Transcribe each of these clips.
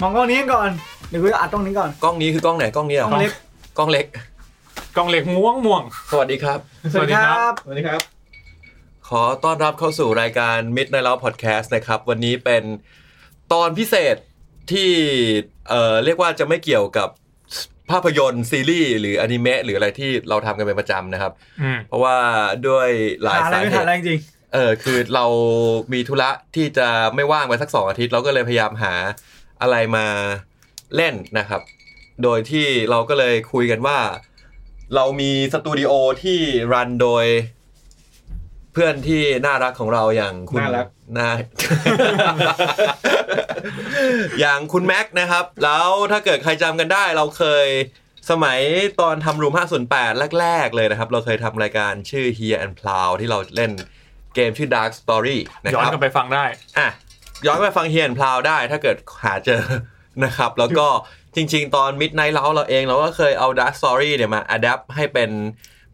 มองกล้องนี้ก่อน เดี๋ยวกูจะอัดกล้องนี้ก่อน กล้องนี้คือกล้องไหนกล้องนี้เหร กล้องเล็ก กล้องเล็ก กล่องเหล็กม่วงม่วง สวัสดีครับ สวัสดีครับ สวัสดีครับ ขอต้อนรับเข้าสู่รายการมิดในเราพอดแคสต์นะครับ วันนี้เป็นตอนพิเศษที่เอ่อเรียกว่าจะไม่เกี่ยวกับภาพยนตร์ซีรีส์หรืออนิเมะหรืออะไรที่เราทำกันเป็นประจำนะครับ อืม เพราะว่าด้วยหลาย ถ่ายอะไร สา ไม่ เห ถ่าย ตุ อะไรจริง เออคือเรามีธุระที่จะไม่ว่างไปสักสองอาทิตย์ เราก็เลยพยายามหาอะไรมาเล่นนะครับ โดยที่เราก็เลยคุยกันว่า เรามีสตูดิโอที่รันโดย เพื่อนที่น่ารักของเราอย่างคุณ น่ารัก น่า อย่างคุณแม็กซ์นะครับ แล้วถ้าเกิดใครจำกันได้เราเคยสมัยตอนทำรูม508 แรก ๆ เลยนะครับ เราเคยทำรายการชื่อ Here and Plow ที่เราเล่นเกมชื่อ Dark Story นะ ย้อ คน รับ กลับไปฟังได้ อ่ะย้อนไปฟัง Here and Plow ได้ถ้าเกิดหาเจอ นะครับ แล้วก็จริง ๆ ตอน Midnight เราเราเองเราก็เคยเอา Dark Story เนี่ยมา adapt ให้เป็น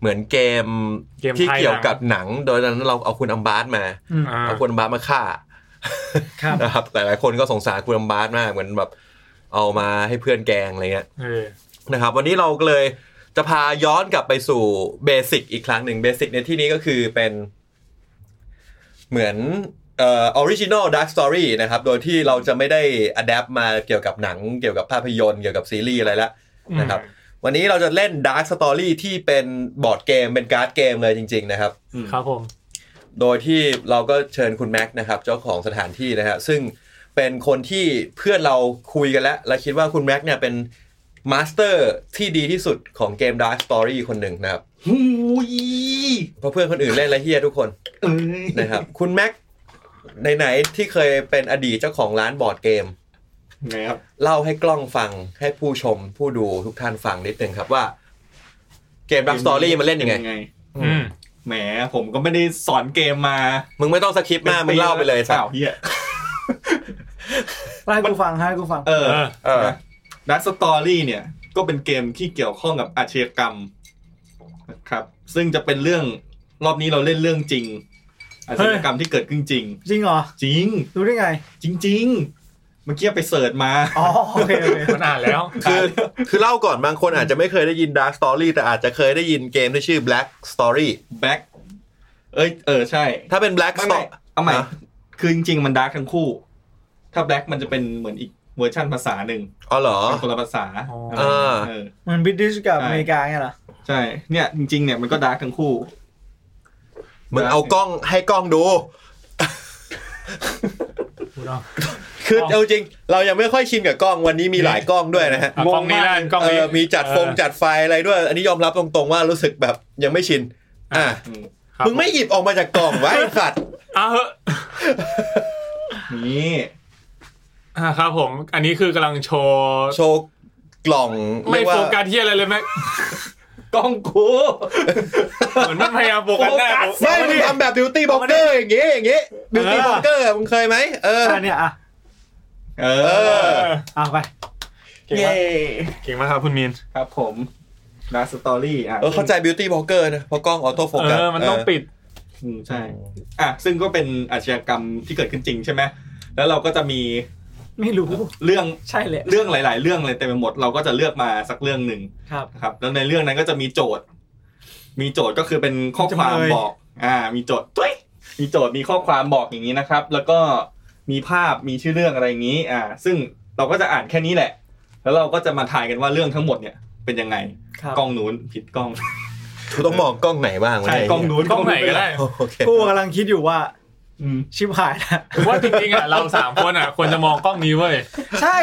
เหมือนเกม เกม ที่ ไทย เกี่ยว หนัง กับหนัง โดยตอนนั้นเราเอาคุณอัมบาสมา อ่า เอาคุณอัมบาสมาฆ่า ครับ นะครับหลายๆคนก็สงสารคุณอัมบาสมากเหมือนแบบเอามาให้เพื่อนแกล้งอะไรเงี้ย เออ นะครับ วันนี้เราก็เลยจะพาย้อนกลับไปสู่เบสิกอีกครั้งหนึ่งเบสิกในที่นี้ก็คือเป็นเหมือนเอ่อออริจินอลดักสตอรี่นะครับ โดยที่เราจะไม่ได้อัดแอปมาเกี่ยวกับหนัง เกี่ยวกับภาพยนตร์เกี่ยวกับซีรีส์อะไรละ นะครับ วันนี้เราจะเล่น Dark Story ที่เป็นบอร์ดเกมเป็นการ์ดเกมเลยจริง ๆ นะครับ ครับผม โดยที่เราก็เชิญคุณแม็กซ์นะครับ เจ้าของสถานที่นะฮะซึ่งเป็นคนที่เพื่อนเราคุยกันแล้ว และคิดว่าคุณแม็กซ์เนี่ยเป็นมาสเตอร์ที่ดีที่สุดของเกม Dark Story คนหนึ่งนะครับ หูย เพราะเพื่อนคนอื่นเล่นและเฮียทุกคน เอ้ย นะครับ คุณแม็กซ์ไหนๆที่เคยเป็นอดีตเจ้าของร้านบอร์ดเกม ไงครับ เล่าให้กล้องฟังให้ผู้ชมผู้ดูทุกท่านฟังนิดหนึ่งครับว่าเกม Dark Story มันเล่นยังไง อืม แหมผมก็ไม่ได้สอนเกมมา มึงไม่ต้องสคริปต์มากมึงเล่าไปเลยสัตสาว ว์ เฮีย ให้กูฟังให้กูฟัง เออ เออ เออ ดักสตอรี่เนี่ย ก็เป็นเกมที่เกี่ยวข้องกับอาชญากรรมนะครับ ซึ่งจะเป็นเรื่องรอบนี้เราเล่นเรื่องจริง อาชญากรรมที่เกิดขึ้นจริง จริงเหรอ จริง รู้ได้ไง จริง ๆ เมื่อกี้ไปเสิร์ชมา อ๋อโอเคโอเค มันอ่านแล้ว คือคือเล่าก่อนบางคนอาจจะไม่เคยได้ยิน Dark Story แต่อาจจะเคยได้ยินเกมที่ชื่อ Black Story แบ็คเอ้ยเออใช่ ถ้าเป็น Black ไม่ไม่ Story เอาใหม่ ฮะ คือจริงๆ มันดาร์กทั้งคู่ ถ้าแบล็กมันจะเป็นเหมือนอีกเวอร์ชั่นภาษาหนึ่ง อ๋อเหรอ เป็นคนละภาษา อ๋อเอเอออ เออ มันบิดดิชกับ ใช่ อเมริกาไงเหรอ ใช่ เนี่ยจริงๆ เนี่ยมันก็ดาร์กทั้งคู่ มึงเอากล้องให้กล้องดู พูดเอา คือ อ๋อ เอาจริง เรายังไม่ค่อยชินกับกล้องวันนี้มี นี่ หลายกล้องด้วยนะฮะ อ่ะกล้องนี้แล้วกันกล้อง เอ นี้ อมีจัดฟง เออ จัดไฟอะไรด้วย อันนี้ยอมรับตรงๆว่ารู้สึกแบบยังไม่ชิน อ่ะ อืม ครับ มึงไม่หยิบออกมาจากกล่องไวะไอ้สั ตว์ อ่ะเหอะ นี่ อ่ะครับผม อันนี้คือกำลังโชว์ โชว์กล่อง ไม่ เรียกว่า โฟกัสที่อะไรเลยแม็ก กล้องกู เหมือนมันพยายามโฟกัสหน้าผม ไม่มึงทำแบบ Beauty b l o g g e r อย่างงี้อย่างงี้ Beauty เออ b l o g g e r มึงเคยไหมเออ อันเนี้ยอ่ะ เอ เอ อ อ เอาไป เก่ง เย้ มากเก่งมากครับคุณมีน ครับผมดาร์กสตอรี่อ่ะ เออเข้าใจ Beauty b l o g g e r นะเพราะกล้องออโต้โฟ เอ กัส อ มันต้องปิด อืมใช่ อ่ะ ซึ่งก็เป็นอาชญากรรมที่เกิดขึ้นจริงใช่ไหมแล้วเราก็จะมี ไม่รู้ เรื่อง ใช่แหละ เรื่องหลาย ๆ เรื่องเลยเต็มไปหมด เราก็จะเลือกมาสักเรื่องหนึ่ง ครับ นะครับแล้วในเรื่องนั้นก็จะมีโจทย์ มีโจทย์ก็คือเป็นข้อความ จำเลย บอก อ่า มีโจทย์ตุ้ยมีโจทย์มีข้อความบอกอย่างนี้นะครับ แล้วก็มีภาพมีชื่อเรื่องอะไรอย่างนี้ อ่า ซึ่งเราก็จะอ่านแค่นี้แหละ แล้วเราก็จะมาทายกันว่าเรื่องทั้งหมดเนี่ยเป็นยังไง ครับ กล้องนู้นผิดกล้อง กูต้องมองกล้องไหนบ้างวะ ใช่ เย กล้องนู้น กล้องไหนก็ได้ โอเค กูกำลังคิดอยู่ว่า อืม ชิบหายนะ ผมว่าจริงๆอ่ะเราสามคนอ่ะควรจะมองกล้องนี้เว้ย ใช่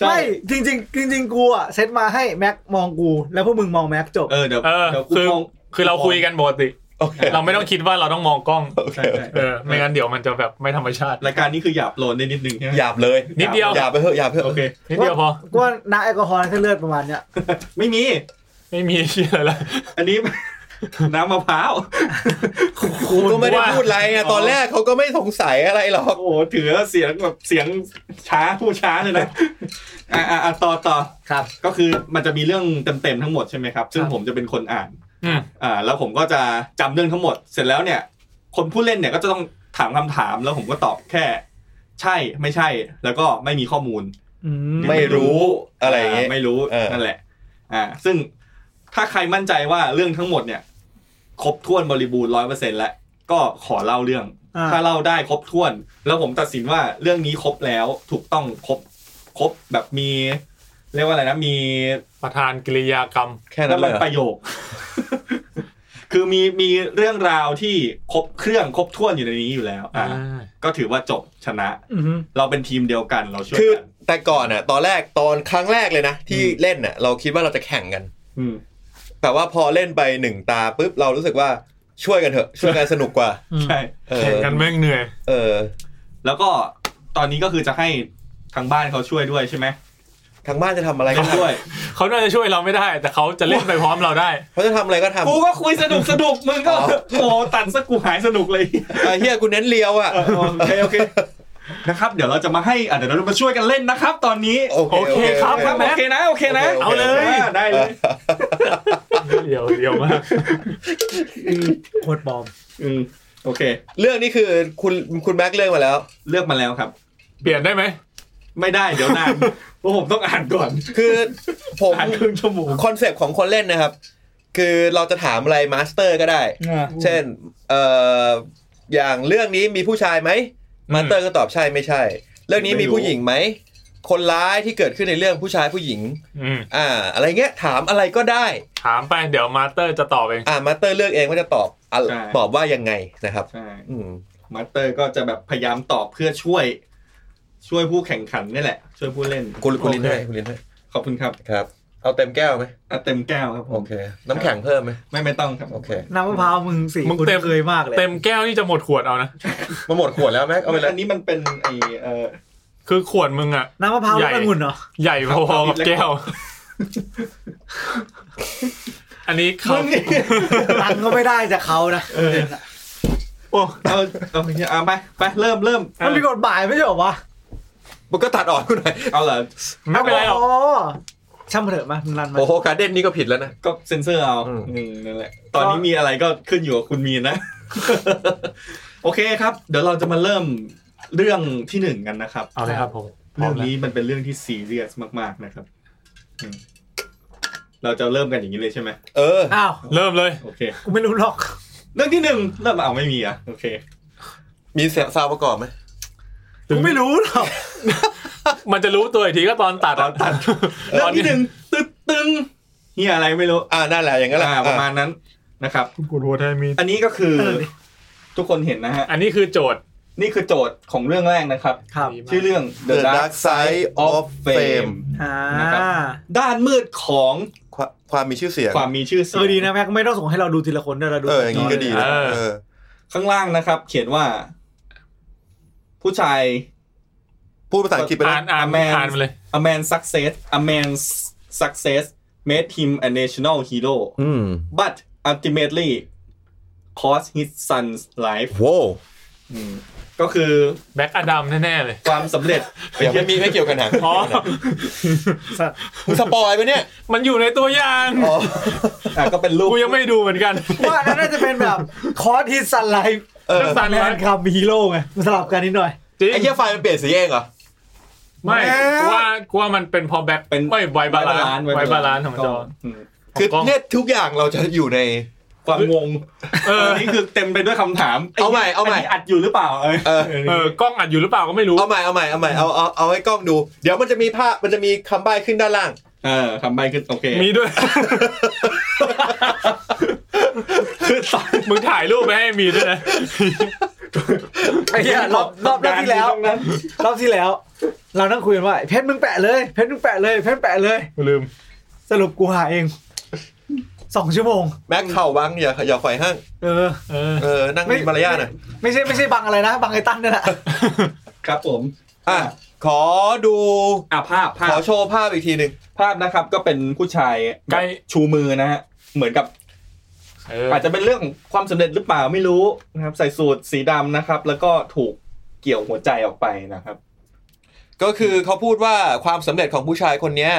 ใช่ ไม่จริงจริงๆจริง ๆ กูอ่ะเซตมาให้แม็กมองกู แล้วพวกมึงมองแม็กจบ เออเดี๋ยว เออ เดี๋ยวกู คือ มอง คือเราคุยกันปกติ โอเค เราไม่ต้องคิดว่าเราต้องมองกล้อง โอเค ใช่ใช่ เออ ไม่งั้นเดี๋ยวมันจะแบบไม่ธรรมชาติ รายการนี้คือหยาบโลนได้นิดนึงใช่ไหม หยาบเลย นิดเดียว หยาบไปเถอะหยาบไปเถ โอ อะ เค นิดเดียวพอ กูว่าน้าแอลกอฮอล์ในเส้นเลือดประมาณเนี้ย ไม่มี ไม่มีเชี่ยอะไรละ อันนี้ น้ำมะพร้าว กูก็ไม่ได้ ว่า พูดอะไรไงตอนแรกเขาก็ไม่สงสัยอะไรหรอก โอ้โหถือเสียงแบบเสียงช้าผู้ช้าเลยนะอ่าอ่าต่อต่อ ครับ ก็คือมันจะมีเรื่องเต็มๆทั้งหมดใช่ไหมครับ ซึ่ง ครับ ผมจะเป็นคนอ่าน อืม อ่า แล้วผมก็จะจำเรื่องทั้งหมด เสร็จแล้วเนี่ย คนผู้เล่นเนี่ยก็จะต้องถามคำถามแล้วผมก็ตอบแค่ ใช่ไม่ใช่ แล้วก็ไม่มีข้อมูล อืม ไม่รู้อะไรอย่างเงี้ย าไม่รู้ เออ นั่นแหละ อ่า ซึ่งถ้าใครมั่นใจว่าเรื่องทั้งหมดเนี่ย ครบถ้วนบริบูรณ์ร้อยเปอร์เซ็นต์แล้ว ก็ขอเล่าเรื่อง อ่า ถ้าเล่าได้ครบถ้วน แล้วผมตัดสินว่าเรื่องนี้ครบแล้วถูกต้องครบครบแบบมี เรียกว่าอะไรนะ มี ประธานกิริยากรรม แค่นั้น ว เล มั ย ประโยค คือมีมีเรื่องราวที่ครบเครื่องครบถ้วนอยู่ในนี้อยู่แล้ว อ่า ก็ถือว่าจบชนะ อือฮึ เราเป็นทีมเดียวกันเราช่วย คือ กัน แต่ก่อนอ่ะตอนแรกตอนครั้งแรกเลยนะ ที่เล่นอ่ะเราคิดว่าเราจะแข่งกัน อืม แต่ว่าพอเล่นไปหนึ่งตาปุ๊บเรารู้สึกว่าช่วยกันเถอะ ช่วยกันสนุกกว่า อืม ใช่ เออ แข่งกันแม่งเหนื่อย เออ แล้วก็ตอนนี้ก็คือจะให้ทางบ้านเขาช่วยด้วยใช่ไหม ทางบ้านจะทำอะไรก็ เขา ทำ ด้วย เขาน่าจะช่วยเราไม่ได้ แต่เขาจะเล่นไปพร้อมเราได้ เขาจะทำอะไรก็ทำ กูก็คุยสนุกสนุกมึงก็ อ๋อ โอ้ตันสกูหายสนุกเลย ไอ้เฮียกูเน้นเลียวอ่ะ เออโอเคโอเคนะครับ เดี๋ยวเราจะมาให้อ่ะเดี๋ยวเรามาช่วยกันเล่นนะครับ ตอนนี้ โอเคครับ ครับ โอเ โอเคนะโอเคนะ เอาเลย อ่ะได้เลย เดี๋ยวเดี๋ยวมาก โคตรปลอม อืมโอเค เรื่องนี้คือคุณคุณแม็กเลือกมาแล้ว เลือกมาแล้วครับ เปลี่ยนได้ไหม ไม่ได้เดี๋ยวนานเพราะผมต้องอ่านก่อน คือผม อ่านครึ่งชั่วโมง คอนเซปต์ของคนเล่นนะครับ คือเราจะถามอะไรมาสเตอร์ก็ได้ เช่นเอ่ออย่างเรื่องนี้มีผู้ชายไหมมาสเตอร์ก็ตอบใช่ไม่ใช่ เรื่องนี้มีผู้หญิงไหม คนร้ายที่เกิดขึ้นในเรื่องผู้ชายผู้หญิง อืม อ่า อะไรเงี้ยถามอะไรก็ได้ ถามไปเดี๋ยวมาสเตอร์จะตอบเอง อ่ามาสเตอร์เลือกเองว่าจะตอบอะตอบว่ายังไงนะครับ ใช่ อืม มาสเตอร์ก็จะแบบพยายามตอบเพื่อช่วย ช่วยผู้แข่งขันนี่แหละ ช่วยผู้เล่น คุณคุณลิน โอเค ให้คุณลินให้ ขอบคุณครับ ครับ เอาเต็มแก้วไหม อ่ะเต็มแก้วครับผ โอ ม เค น้ำแข็งเพิ่มไหม ไม่ไม่ต้องครับ โอเค น้ำมะพร้าวมึงสิ มึง คุณ เต็ม เคยมากเลย เต็มแก้วนี่จะหมดขวดเอานะ มาหมดขวดแล้วแม็กเอาไปเลย อันนี้มันเป็นไอเอ่อ คือขวดมึงอ่ะ น้ำมะพร้าว ใหญ่ แล้วองุ่นเหรอ ใหญ่พอๆกับแก้ว อันนี้เขา มึงนี่ ตังค์ก็ไม่ได้จากเขานะ โอ้ เอาเอาเอาไปไปเริ่มเริ่ม มันมีกฎหมายไม่ใช่เหรอวะ มันก็ตัดออกหน่อย เอาเหรอ ไม่เป็นไรหรอก อช่างมันเถอะมามึงรันมา โอ้โหการเด่นนี่ก็ผิดแล้วนะ ก็เซ็นเซอร์เอา อืม อืมนั่นแหละตอนนี้มีอะไรก็ขึ้นอยู่กับคุณมีนนะ โอเคครับ เดี๋ยวเราจะมาเริ่มเรื่องที่หนึ่งกันนะครับ เอาเลยครับผมพร้ เรื่ อ อ ม ง แล้ว นี้มันเป็นเรื่องที่ซีเรียสมาก ๆนะครับอืมเราจะเริ่มกันอย่างนี้เลยใช่ไหม เออ อ้าว เริ่มเลย โอเค กูไม่รู้หรอก เรื่องที่หนึ่งเริ่มเอาไม่มีอ่ะโอเค มีเสียงซาวประกอบไหม ถึง กูไม่รู้หรอก มันจะรู้ตัวอีกทีก็ตอนตัด ต อะ อนตัด เรื่องที่หนึ่งตึ๊ดตึงเหียอะไรไม่รู้ อ่านั่นแหละอย่างนั้นแหละ อ่าประมาณนั้นนะครับ กูโทรแทนมี อันนี้ก็คือทุกคนเห็นนะฮะ อันนี้คือโจทย์ นี่คือโจทย์ของเรื่องแรกนะครับ ครับ ชื่อเรื่อง The Dark Side of Fame อ่า นะครับ ด้านมืดของ ควาความมีชื่อเสียง ความมีชื่อเสีย เออดี ง นะแม็กไม่ต้องส่งให้เราดูทีละคนด้วยเราดู เอออย่างนี้ก็ดีนะ เออ เออ ข้างล่างนะครับ เขียนว่า ผู้ชาย พูดภาษาอังกฤษไปแล้ อ่า วน อ่าน แมน อ่านไปเลย a man success a man's success made him a national hero อืม but ultimately cost his son's life โว้ อืมก็คือ แบ็กอดัมแน่ๆเลย ความสำเร็จ เดี๋ยวไม่มีไม่เกี่ยวกันหนัง อ๋อ สัตว์ มึงสปอยไปเนี่ย มันอยู่ในตัวอย่าง อ๋อ อ่ะก็เป็นรูป กูยังไม่ดูเหมือนกัน ว่าอันนั้นน่าจะเป็นแบบคอร์สฮิสซันไลฟ์ เออ สัน แม ไล น ฟ์ คำฮีโร่ไงมันสลับกันนิดหน่อย จริง ไอ้เหี้ยไฟล์มันเปลี่ยนสีเองเหรอ ไม่กูว่ากูว่ามันเป็นพอแบ็ก เป็น ไม่ไวบาลานซ์ไวบาลานซ์ของจอ อืม คือเนี่ยทุกอย่างเราจะอยู่ใน ความงง เออ นนี้คือเต็มไปด้วยคำถาม เอาใหม่เอาใหม่ นนี้อัดอยู่หรือเปล่าเอ้ย เออ เออกล้องอัดอยู่หรือเปล่าก็ไม่รู้ เอาใหม่เอาใหม่เอาใหม่เอาเอาเอาให้กล้องดู เดี๋ยวมันจะมีภาพมันจะมีคำใบ้ขึ้นด้านล่าง เออคำใบขึ้นโอเค มีด้วย คือตอน มึงถ่ายรูปไปให้มีด้วยนะ ไอ้เหี้ยรอบรอบรอบที่แล้ว ตรงนั้น รอบที่แล้ว เรานั่งคุยกันว่าเพชรมึงแปะเลยเพชรมึงแปะเลยเพชรแปะเลย กูลืม สรุปกูหาเองสองชั่วโมง แม็กเข่าบังอย่าอย่าไขว่ห้าง เออ เออ เออนั่งมีมารยาทหน่อย ไม่ใช่ไม่ใช่บังอะไรนะ บังไอ้ตั้นนี่แหละ ครับผม อ่ะขอดู อ่ะภาพภา ขอ พ โชว์ภาพอีกทีหนึ่ง ภาพนะครับ ก็เป็นผู้ชาย ใกล้ ชูมือนะฮะเหมือนกับ เออ อาจจะเป็นเรื่องของความสำเร็จหรือเปล่าไม่รู้นะครับ ใส่สูทสีดำนะครับ แล้วก็ถูกเกี่ยวหัวใจออกไปนะครับ ก็คือเขาพูดว่าความสำเร็จของผู้ชายคนเนี้ย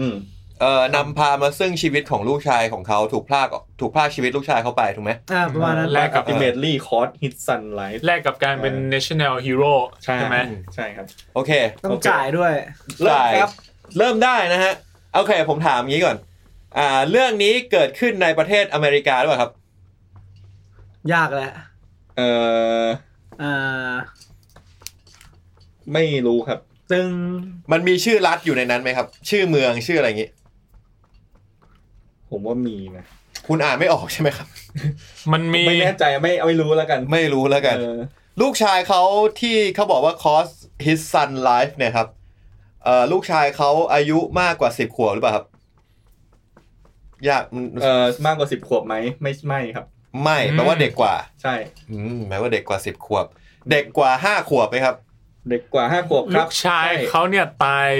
อืม เ เอ่อนำพามาซึ่งชีวิตของลูกชายของเขาถูกพลากถูกพลากชีวิตลูกชายเขาไปถูกไหม อ่าประมาณนั้น แลกกับ ultimately cost his son life แลกกับการเป็น national hero ใช่ ใช่ไหม ใช่ครับ โอเค ต้องจ่ายด้วย เริ่มครับ เริ่มได้นะฮะ โอเค ผมถามงี้ก่อน อ่า เรื่องนี้เกิดขึ้นในประเทศอเมริกาหรือเปล่าครับ ยากแหละ เออ อ่า ไม่รู้ครับ ตึง มันมีชื่อรัฐอยู่ในนั้นไหมครับ ชื่อเมืองชื่ออะไรอย่างงี้ ผมว่ามีนะ คุณอ่านไม่ออกใช่ไหมครับ มันมี ไม่แน่ใจไม่ไม่รู้แล้วกัน ไม่รู้แล้วกัน เออ ลูกชายเขาที่เขาบอกว่า cost his son life เนี่ยครับ เอ่อ ลูกชายเขาอายุมากกว่าสิบขวบหรือเปล่าครับ ยากมัน เออมากกว่าสิบขวบไหมไม่ไม่ครับ ไม่แปลว่าเด็กกว่า ใช่ อืมแปลว่าเด็กกว่าสิบขวบ เด็กกว่าห้าขวบไหมครับ เด็กกว่าห้าขวบค ลู รับ กชาย ใ เขาเนี่ยตาย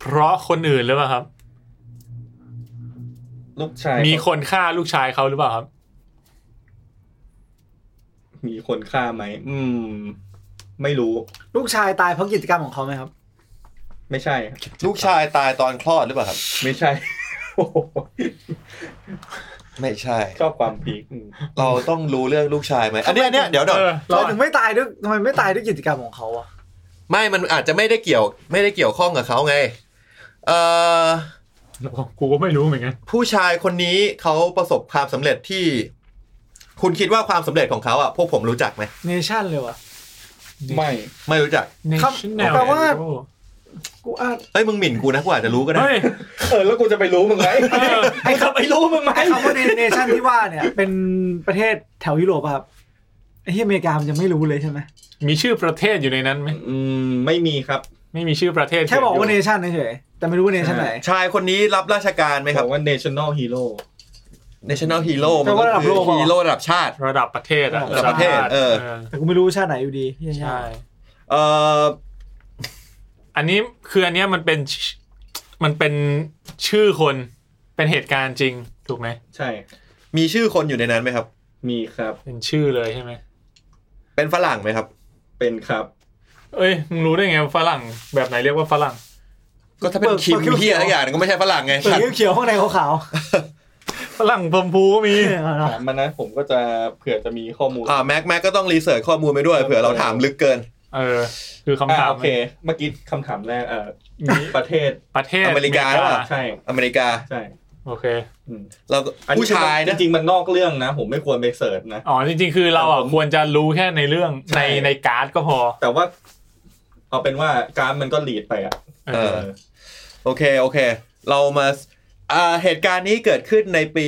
เพราะคนอื่นหรือเปล่าครับ ลูกชาย มี ค คนนฆ่าลูกชายเขาหรือเปล่าครับ มีคนฆ่าไหมอืม ไม่รู้ ลูกชายตายเพราะกิจกรรมของเขาไหมครับ ไม่ใช่ครับ ลูกชายตายตอนคลอดหรือเปล่าครับ ไม่ใช่ โอ้โห ไม่ใช่ ชอบความพีคอืม เราต้องรู้เรื่องลูกชายไหมอันเนี้ยอันเนี้ยเดี๋ยวเดี๋ยว เออ เราถึงไม่ตายด้วยทำไมไม่ตายด้วยกิจกรรมของเขาอะ ไม่มันอาจจะไม่ได้เกี่ยว ไม่ได้เกี่ยวข้องกับเขาไงเอ่อ กูก็ไม่รู้เหมือนกัน ผู้ชายคนนี้เขาประสบความสำเร็จที่ คุณคิดว่าความสำเร็จของเขาอ่ะพวกผมรู้จักไหม เนชั่นเลยวะ ไม่ ไม่รู้จัก national แปลว่า hero กูอ่ะ เอ้ยมึงหมิ่นกูนะกูอาจจะรู้ก็ได้ เฮ้ย เออแล้วกูจะไปรู้มึงไหม เออ ไอ้คำไอ้รู้มึงไหม ไอ้คำว่าเนชั่นที่ว่าเนี่ย เป็นประเทศแถวยุโรปอะครับไอ้ที่อเมริกามันยังไม่รู้เลยใช่ไหม มีชื่อประเทศอยู่ในนั้นไหม อืมไม่มีครับ ไม่มีชื่อประเทศ แค่บอกว่าเน เขียนยู่ ชั่นเฉยๆแต่ไม่รู้ว่าเนชั่นไหน ชายคนนี้รับราชการไหมค บ รั อบ กว่า national hero National Hero แปลว่าระดับโลกเหรอ ฮีโร่ระดับชาติ ระดับประเทศอะ ระดับประเทศเออ แต่กูไม่รู้ชาติไหนอยู่ดี ใช่ เอ่อ อันนี้คืออันเนี้ยมันเป็นชื่อมันเป็นชื่อคนเป็นเหตุการณ์จริงถูกไหม ใช่ มีชื่อคนอยู่ในนั้นไหมครับ มีครับ เป็นชื่อเลยใช่ไหม เป็นฝรั่งไหมครับ เป็นครับ เอ้ยมึงรู้ได้ไงว่าฝรั่งแบบไหนเรียกว่าฝรั่ง ก็ถ้าเป็นคิมเฮียอะไรอย่างก็ไม่ใช่ฝรั่งไง เปลือกเขียวๆข้างในขาว ฝรั่งพรมพูก็มี ๆเนี่ยเอาละ ถามมานะผมก็จะเผื่อจะมีข้อมูล อ่าแม็กแม็กก็ต้องรีเสิร์ชข้อมูลไปด้วยเผื่อเราถามลึกเกิน เออ คือคำ อ่ะ ถาม โอเค เมื่อกี้คำถามแรกเอ่อ มี ประเทศ ประเทศ อเมริกาหรือเปล่า ใช่ อเมริกา ใช่ โอเค อืม เราก็ อันนี้ ผู้ชายนะ จริงๆมันนอกเรื่องนะ ผมไม่ควรไปเสิร์ชนะ อ๋อ จริง ๆ คือเรา ครั อ่ะ บผม ควรจะรู้แค่ในเรื่อง ใช่ ในในการ์ดก็พอ แต่ว่า เอาเป็นว่าการดมันก็ลีดไปอ่ะ เอ เอ อ อโอเคโอเค เรามาอ่าเหตุการณ์นี้เกิดขึ้นในปี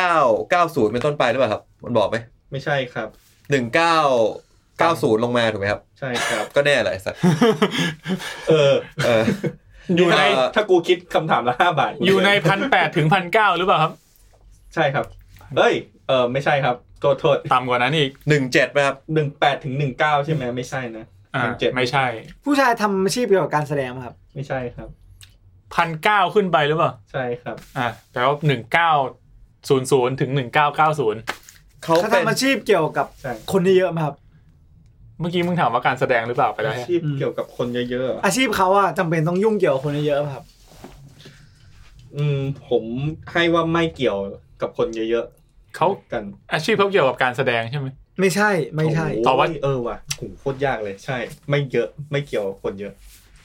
1990 เป็นต้นไปหรือเปล่าครับ มันบอกไหม ไม่ใช่ครับ 1990 ลงมาถูกไหมครับ ใช่ครับ ก็แน่แหละไอ้สัตว์ เออ เออ อยู่ใน เออ ถ้ากูคิดคำถามละห้าบาท อยู่ในพันแปดถึงพันเก้าหรือเปล่าครับ ใช่ครับเอ้ยเออไม่ใช่ครับโทษโทษ ต่ำกว่านั้นอีก 17ไหมครับ หนึ่งแปดถึงหนึ่งเก้าใช่ไหมไม่ใช่นะ อ่า 17 ไม่ใช่ ผู้ชายทำอาชีพเกี่ยวกับการแสดงไหมครับ ไม่ใช่ครับ พันเก้าขึ้นไปหรือเปล่า ใช่ครับ อ่าแปลว่าหนึ่งเก้าศูนย์ศูนย์ถึงหนึ่งเก้าเก้าศูนย์ เขา เขา เป็น ทำอาชีพเกี่ยวกับ ใช่ คนเยอะๆไหมครับ เมื่อกี้มึงถามว่าการแสดงหรือเปล่าไปแล้ว อาชีพเกี่ยวกับคนเยอะๆอะ อาชีพเขาอะจำเป็นต้องยุ่งเกี่ยวกับคนเยอะๆไหมครับ อืมผมให้ว่าไม่เกี่ยวกับคนเยอะ เขา ๆกัน อาชีพเขาเกี่ยวกับการแสดงใช่ไหม ไม่ใช่ไม่ใช่ โย ตอบว่า เออว่ะโหโคตรยากเลยใช่ ไม่เยอะไม่เกี่ยวกับคนเยอะ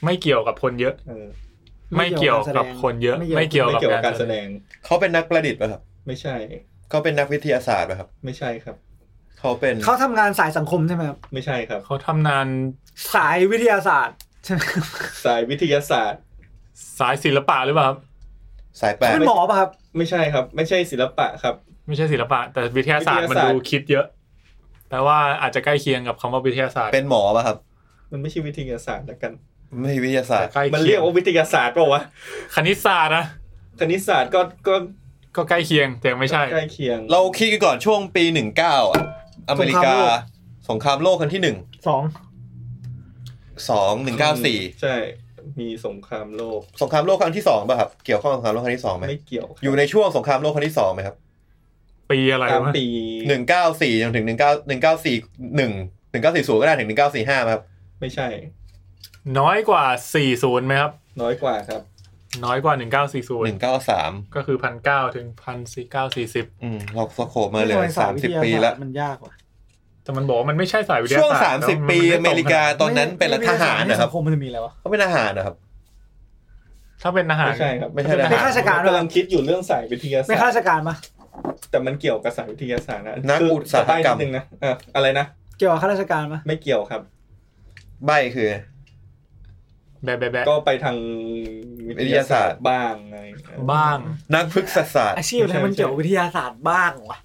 ไม่เกี่ยวกับคนเยอะ เออ ไม่เกี่ยวกับคนเยอะ ไม่ ไม่ เกี่ เกี่ ย ยว ว ไม่ กับ เกี่ยวกับ กา การ ร แส แส ด ด ง ง เขาเป็นนักประดิษฐ์ไหมครับ ไม่ใช่ เขาเป็นนักวิทยาศาสตร์ไหมครับ ไม่ใช่ครับ เขาเป็น เขาทำงานสายสังคมใช่ไหมครับ ไม่ใช่ครับ เขาทำนาน สายวิทยาศาสตร์ใช่ไหมครับ สายวิทยาศาสตร์ สายศิลปะหรือเปล่าครับ สายแปด เป็นหมอป่ะครับ ไม่ใช่ครับ ไม่ใช่ศิลปะครับ ไม่ใช่ศิลปะ แต่วิทยาศาสตร์ วิ มัน ทยาศาสตร์ ดูคิดเยอะแปลว่าอาจจะใกล้เคียงกับคำว่าวิทยาศาสตร์ เป็นหมอป่ะครับ มันไม่ใช่วิทยาศาสตร์ละกัน ไม่ใช่วิทยาศาสต แต่ ร์ ใกล้ มัน เคี เรี ย ย ง กว่าวิทยาศาสตร์เปล่าวะ คณิตศาสตร์นะ คณิตศาสตร์ก็ก็ ก็ใกล้เคียงแต่ยังไม่ใช่ ใกล้เคียง เราคิดกันก่อนช่วงปี 19อ่ะอเมริสงกาครามโลก สงครามโลกครั้งที่หนึ่ง สอง สองหนึ่งเก้าสี่ ใช่ มีสงครามโลก สงครามโลกครั้งที่สองป่ะครับ เกี่ยวข้องกับสงครามโลกครั้งที่สองไหม ไม่เกี่ยว อยู่ในช่วงสงครามโลกครั้งที่สองไหมครับ ปีอะไร ตาม วะ ปี หนึ่งเก้าสี่จนถึงหนึ่งเก้าหนึ่งเก้าสี่หนึ่งหนึ่งเก้าสี่ศูนย์ก็ได้ถึงหนึ่งเก้าสี่ห้าครับ ไม่ใช่ น้อยกว่า 40ไหมครับ น้อยกว่าครับ น้อยกว่า 1940 193 ก็คือ 1,900 ถึง 1,940 อืมเราสโคปมาเหลือ ไม่ใช่วิทย 30 ปีแล้ว มันยากว่ะ แต่มันบอกว่ามันไม่ใช่สายวิทยา ช่วง ศาสตร์แล้วน 30 ปี ไตง อเมริกาตอนนั้นเป็นรัฐทหารนะครับ ใสังคมมันจะมีอะไรวะ เขาเป็นทหารนะครับ ถ้าเป็นทหาร ไม่ใช่ครับ ไม่ใช่ทหาร เป็นข้าราชการ ผมกำลังคิดอยู่เรื่องสายวิทยาศา ไม่ข้าราสตร์ ชการปะ แต่มันเกี่ยวกับสายวิทยาศาสตร์นะ นักอุตสาหกรรม คือจะไปนิดนึงนะอ่ะอะไรนะ เกี่ยวกับข้าราชการปะ ไม่เกี่ยวครับ ใบคือ แบะแบะแบะ ก็ไปทาง วิทยาศาสตร์ บ้างอะไรอย่เย บ้าง นักพฤกษศาสตร์ อาชีพอะไร ไม่ใช่ มันเกี่ยวกับวิทยาศาสตร์บ้างวะ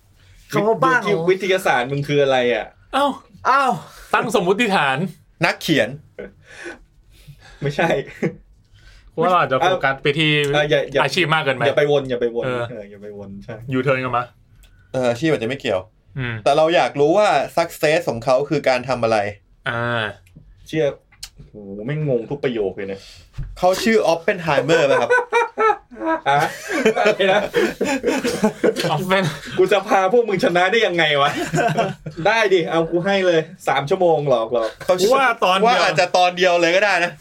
คำว่าบ้าง ดูที่วิทยาศาสตร์มึงคืออะไรอ่ะ เอ้า อ้าว ตั้งสมมุติฐาน นักเขียน ไม่ใช่ ว่าเราอาจจะโฟกัสไปที่ เอ่ออย่าอย่า อาชีพมากเกินไป อย่าไปวนอย่าไปวน เออ เอออย่าไปวนใช่ ยูเทิร์นกันมา เอออาชีพอาจจะไม่เกี่ยว อืม แต่เราอยากรู้ว่า success ของเขาคือการทำอะไร อ่า เชี่ยโอ้โหไม่งงงทุกประโยคเลยเนี่ย เขาชื่อออฟเ n นไฮเมอร์ไหมครับ อะ อะไรนะ ออฟเป็น กูจะพาพวกมึงชนะได้ยังไงวะ ได้ดิ เอากูให้เลยสามชั่วโมงหลอกหลอก เขาชื่ ว่าตอนเดี ว่า ยว อาจจะตอนเดียวเลยก็ได้นะ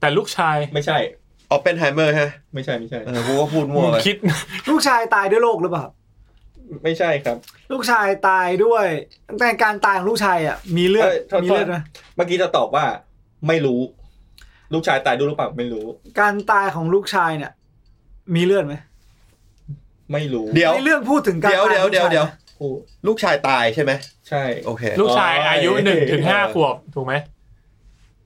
แต่ลูกชาย ไม่ใช่ ออฟเ n นไฮเมอร์ฮะ ไม่ใช่ไม่ใช่ เออกูก็พูดมั่วไป คิด ลูกชายตายด้วยโรคหรือเปล่า ไม่ใช่ครับ ลูกชายตายด้วยแต่การตายของลูกชายอ่ะ มีเลือด เอ้ยโทษ มีเลือด โทษ ไหม เมื่อกี้จะตอบว่า ไม่รู้ ลูกชายตายด้วยหรือเปล่าไม่รู้ การตายของลูกชายเนี่ย มีเลือดไหม ไม่รู้ เดี๋ยว ในเรื่องพูดถึงการ เดี๋ยว ตา เดี๋ของลูยวกชาเดี๋ยวเดี๋ยว นะ กู ลูกชายตายใช่ไหม ใช่ โอเค ลูกชายอายุหนึ่งถึงห้าขวบ ถูกไหม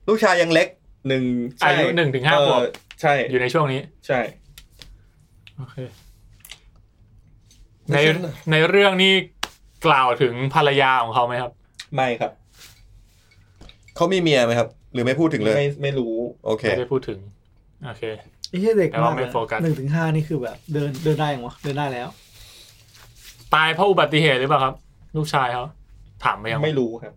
ลูกชายยังเล็ก หนึ่ง อายุหนึ่งถึงห้าขวบ เออใช่ อยู่ในช่วงนี้ ใช่ โอเค ในในเรื่องนี้กล่าวถึงภรรยาของเขาไหมครับ ไม่ครับ เขามีเมียไหมครับ หรือไม่พูดถึงเลย ไม่ไม่รู้ โอเค ไม่ได้พูดถึง โอเค ไอ้เหี้ยเด็ก แต่ว่าม าก ไม่โฟกัส หนึ่งถึงห้านี่คือแบบ เดินเดินได้ยังวะเดินได้แล้ว ตายเพราะอุบัติเหตุหรือเปล่าครับ ลูกชายเขาถามไปยัง ไม่รู้ครับ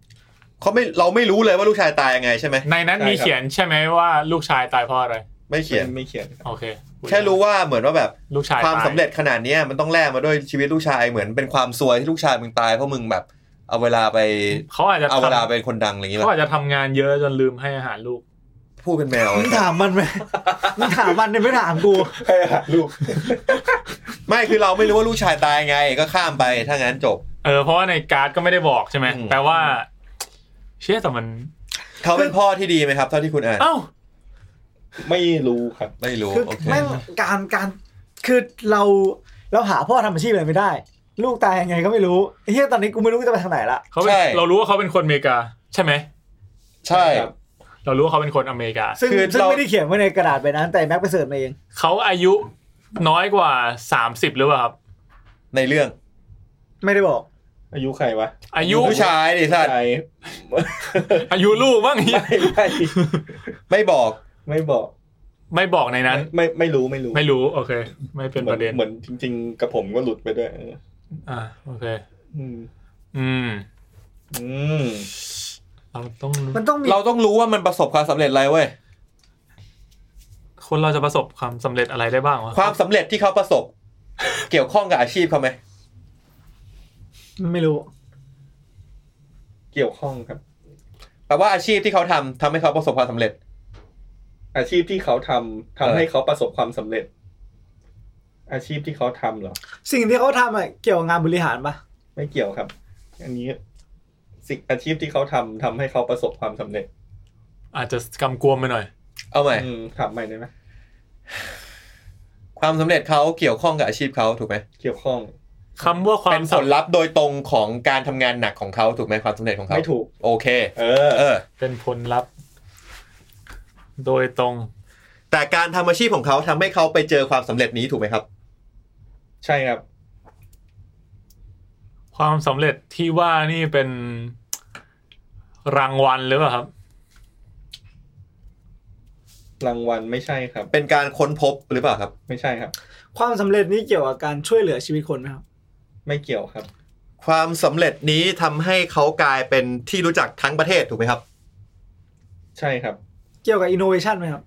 เขาไม่เราไม่รู้เลยว่าลูกชายตายยังไงใช่ไหม ในนั้นมี ใช่ครับ เขียนใช่ไหมว่า ลูกชายตายเพราะอะไร ไม่เขียน ไม่ไม่เขียนครับ โอเค แค่รู้ว่าเหมือนว่าแบบ ลูกชาย ความ ตย สำเร็จขนาดเนี้ยมันต้องแลกมาด้วยชีวิตลูกชายเหมือนเป็นความซวยที่ลูกชายมึงตายเพราะมึงแบบ เอาเวลาไป เขาอาจจะ เอาเวลาไป ทำ เป็นคนดังอะไรอย่างเงี้ย เขาอาจจะทำงานเยอะจนลืมให้อาหารลูก พูดเป็นแมว มึงถามมันไหมมึงถามมันเนี่ยไม่ถามกู ใครอะลูก ไม่คือเราไม่รู้ว่าลูกชายตายไงก็ข้ามไปถ้างั้นจบ เออเพราะว่าในการ์ดก็ไม่ได้บอกใช่ไหม อืม แปลว่า เชื่อแต่มัน เขาเป็นพ่อที่ดีไหมครับ เท่าที่คุณอ่าน เอ้า ไม่รู้ครับ ไม่รู้ คือ โอเค แม่งการการคือเราเราหาพ่อทำอาชีพอะไรไม่ได้ ลูกตายยังไงก็ไม่รู้ไอ้เฮียตอนนี้กูไม่รู้จะไปทางไหนละ เขาเป็นเรารู้ว่าเขาเป็นคนอเมริกา ใช่ไหม ใช่ ครับ เรารู้ว่าเขาเป็นคนอเมริกา ซึ่งซึ่งไม่ได้เขียนไว้ในกระดาษใบนั้นแต่แม็กไปเสิร์ชมาเอง เขาอายุน้อยกว่าสามสิบหรือเปล่าครับ ในเรื่อง ไม่ได้บอก อายุใครวะ อายุ ผู้ชายดิสัตว์ ใคร อายุลูกบ้างเหี้ย ไม่ไม่ ไม่บอก ไม่บอก ไม่บอกในนั้น ไม่ไม่รู้ไม่รู้ ไม่รู้ โอเค ไม่เป็น หมื ป อ ระเด็น เหมือนจริง ๆ กับผมก็หลุดไปด้วยเออ อ่าโอเค อืม อืม อืม เราต้อง มันต้องมี เราต้องรู้ว่ามันประสบความสำเร็จอะไรเว้ย คนเราจะประสบความสำเร็จอะไรได้บ้างวะ ความสำเร็จที่เขาประสบ เกี่ยวข้องกับอาชีพเขาไหม ไม่รู้ เกี่ยวข้องครับ แปลว่าอาชีพที่เขาทำทำให้เขาประสบความสำเร็จ อาชีพที่เขาทำทำ เออ ให้เขาประสบความสำเร็จ อาชีพที่เขาทำเหรอ สิ่งที่เขาทำอะเกี่ยวกับงานบริหารปะ ไม่เกี่ยวครับ อันนี้สิ่งอาชีพที่เขาทำทำให้เขาประสบความสำเร็จ อาจจะกำกวมไปหน่อย เอาใหม่ อืมถามใหม่ได้ไหม ความสำเร็จเขาเกี่ยวข้องกับอาชีพเขาถูกไหม เกี่ยวข้อง คำว่าควา เป็ ม น ส ผลลัพธ์โดยตรงของการทำงานหนักของเขาถูกไหมความสำเร็จของเขา ไม่ถูก โอเค เออ เออ ำเป็นผลลัพธ์ โดยตรง แต่การทำอาชีพของเขาทำให้เขาไปเจอความสำเร็จนี้ถูกไหมครับ ใช่ครับ ความสำเร็จที่ว่านี่เป็นรางวัลหรือเปล่าครับ รางวัลไม่ใช่ครับ เป็นการค้นพบหรือเปล่าครับ ไม่ใช่ครับ ความสำเร็จนี้เกี่ยวกับการช่วยเหลือชีวิตคนไหมครับ ไม่เกี่ยวครับ ความสำเร็จนี้ทำให้เขากลายเป็นที่รู้จักทั้งประเทศถูกไหมครับ ใช่ครับ เกี่ยวกับอินโนเวชันไหมครับ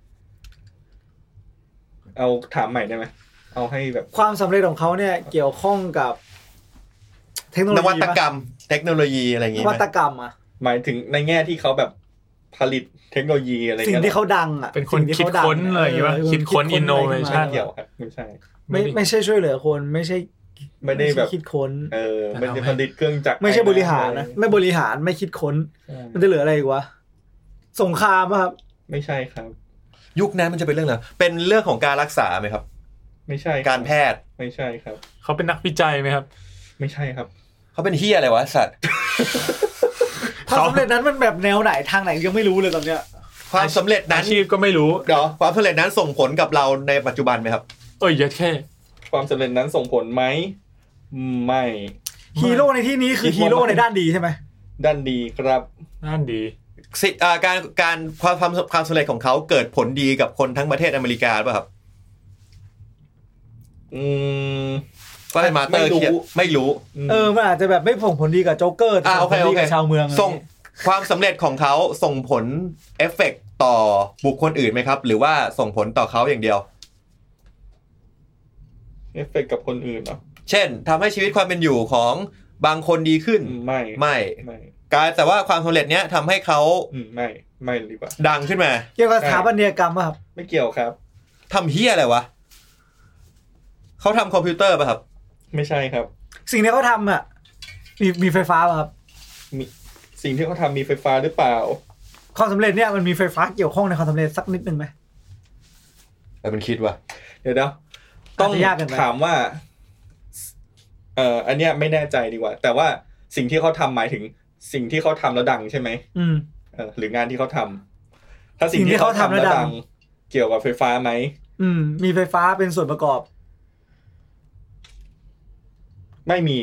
เอาถามใหม่ได้ไหมเอาให้แบบ ความสำเร็จของเขาเนี่ยเกี่ยวข้องกับ เทคโนโล น ยีปะ วัตกรรม เทคโนโลยีอะไรอย่าง น งี้ วั ไหม ตกรรมอะ หมายถึงในแง่ที่เขาแบบ ผลิตเทคโนโลยีอะไร สิ่ง เงี้ย ที่เขาดังอ่ะ เป็นคน สิ่งที่ขา คิดค้น ดัง อะไรอย่างงี้ปะ เออ คิดค้น เอะไร innovation ขึ้ ไม่ มา เกี่ยวครับไม่ใช่ ไม่ไม่ใช่ช่วยเหลือคนไม่ใช่ ไม่ได้แบบ ใช่คิดค้น เออไม่ได้ผลิตเครื่องจักร ไม่ใช่บริหาร อ นะไม่บริหารไม่คิดค้น ใช่ มันจะเหลืออะไรอีกวะสงครามอะครับ ไม่ใช่ครับ ยุคนั้นมันจะเป็นเรื่องอะไรเป็นเรื่องของการรักษาไหมครับ ไม่ใช่คบ การแพทย์ ไม่ใช่ครับ เขาเป็นนักวิจัยไหมครับ ไม่ใช่ครับ เขาเป็นเฮียอะไรวะสัตว์ ความสำเร็จนั้นมันแบบแนวไหนทางไหนยังไม่รู้เลยตอนเนี้ย ความสำเร็จนั้ อาน ชีพก็ไม่รู้ เดี๋ยวความสำเร็จนั้นส่งผลกับเราในปัจจุบันไหมครับ เอ้ยเยัดแค่ ความสำเร็จนั้นส่งผลไหมอืมไม่ ฮีโร่ในที่นี้คือฮีโร่ในด้านดีใช่ไหม ด้านดีครับ นั่นดี สิเอ่อการการความความความสำเร็จของเขาเกิดผลดีกับคนทั้งประเทศอเมริกาหรือเปล่ะครับ อืม ก็เลยมาเตอร์ ไม่รู้ เขียนไม่รู้ เออมันอาจจะแบบไม่ส่งผลดีกับโจ๊กเกอร์แต่ อ่า ส่ โอง ผ เค ล โอ ดี เค กับชาวเมือง ส่งความสำเร็จของเขาส่งผลเอฟเฟกต่อบุคคลอื่นไหมครับ หรือว่าส่งผลต่อเขาอย่างเดียว เอฟเฟกต์กับคนอื่นเหรอ เช่นทำให้ชีวิตความเป็นอยู่ของบางคนดีขึ้น อืมไม่ ไม่ ไม่ การแต่ว่าความสำเร็จเนี้ยทำให้เขา อืมไม่ไม่ดีกว่า ดังขึ้นมา เกี่ยวกับสถาปัตยกรรมอะครับ ไม่เกี่ยวครับ ทำเฮียอะไรวะเขาทำคอมพิวเตอร์ป่ะครับ ไม่ใช่ครับ สิ่งที่เขาทำอะมีมีไฟฟ้าป่ะครับ สิ่งที่เขาทำมีไฟฟ้าหรือเปล่า ความสำเร็จเนี่ยมันมีไฟฟ้าเกี่ยวข้องในความสำเร็จสักนิดนึงไหม แต่มันคิดว่า เดี๋ยวเดี๋ยวต้อง อาจจะยากเกินไป ถามว่า เอ่ออันเนี้ยไม่แน่ใจดีกว่า แต่ว่าสิ่งที่เขาทำหมายถึง สิ่งที่เขาทำแล้วดังใช่ไหม อืม เออหรืองานที่เขาทำถ้า สิ่ สิ่ง งที่ ที่เขา เขา ทำ ทำแล้ แล้ว วดัง ดัง เกี่ยวกับไฟฟ้าไหม อืมมีไฟฟ้าเป็นส่วนประกอบ ไม่มี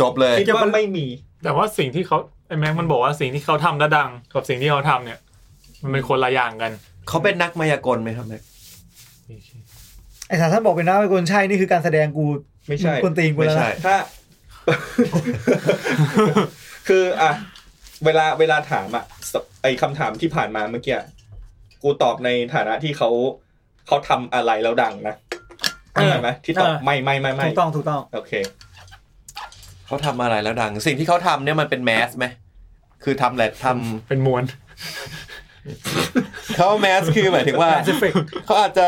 จบเลย คิด เกี่ยวกั ว่า บ ไม่มี แต่ว่าสิ่งที่เขาไอ้แม็กมันบอกว่าสิ่งที่เขาทำและดัง กับสิ่งที่เขาทำเนี่ย มันเป็นคนละอย่างกัน เขาเป็นนักมายากลไหมครับแม็ก ไอ้สารท่านบอกเป็นน้าเป็นคนใช่นี่คือการแสดงกู ไม่ใช่ งคนตีนกู ไม่ แล้ว ใช่ นะ ถ้า คืออ่ะเวลาเวลาถามอ่ะสไอคำถามที่ผ่านมาเมื่อกี้อะกูตอบในฐานะที่เขาเขาทำอะไรแล้วดังนะ เออ ใช่ไหมที่ตอบไม่ไม่ไม่ไม่ ถูกต้องถูกต้อง โอเค เขาทำอะไรแล้วดัง สิ่งที่เขาทำเนี่ยมันเป็นแมสไหมคือทำแหละท เป็นมวล ำ เขาแมสคือหมายถึงว่า Mass Effect เขาอาจจะ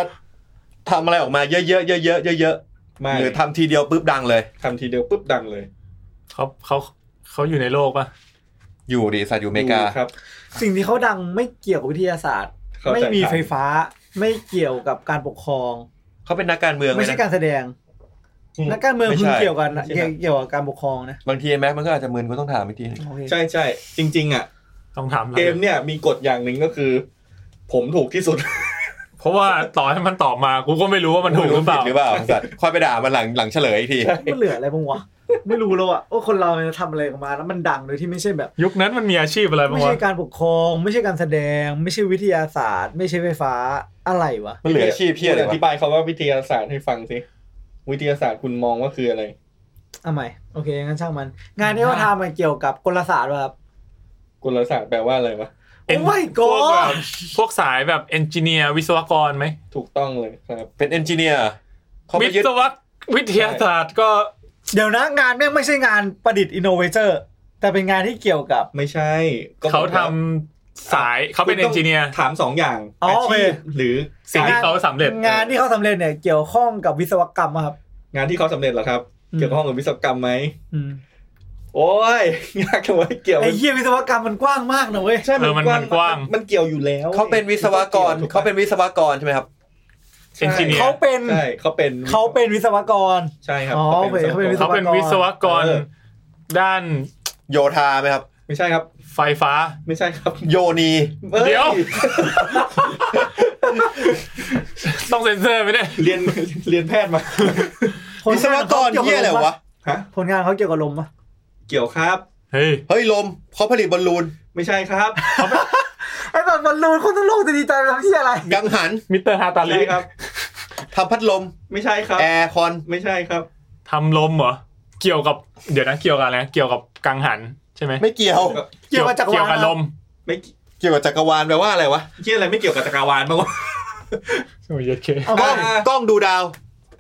ทำอะไรออกมาเยอะๆเยอะๆเยอะๆเยอะ ไม่ ๆหรือทำทีเดียวปุ๊บดังเลย ทำทีเดียวปุ๊บดังเลย เขาเขาเขาอยู่ในโลกปะ อยู่ดิสัตว์อยู่อเมริกา ดูครับ สิ่งที่เขาดังไม่เกี่ยวกับวิทยาศาสตร์ เขา ไม่ จะ มี ถา ไฟฟ้าไม่เกี่ยวกับการปกครอง เขาเป็นนักการเมืองไหม ไม่ใช่กา นะ รแสดง อืม นักการเมือง ไม่ คุณ ใช่ เกี่ยวกันนะ ไม่ใช่ เกี่ยวเกี่ยวกับการปกครองนะ บางทีแมสมันก็อาจจะมึนก็ต้องถามอีกทีหนึ่ง โอเค ใช่ใช่จริง ๆ อ่ะ ต้องถามเรา เกมเนี่ยมีกฎอย่างหนึ่งก็คือ ผมถูกที่สุด เพราะว่าต่อให้มันตอบมากูก็ไม่รู้ว่ามันถูกหรือเปล่า ผิดหรือเปล่าสัตว์ค่อยไปด่ามันหลังหลังเฉลยอีกที มันเหลืออะไรบ้างวะ ไม่รู้แล้วอะว่าคนเรามันจะทำอะไรออกมาแล้วมันดังโดยที่ไม่ใช่แบบ ยุคนั้นมันมีอาชีพอะไรบ้าง ไม่ วะ ใช่การปกครอง ไม่ใช่การแสดง ไม่ใช่วิทยาศาสตร์ ไม่ใช่ไฟฟ้าอะไรวะ มันเหลืออาชีพเพี้ยเลยคุณอ วะ ธิบายคาว่าวิทยาศาสตร์ให้ฟังสิ วิทยาศาสตร์คุณมองว่าคืออะไร เอาใหม่โอเคงั้นช่างมัน งานที่เขาทำมันเกี่ยวกับกลศาสตร์วะครับ กุลศาสตร์แปลว่าอะไรวะ เอ็น โอ้ my พวกแบบ god พวกสายแบบเอนจิเนียร์วิศวกรไหม ถูกต้องเลยครับ เป็นเอนจิเนียร์เขาไป วิ ยึด ศวะวิทยาศาสตร์ก็ เดี๋ยวนะงานแม่งไม่ใช่งานประดิษฐ์อินโนเวเตอร์แต่เป็นงานที่เกี่ยวกับ ไม่ใช่ก็ เขาทำ บอกว่ สายเขาเป็น คุณ เอ ต้ น ง จิเนียร์ ถามสองอย่าง อ๋อ อา โอเค ชีพหรือ สิ่งที่เขาสำเร็จ งานที่เขาสำเร็จเนี่ยเกี่ยวข้องกับวิศวกรรมอะครับ งานที่เขาสำเร็จเหรอครับ อืม เกี่ยวข้องกับวิศวกรรมไหม อืม โอ้ย ยากจังเว่าเกี่ยว ไอ้เหี้ยวิศวกรรมมันกว้างมากนะเว้ย ใช่ เออมันมันกว้าง มันเกี่ยวอยู่แล้ว เขาเป็นวิศวกร ถูปะ เขาเป็นวิศวกรใช่ไหมครับ เอนจิเนีย เขา ร์ เป็น ใช่เขาเป็น เขาเป็นวิศวกร ใช่ครับ อ๋อ เขาเป็น เขาเป็นวิ วิ ศ ศ ว ว กร กร เขาเป็นวิศวกร เออ ด้าน โยธาไหมครับ ไม่ใช่ครับ ไฟฟ้า ไม่ใช่ครับ โยนี อ้ เดี๋ยว ต้องเซ็นเซอร์ไหมเนี่ย เรียน เรียนแพทย์มา ผล วิศว งาน ก เขา ร เกี่ยว เฮีย กับ อะไร ลมปะ วะ ฮะ ผลงานเขาเกี่ยวกับลมปะ เกี่ยวครับ เฮ้ย เฮ้ยลมเขาผลิตบอลลูน ไม่ใช่ครับ ไอ้ตอนบอลลูนคนทั้งโลกจะดีใจไปทำที่อะไร กังหัน มิสเตอร์ฮาตา ไม่ ลิ ใช่ครับ ทำพัดลม ไม่ใช่ครับ แอร์คอน ไม่ใช่ครับ ทำลมเหรอ เกี่ยวกับเดี๋ยวนะเกี่ยวกับอะไรนะเกี่ยวกับกังหันใช่ไหม ไม่เกี่ยว เกี่ยวกับจักเกี่ยวรา กั ล บลม ไม่ เกี่ยวกับจักรวาลแปลว่าอะไรวะ เกี่ยวอะไรไม่เกี่ยวกับจักรวาลบ้างวะ โอ้ยเค เอา ก ไป ล้อง อ่า กล้องดูดาว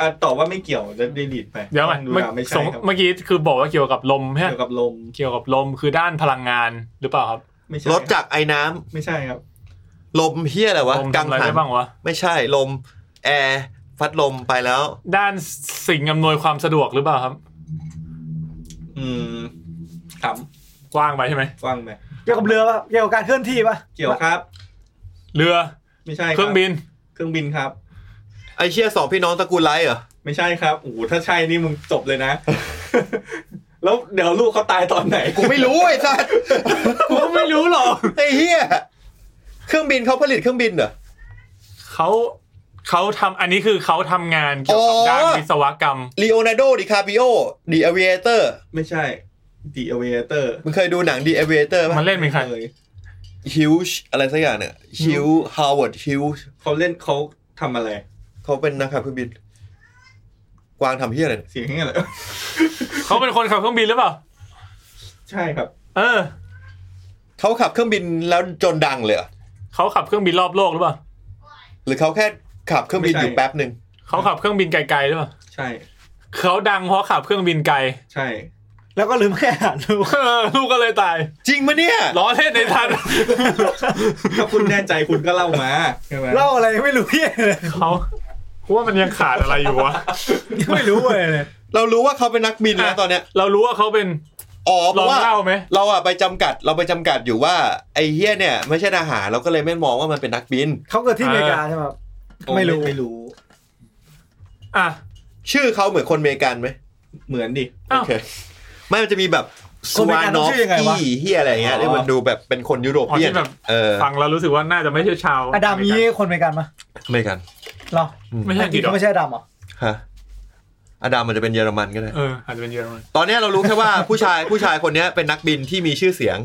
อ่ะตอบว่าไม่เกี่ยวจะได้ดีดไป เดี๋ยวใหม่ ดู เมื่อ ดาวไม่ ส ใช่ ง ครับ เมื่อกี้คือบอกว่าเกี่ยวกับลมใช่ไหม เกี่ยวกับลม เกี่ยวกับลมคือด้านพลังงานหรือเปล่าครับ ไม่ใช่ รถจากไอ้น้ำ ไม่ใช่ครับ ลมเฮียอะไรวะ ลม กั ทำอะไรได้บ้างวะ ไม่ใช่ลมแอร์พัดลมไปแล้ว ด้านสิ่งอำนวยความสะดวกหรือเปล่าครับ อืมข กว้างไปใช่ไหม ำฟังไหม เกี่ยวกับเรือปะเกี่ยวกับการเคลื่อนที่ปะ เกี่ยวครับ เรือ ไม่ใช่ เครื่องบิน เครื่องบินครับ ไอเชี่ยสองพี่น้องตระกูลไลท์เหรอ ไม่ใช่ครับโอ้โหถ้าใช่นี่มึงจบเลยนะ แล้วเดี๋ยวลูกเขาตายตอนไหน กูไม่รู้ไอ้สัส กูไม่รู้หรอก ไอ้เฮียเครื่องบินเขาผลิตเครื่องบินเหรอ เขาเขาทำอันนี้คือเขาทำงานเกี่ยวกับ อ๋อ ด้านวิศวกรรม l ีโอนาร์โดดิคาปิโอดีอเวเตอร์ ไม่ใช่ The Aviator มึงเคยดูหนังดีอเวเตอร์ มัน ป่ะ เล่นเป็นใคร เลย ฮิวช์อะไรสักอย่างเนี่ยฮิวฮาวเวิร์ดฮิวช์ เขาเล่นเขาทำอะไร เขาเป็นนักขับเครื่องบิน กวางทำเฮียอะไรเนี่ย เสียงยังไงเหรอ เขาเป็นคนขับเครื่องบินหรือเปล่า ใช่ครับ เออ เขาขับเครื่องบินแล้วจนดังเลยเหรอ เขาขับเครื่องบินรอบโลกหรือเปล่า หรือเขาแค่ขับเครื่องบินอยู่แป๊บหนึ่ง เขาขับเครื่องบินไกลๆหรือเปล่า ใช่ เขาดังเพราะขับเครื่องบินไกล ใช่ แล้วก็ลืมแค่อ่านดู เออลูกก็เลยตาย จริงมะเนี่ย ล้อเล่นในทัน ถ้าคุณแน่ใจคุณก็เล่ามาใช่ไหม เล่าอะไรไม่รู้เหี้ยเลย เขาว่ามันยังขาดอะไรอยู่วะ ไม่รู้อะไรเลย เรารู้ว่าเขาเป็นนักบินแล้ว อ่ะ ตอนเนี้ย เรารู้ว่าเขาเป็น อ๋อเพ ลอง ราะว่า เล่าไหม เราอะไปจำกัดเราไปจำกัดอยู่ว่าไอ้เฮียเนี่ย ไม่ใช่ทหารเราก็เลยไม่มองว่ามันเป็นนักบิน เขาเกิดที่อเมริกาใช่ไหมครับ โอ้ ไม่รู้ ไม่รู้ อ่ะ ชื่อเขาเหมือนคนอเมริกันไหม เหมือนดิ อ้าว โอเคไม่มันจะมีแบบ คนอเมริกันต้องชื่อยังไงวะ เฮียอะไรอย่างเงี้ย อ๋อ ที่มันดูแบบเป็นคนยุโรปเปียน อ๋อที่แบบ เออ ฟังแล้วรู้สึกว่าน่าจะไม่ใช่ชาว อดัมนี้คนอเมริกันปะ อเมริกัน เหรอ ไม่ใช่อังกฤษหร เขา อ ไม่ใช่อดัมเหรอ ฮะอดัมมันจะเป็นเยอรมันก็ได้ เอออาจจะเป็นเยอรมัน ตอนเนี้ยเรารู้แค่ว่า ผู้ชายผู้ชายคนเนี้ยเป็นนักบินที่มีชื่อเสียง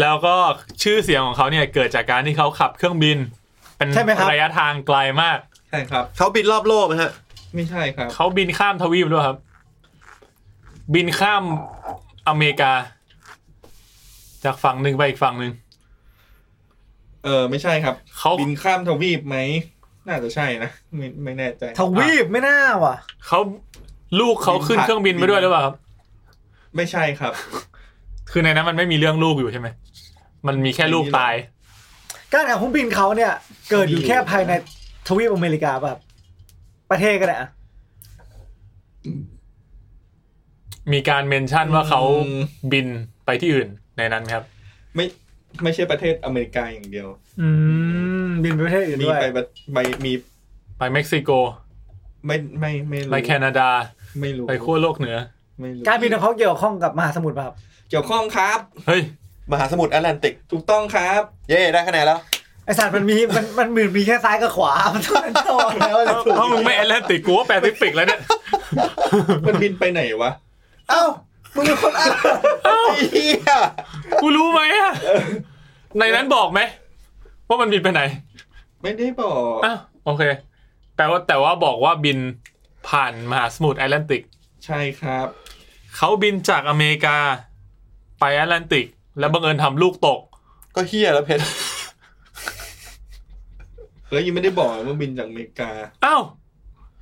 แล้วก็ชื่อเสียงของเขาเนี่ยเกิดจากการที่เขาขับเครื่องบิน เป็น ใช่ไหมครับ ระยะทางไกลมาก ใช่ครับ เขาบินรอบโลกนะฮะ ไม่ใช่ครับ เขาบินข้ามทวีปด้วยครับ บินข้ามอเมริกา จากฝั่งหนึ่งไปอีกฝั่งหนึ่ง เออไม่ใช่ครับ เขา บินข้ามทวีปไหม น่าจะใช่นะ ไม่ไม่แน่ใจ ทวีปไม่น่าว่ะ เขาลูกเขาขึ้นเครื่องบินไปด้วยหรือเปล่าครับ ไม่ใช่ครับ คือในนั้นมันไม่มีเรื่องลูกอยู่ใช่ไหม มันมีแค่ลูกตาย การขับเครื่องบินเขาเนี่ย เกิดอยู่แค่ภายในทวีปอเมริกาแบบประเทศก็ได้อะ มีการเมนชั่นว่าเขา อืม บินไปที่อื่นในนั้นไหมครับ ไม่ไม่ใช่ประเทศอเมริกาอย่างเดียว อืมบินไปประเทศอื่น มี ด้วย ไปประไปมี ไปเม็กซิโก ไม่ไม่ไม่รู้ ไปแคนาดา ไม่รู้ ไปขั้วโลกเหนือ ไม่รู้ การบินของเขาเกี่ยวข้องกับมหาสมุทรป่ะครับ เกี่ยวข้องครับ เฮ้ย มหาสมุทรแอตแลนติก ถูกต้องครับ เย่ได้คะแนนแล้ว ไอสัตว์มันมีมันมันเหมือนมีแค่ซ้ายกับขวา มันต้องเป็นตัวแล้วเลย เพราะมึงไม่แอตแลนติกกูว่าแปซิฟิกแล้วเนี่ย มันบินไปไหนวะ เอ้ามึงเป็นคนอ่ะไอ้เฮีย กูรู้ไหมอะในนั้นบอกไหมว่ามันบินไปไหน ไม่ได้บอก อ้าวโอเค แปลว่าแต่ว่าบอกว่าบินผ่านมหาสมุทรแอตแลนติก ใช่ครับ เขาบินจากอเมริกา ไปแอตแลนติก แล้วบังเอิญทำลูกตก ก็เฮียแล้วเพชร เฮ้ยยังไม่ได้บอกว่าบินจากอเมริกา อ้าว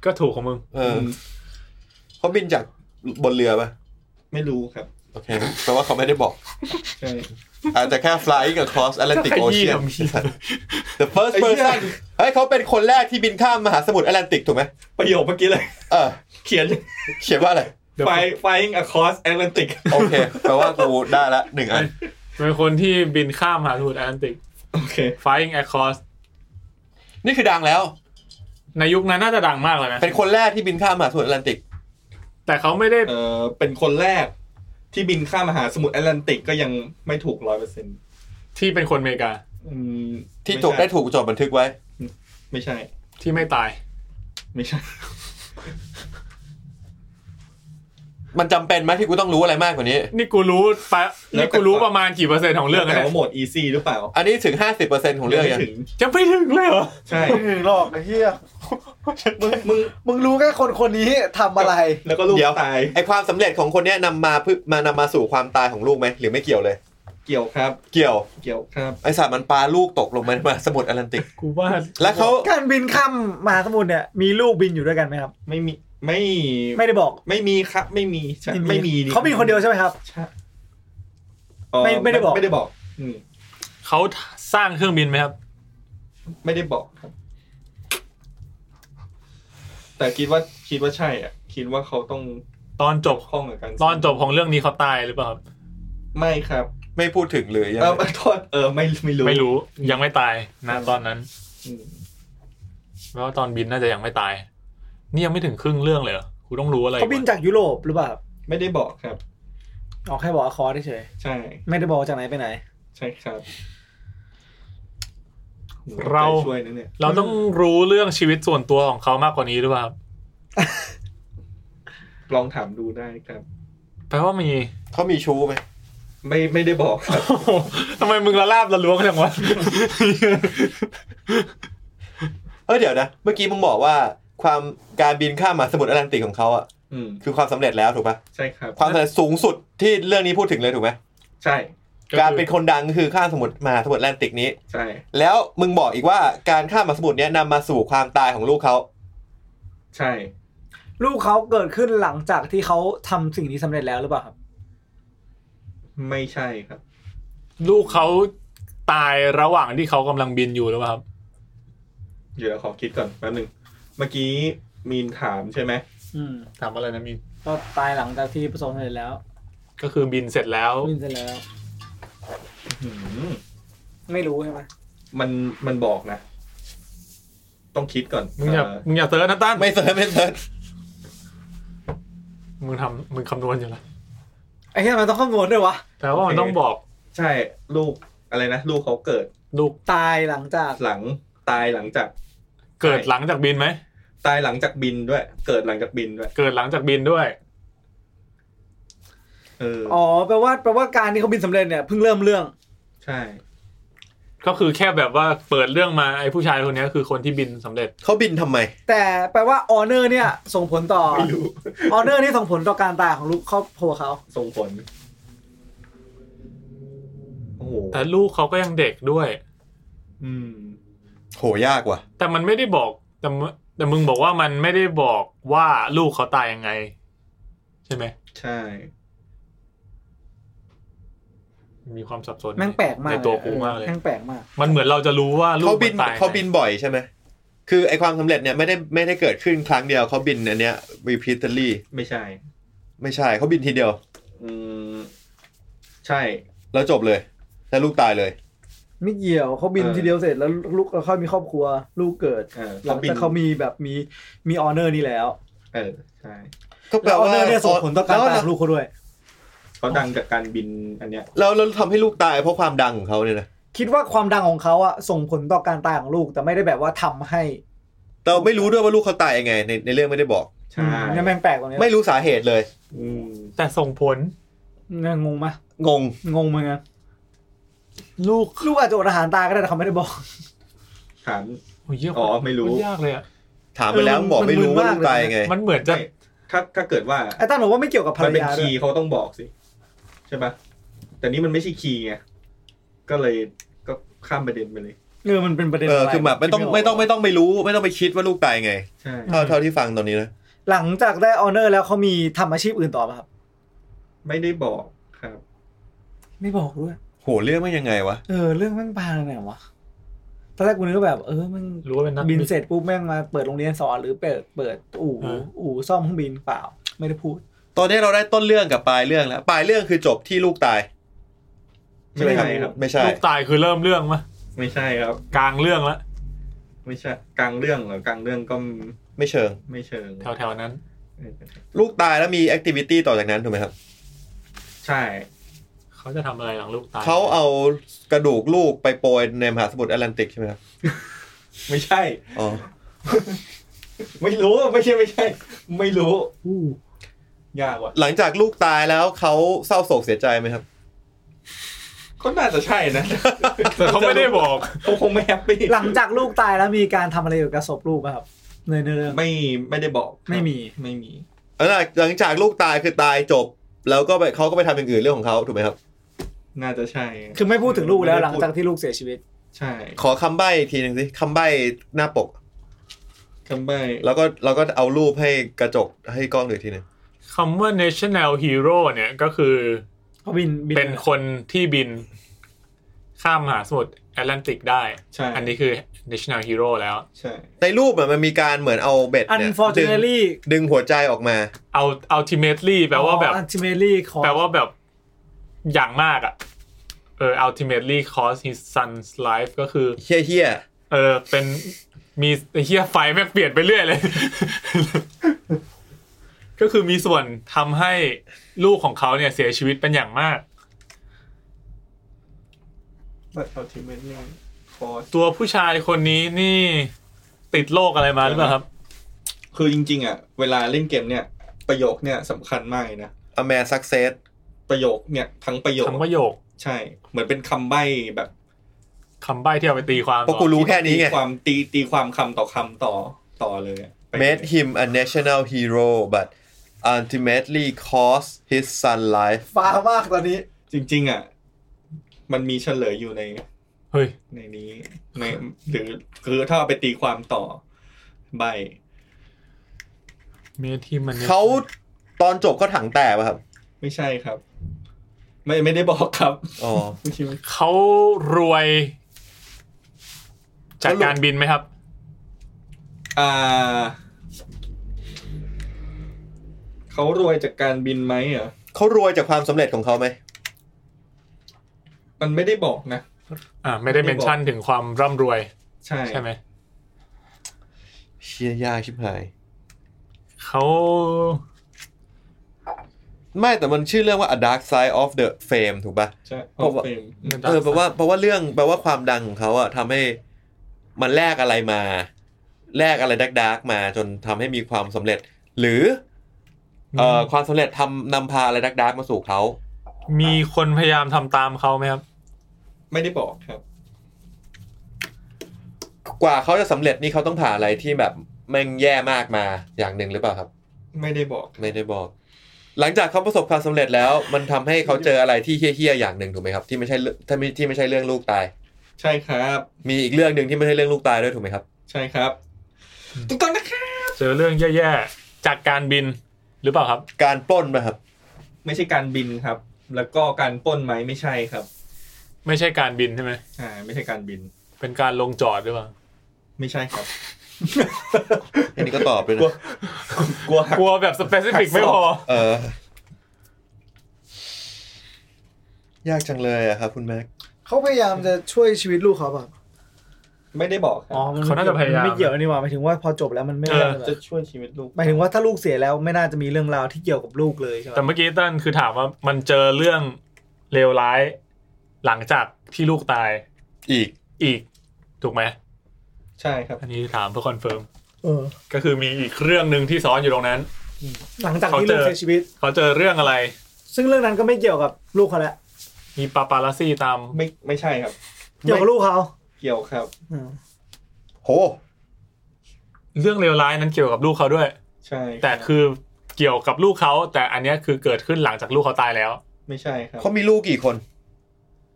ก็ถูกของมึง เออเขาบินจากบนเรือป่ะ ไม่รู้ครับ โอเคแปลว่าเขาไม่ได้บอก ใช่ อาจจะแค่ flying across Atlantic ก็ขยี้ Ocean ทำเหี้ย the first ไอ้เหี้ย person เฮ้ยเขาเป็นคนแรกที่บินข้ามมหาสมุทรแอตแลนติกถูกไหม ประโยคเมื่อกี้เลย เออ เขียน เขียนว่าอะไร เดี๋ยว Fly- flying across Atlantic โอเค แปลว่ากูได้ละหนึ่งอัน เป็นคนที่บินข้ามมหาสมุทรแอตแลนติก โอเค flying across นี่คือดังแล้ว ในยุคนั้นน่าจะดังมากเลยนะ เป็นคนแรกที่บินข้ามมหาสมุทรแอตแลนติก แต่เขาไม่ได้ เอ่อเป็นคนแรกที่บินข้ามมหาสมุทรแอตแลนติกก็ยังไม่ถูกร้อยเปอร์เซ็นต์ ที่เป็นคนอเมริกา ที่ถูกได้ถูกจดบันทึกไว้ ไม่ใช่ ที่ไม่ตาย ไม่ใช่ มันจำเป็นไหมที่กูต้องรู้อะไรมากกว่านี้ นี่กูรู้ไปะ แล้ นี่ วแต่ กูรู้ประมาณกี่เปอร์เซ็นต์ของเรื่อง แต่ นะ ว่าโหมด easy หรือเปล่า อันนี้ถึง 50%ของเรื่อง ไม่ ยัง ถึง จะไม่ถึงเลยเหรอ ใช่ มึงหลอกไอ้เหี้ย มึง มึง มึงรู้แค่คนคนนี้ทำอะไร แล้วก็ลูก เดี๋ยว ตาย ไอความสำเร็จของคนเนี้ยนำมาเพื่อมานำมาสู่ความตายของลูกไหมหรือไม่เกี่ยวเลย เกี่ยวครับ เกี่ยว เกี่ยวครับ ไอสัตว์มันปลาลูกตกลงมาในมหาสมุทรแอตแลนติก กูว่า แล้วเขา การบินข้ามมหาสมุทรเนี่ยมีลูกบินอยู่ด้วยกันไหมครับ ไม่มี ไม่ ไม่ได้บอก ไม่มีครับ ไม่มีใช่ไม่มี เขาบินคนเดียวใช่ไหมครับ ใช่เอ่อ ไม่ไม่ได้บอก ไม่ได้บอกอืม เขาสร้างเครื่องบินไหมครับ ไม่ได้บอกครับ แต่คิดว่าคิดว่าใช่อ่ะ คิดว่าเขาต้อง ตอนจบ ข้องกับการ ตอนจบของเรื่องนี้เขาตายหรือเปล่าครับ ไม่ครับ ไม่พูดถึงเลยยัง เออ ไง โทษเออไม่ไม่รู้ ไม่รู้ยังไม่ตายนะตอนนั้น อืม เพราะว่าตอนบินน่าจะยังไม่ตาย นี่ยังไม่ถึงครึ่งเรื่องเลยเหรอกูต้องรู้อะไร เขาบินจากยุโรปหรือเปล่า ไม่ได้บอกครับ อ๋อแค่บอกว่าคอร์สเฉย ใช่ ๆไม่ได้บอกว่าจากไหนไปไหน ใช่ครับ เรา ใจช่วยนะเนี่ย เราต้องรู้เรื่องชีวิตส่วนตัวของเขามากกว่านี้หรือเปล่าครับ ลองถามดูได้ครับ แปลว่ามี เขามีชู้ไหม ไม่ไม่ได้บอกครับ โอ้โหทำไมมึงละลาบละล้วงจังวะ เออเดี๋ยวนะ เมื่อกี้มึงบอกว่าความการบินข้ามมหาสมุทรแอตแลนติกของเขาอ่ะ อืม คือความสำเร็จแล้วถูกปะ ใช่ครับ ความสำเร็จสูงสุดที่เรื่องนี้พูดถึงเลยถูกไหม ใช่ การเป็นคนดังคือข้ามสมุทรมหาสมุทรแอตแลนติกนี้ ใช่ แล้วมึงบอกอีกว่าการข้ามมหาสมุทรเนี้ยนำมาสู่ความตายของลูกเขา ใช่ ลูกเขาเกิดขึ้นหลังจากที่เขาทำสิ่งนี้สำเร็จแล้วหรือเปล่าครับ ไม่ใช่ครับ ลูกเขาตายระหว่างที่เขากำลังบินอยู่หรือเปล่าครับ เดี๋ยวขอคิดก่อนแป๊บหนึ่งเมื่อกี้มีนถามใช่ไหม อืม ถามอะไรนะมี ก็ตายหลังจากที่ประสบความสำเร็จแล้ว ก็คือบินเสร็จแล้ว บินเสร็จแล้ว อื้อหือ ไม่รู้ใช่ไหม มันมันบอกนะ ต้องคิดก่อน มึงอย่า เอ่อ มึงอย่าเซิร์ชนะตั้น ไม่เซิร์ชไม่เซิร์ช มึงทำมึงคำนวณอยู่ละ ไอ้เหี้ยมันต้องข้อมูลด้วยวะ แต่ว่ามันต้องบอก ใช่ลูกอะไรนะ ลูกเขาเกิด ลูก ตายหลังจาก หลังตายหลังจาก เกิดหลังจากบินไหม ตายหลังจากบินด้วย เกิดหลังจากบินด้วย เกิดหลังจากบินด้วย เอออ อ๋อแปลว่าแปลว่าการที่เขาบินสำเร็จเนี่ยเพิ่งเริ่มเรื่อง ใช่ ก็คือแค่แบบว่าเปิดเรื่องมาไอ้ผู้ชายคนนี้คือคนที่บินสำเร็จ เขาบินทำไม แต่แปลว่าออเนอร์เนี่ยส่งผลต่อ ไม่รู้ ออเนอร์นี่ส่งผลต่อการตายของลูกครอบครัวเขา ส่งผล โอ้โห แต่ลูกเขาก็ยังเด็กด้วย อืม โหยากว่ะ แต่มันไม่ได้บอกแต่มึงแต่มึงบอกว่ามันไม่ได้บอกว่าลูกเขาตายยังไง ใช่ไหม ใช่ มีความสับสน แม่งแปลกมาก ใน เลย ตัวกูมากเลย แม่งแปลกมาก มันเหมือนเราจะรู้ว่าลูก เขาบิน มัตาย เขาบินบ่อยใช่ไหมคือไอความสำเร็จเนี่ยไม่ได้ไม่ได้เกิดขึ้นครั้งเดียวเขาบินอันเนี้ย repeatedly ไม่ใช่ ไม่ใช่เขาบินทีเดียว อืม ใช่ แล้วจบเลย แล้วลูกตายเลย ไม่เกี่ยวเขาบิน เออ ทีเดียวเสร็จแล้วลูกแล้วค่อยมีครอบครัว ลูกเกิด เออ หลังจากเขามีแบบมีมีออเนอร์นี่แล้ว เออ ใช่ ก็แปล แล้วออ ว่า เนอร์เนี่ยส่งผลต่อการ แล้ว ตายของลูกเขาด้วย เขาดังจากการบินอันเนี้ย แล้วแล้วทำให้ลูกตายเพราะความดังของเขาเนี่ยนะ คิดว่าความดังของเขาอะส่งผลต่อการตายของลูกแต่ไม่ได้แบบว่าทำให้ แต่ไม่รู้ด้วยว่าลูกเขาตายยังไงในในเรื่องไม่ได้บอก ใช่ เนี่ยแม่งแปลกตรงเนี้ย ไม่รู้สาเหตุเลย อืม แต่ส่งผล เนี่ยงงไหม งง งงเหมือนกัน ลูก ลูกอาจจะอดอาหารตายก็ได้แต่เขาไม่ได้บอก ถาม โอ้ยเหี้ย อ๋อไม่รู้ นยากเลยอ่ะ ถามไปแล้ว เออมัน บอกไม่รู้ มึว่ามนาก ลูกตายยังไง มันเหมือนจะ ใช่ถ้าถ้าเกิดว่า ไอ้ตั้นบอกว่าไม่เกี่ยวกับภร มั ร นเป็น ยาด้ คี วย ย์เขาต้องบอกสิ ใช่ปะแต่นี่มันไม่ใช่คีย์ไง ก็เลยก็ข้ามประเด็นไปเลย เออมันเป็นประเด็น เออ อะไร คือแบบไม่ต้องไม่ต้องไม่ต้องไปรู้ ไม่ต้องไปคิดว่าลูกตายยังไง ใช่ เท่าเท่าที่ฟังตอนนี้นะ หลังจากได้ออเนอร์แล้วเขามีทำอาชีพอื่นต่อป่ะครับ ไม่ได้บอกครับ ไม่บอกด้วย โห เรื่องมันยังไงวะ เออเรื่องแม่งพาไปไหนวะตอนแรกกูนึกว่าแบบเออแมัน รู้ว่าเป็นนัก บินเสร็จปุ๊บแม่งมาเปิดโรงเรียนสอนหรือเปิดเปิดอู่อู่ซ่อมเครื่องบินเปล่า ไม่ได้พูด ตอนนี้เราได้ต้นเรื่องกับปลายเรื่องแล้ว ปลายเรื่องคือจบที่ลูกตาย ใช่ไหมครับ ไม่ใช่ครับ ไม่ใช่ ลูกตายคือเริ่มเรื่องมะ ไม่ใช่ครับ กลางเรื่องละ ไม่ใช่ กลางเรื่องเหรอกลางเรื่องก็ ไม่เชิง ไม่เชิง แถวๆนั้น เออ ลูกตายแล้วมีแอคทิวิตี้ต่อจากนั้นถูกไหมครับ ใช่ เขาจะทำอะไรหลังลูกตาย เขาเอากระดูกลูกไปโปรยในมหาสมุทรแอตแลนติกใช่ไหมครับ ไม่ใช่ อ๋อ ไม่รู้ไม่ใช่ไม่ใช่ ไม่รู้ยากว่ะ หลังจากลูกตายแล้วเขาเศร้าโศกเสียใจไหมครับ ก็น่าจะใช่นะ แต่เขาไม่ได้บอก เขาคงไม่แฮปปี้ หลังจากลูกตายแล้วมีการทำอะไรเกี่ยวกับศพลูกป่ะครับในเนื้อเรื่อง ไม่ไม่ได้บอกครับ ไม่มี ไม่มี หลังจากลูกตายคือตายจบ แล้วก็ไปเขาก็ไปทำอย่างอื่นเรื่องของเขาถูกไหมครับ น่าจะใช่ คือไม่พูดถึงลูกแล้วหลังจาก ไม่ได้พูด ที่ลูกเสียชีวิต ใช่ ขอคำใบ้อีกทีหนึ่งสิคำใบ้หน้าปก คำใบ้ แล้วก็เราก็เอารูปให้กระจกให้กล้องดูอีกทีหนึง คำว่า national hero เนี่ยก็คือ เขาบินบิน เป็นคนที่บิน ข้ามมหาสมุทรแอตแลนติกได้ ใช่ อันนี้คือ national hero แล้ว ใช่ ในรูปอะมันมีการเหมือนเอาเบ็ด อัน เนี่ย ฟอร์จู ดึง เนลี่ ดึงหัวใจออกมา เอา ultimately แปลว่าแบบ อันติเมลี่ของ แปลว่าแบบอย่างมากอะเออ ultimately cost his son's life ก็คือ เฮี้ยเฮี้ย เออเป็นมีไอ้เฮียไฟแม่งเปลี่ยนไปเรื่อยเลย ก็คือมีส่วนทำให้ลูกของเขาเนี่ยเสียชีวิตเป็นอย่างมาก บัตรอัลติเมทนี่คอส ตัวผู้ชายคนนี้นี่ติดโรคอะไรมาหรือเปล่าครับ คือจริง ๆ อ่ะ เวลาเล่นเกมเนี่ย ประโยคเนี่ยสำคัญมากเลยนะ อแมร์ซักเซส ประโยคเนี่ยทั้งประโยค ทั้งประโยค ใช่ เหมือนเป็นคำใบ้แบบ คำใบ้ที่เอาไปตีความ เพราะกูรู้แค่นี้ไง ตีความตีตีความคำต่อคำต่อต่อเลยอะไป made him a national hero but ultimately cost his son life ฟ้ามากตอนนี้ จริง ๆ อ่ะ มันมีเฉลยอยู่ใน เฮ้ย ในนี้ในหรือคือถ้าเอาไปตีความต่อใบ เมยที่มันนี่ย เขาตอนจบก็ถังแตกป่ะครับ ไม่ใช่ครับ ไม่ไม่ได้บอกครับ อ๋อ ไม่ใช่ เขารวย จากการบินไหมครับ อ่าเขารวยจากการบินไหมเหรอ เขารวยจากความสำเร็จของเขาไหม มันไม่ได้บอกนะ อ่า ไม่ได้เมนชั่นถึงความร่ำรวย ใช่ ใช่ไหม เชียยากชิบหาย เขา ไม่แต่มันชื่อเรื่องว่า a dark side of the fame ถูกปะ ใช่ เพราะว่า เฟรม เออแปลว่าแปลว่าเรื่องแปลว่าความดังของเขาอะทำให้มันแลกอะไรมาแลกอะไรดักดักมาจนทำให้มีความสำเร็จ หรือเอ่อความสำเร็จทำนำพาอะไรดักดักมาสู่เขา มีคนพยายามทำตามเขาไหมครับ ไม่ได้บอกครับ กว่าเขาจะสำเร็จนี่เขาต้องผ่านอะไรที่แบบแม่งแย่มากมาอย่างหนึ่งหรือเปล่าครับ ไม่ได้บอก ไม่ได้บอก หลังจากเขาประสบความสำเร็จแล้ว มันทำให้เขาเจออะไรที่เฮี้ยๆอย่างหนึ่งถูกไหมครับที่ไม่ใช่เรื่องที่ไม่ที่ไม่ใช่เรื่องลูกตาย ใช่ครับ มีอีกเรื่องหนึ่งที่ไม่ใช่เรื่องลูกตายด้วยถูกไหมครับ ใช่ครับถูกต้องนะครับ เจอเรื่องแย่ๆ จากการบินหรือเปล่าครับ การปล้นนะครับ ไม่ใช่การบินครับ แล้วก็การปล้นไหมไม่ใช่ครับ ไม่ใช่การบินใช่ไหม อ่าไม่ใช่การบิน เป็นการลงจอดหรือเปล่า ไม่ใช่ครับ อันนี้ก็ตอบเลย ก ลัว นะ กลัวหัก กลัวแบบสเปซิฟิก หักศอก ไม่พอ เออยากจังเลยอะครับคุณแม็ก เขาพยายามจะช่วยชีวิตลูกเขาแบบ ไม่ได้บอกครับ มั เขาน่าจะพยายาม ไม่เกี่ยวนี่หว่าหมายถึงว่าพอจบแล้วมันไม่ เออ ได้ จะช่วยชีวิตลูก หมายถึงว่าถ้าลูกเสียแล้วไม่น่าจะมีเรื่องราวที่เกี่ยวกับลูกเลยใช่ไหม แต่เมื่อกี้ต้นคือถามว่ามันเจอเรื่องเลวร้าย หลังจากที่ลูกตาย อีก อีก ถูกไหม ใช่ครับ อันนี้ถามเพื่อคอนเฟิร์ม เออ ก็คือมีอีกเรื่องหนึ่งที่ซ้อนอยู่ตรงนั้น หลังจากที่ลูก เขาเจอ เสียชีวิต เขาเจอเรื่องอะไร ซึ่งเรื่องนั้นก็ไม่เกี่ยวกับลูกเขาแล้ว มีปาปารัสซี่ตาม ไม่ไม่ใช่ครับ เกี่ยวกับลูกเขา เกี่ยวครับ อืม โห เรื่องเลวร้ายนั้นเกี่ยวกับลูกเขาด้วย ใช่รับ แต่คือเกี่ยวกับลูกเขา แต่อันเนี้ยคือเกิดขึ้นหลังจากลูกเขาตายแล้ว ไม่ใช่ครับ เขามีลูกกี่คน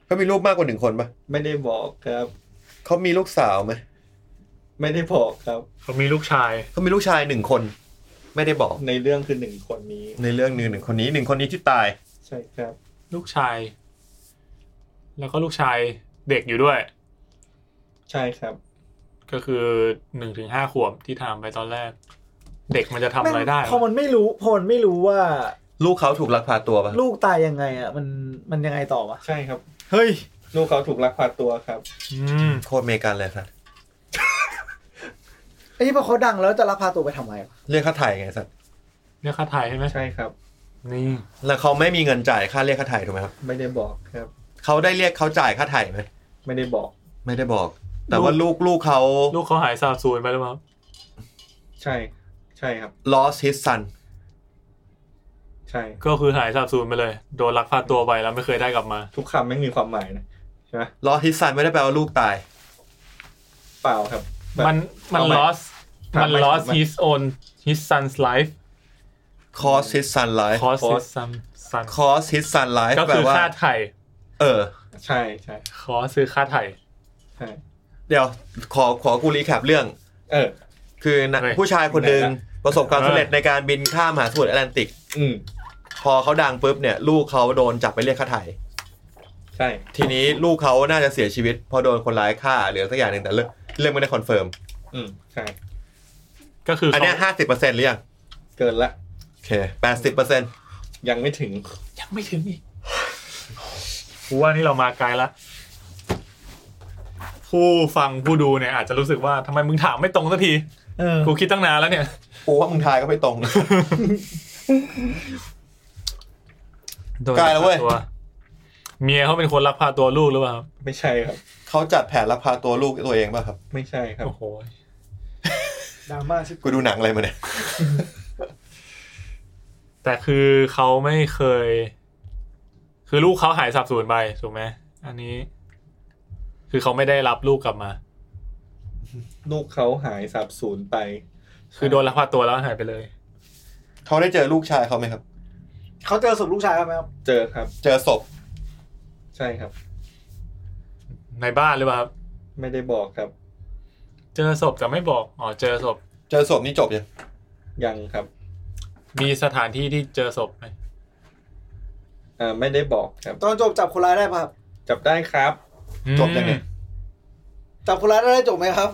เขามีลูกมากกว่าหนึ่งคนปะ ไม่ได้บอกครับ เขามีลูกสาวไหม ไม่ได้บอกครับ เขามีลูกชาย เขามีลูกชายหนึ่งคน ไม่ได้บอก ในเรื่องคือหนึ่งคนนี้ ในเรื่องหนึ่งหนึ่งคนนี้หนึ่งคนนี้ที่ตาย ใช่ครับ ลูกชาย แล้วก็ลูกชายเด็กอยู่ด้วย ใช่ครับ ก็คือหนึ่งถึงห้าขวบที่ถามไปตอนแรก เด็กมันจะทำอะไรได้ พอมันไม่รู้พอมันไม่รู้ว่า ลูกเขาถูกลักพาตัวปะ ลูกตายยังไงอ่ะมันมันยังไงต่อวะ ใช่ครับ เฮ้ย ลูกเขาถูกลักพาตัวครับ อืม โคตรอเมริกันเลยครับ ไอ้ที่พอเขาดังแล้วจะลักพาตัวไปทำไมวะ เรียกค่าไถ่ไงสัตว์ เนี่ยค่าไทยใช่ไหม ใช่ครับ นี่ แล้วเขาไม่มีเงินจ่ายค่าเรียกค่าไถ่ถูกไหมครับ ไม่ได้บอกครับ เขาได้เรียกเขาจ่ายค่าไถ่ไหม ไม่ได้บอก ไม่ได้บอก แต่ว่าลูกลูกเขา ลูกเขาหายสาบสูญไปหรือเปล่า ใช่ ใช่ครับ lost his son ใช่ ก็คือหายสาบสูญไปเลย โดนลักพาตัวไปแล้วไม่เคยได้กลับมา ทุกคำไม่มีความหมายนะใช่ไหม lost his son ไม่ได้แปลว่าลูกตาย เปล่าครับแบบ มันมัน เอาไหม lost มัน ถามไหม lost ถามไหม his own his son's life cost his son life cost his Cost son son cost his son life ก็ แปล คือ ว่า ค่าไถ่ เออ ใช่ใช่ ขอซื้อค่าไถ่ ใช่ เดี๋ยว ขอขอกูรีแคปเรื่อง เออ คือนะ เฮ้ย ผู้ชายคนหนึ่ง ไหนล่ ประสบความ เออ สำเร็จในการบินข้ามมหาสมุทรแอตแลนติก อืม พอเขาดังปุ๊บเนี่ย ลูกเขาโดนจับไปเรียกค่าไถ่ ใช่ ทีนี้ลูกเขาน่าจะเสียชีวิตเพราะโดนคนร้ายฆ่าหรือสักอย่างหนึ่งแต่เรื่องเรื่องไม่ได้คอนเฟิร์ม อืมใช่ ก็คือ อัน เขา เนี้ห้าสิบเปอร์เซ็นต์หรือยัง เกินละ โอเคแปดสิบเปอร์เซ็นต์ ยังไม่ ถึง ยังไม่ถึงอีกกูว่านี่เรามาไกลละผู้ฟังผู้ดูเนี่ยอาจจะรู้สึกว่าทำไมมึงถามไม่ตรงสักที เออ กูคิดตั้งนานแล้วเนี่ย กูว่ามึงทายก็ไม่ตรง โดน ใกล้แล้วเว้ย กพตัเมียเขาเป็นคนลักพาตัวลูกหรือเปล่าครับ ไม่ใช่ครับ เขาจัดแผนลักพาตัวลูกตัวเองป่ะครับ ไม่ใช่ครับ โอ้โห ดราม่าชิบ กูดูหนังอะไรมาเนี่ย แต่คือเขาไม่เคย คือลูกเขาหายสับสูญไปถูกไหมอันนี้ คือเขาไม่ได้รับลูกกลับมา ลูกเขาหายสาบสูญไป คือโดนลักพาตัวแล้วหายไปเลย เขาได้เจอลูกชายเขาไหมครับ เขาเจอศพลูกชายเขาไหมครับ เจอครับ เจอศพ ใช่ครับ ในบ้านหรือเปล่าครับ ไม่ได้บอกครับ เจอศพแต่ไม่บอกอ๋อเจอศพ เจอศพนี่จบยัง ยังครับ มีสถานที่ที่เจอศพไหม อ่าไม่ได้บอกครับ ตอนจบจับคนร้ายได้ป่ะครับ จับได้ครับ จบยังไง จับคนร้ายได้จบไหมครับ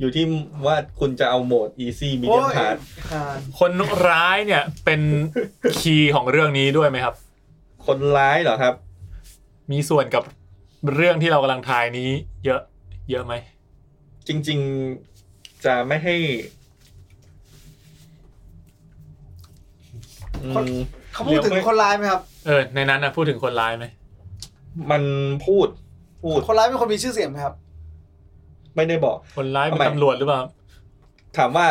อยู่ที่ว่าคุณจะเอาโหมด easy medium โอ้ย hard อ่าน คนร้ายเนี่ยเป็นคีย์ของเรื่องนี้ด้วยไหมครับ คนร้ายเหรอครับ มีส่วนกับเรื่องที่เรากำลังทายนี้ เยอะ เยอะไหม จริง ๆ จะไม่ให้อืม เขาพูดถึงคนร้ายไหมครับ เออ ในนั้นนะพูดถึงคนร้ายไหม มันพูดพูด คนร้ายเป็นคนมีชื่อเสียงไหมครับ ไม่ได้บอก คนร้ายเป็น ทำไม ตำรวจหรือเปล่า ถามว่า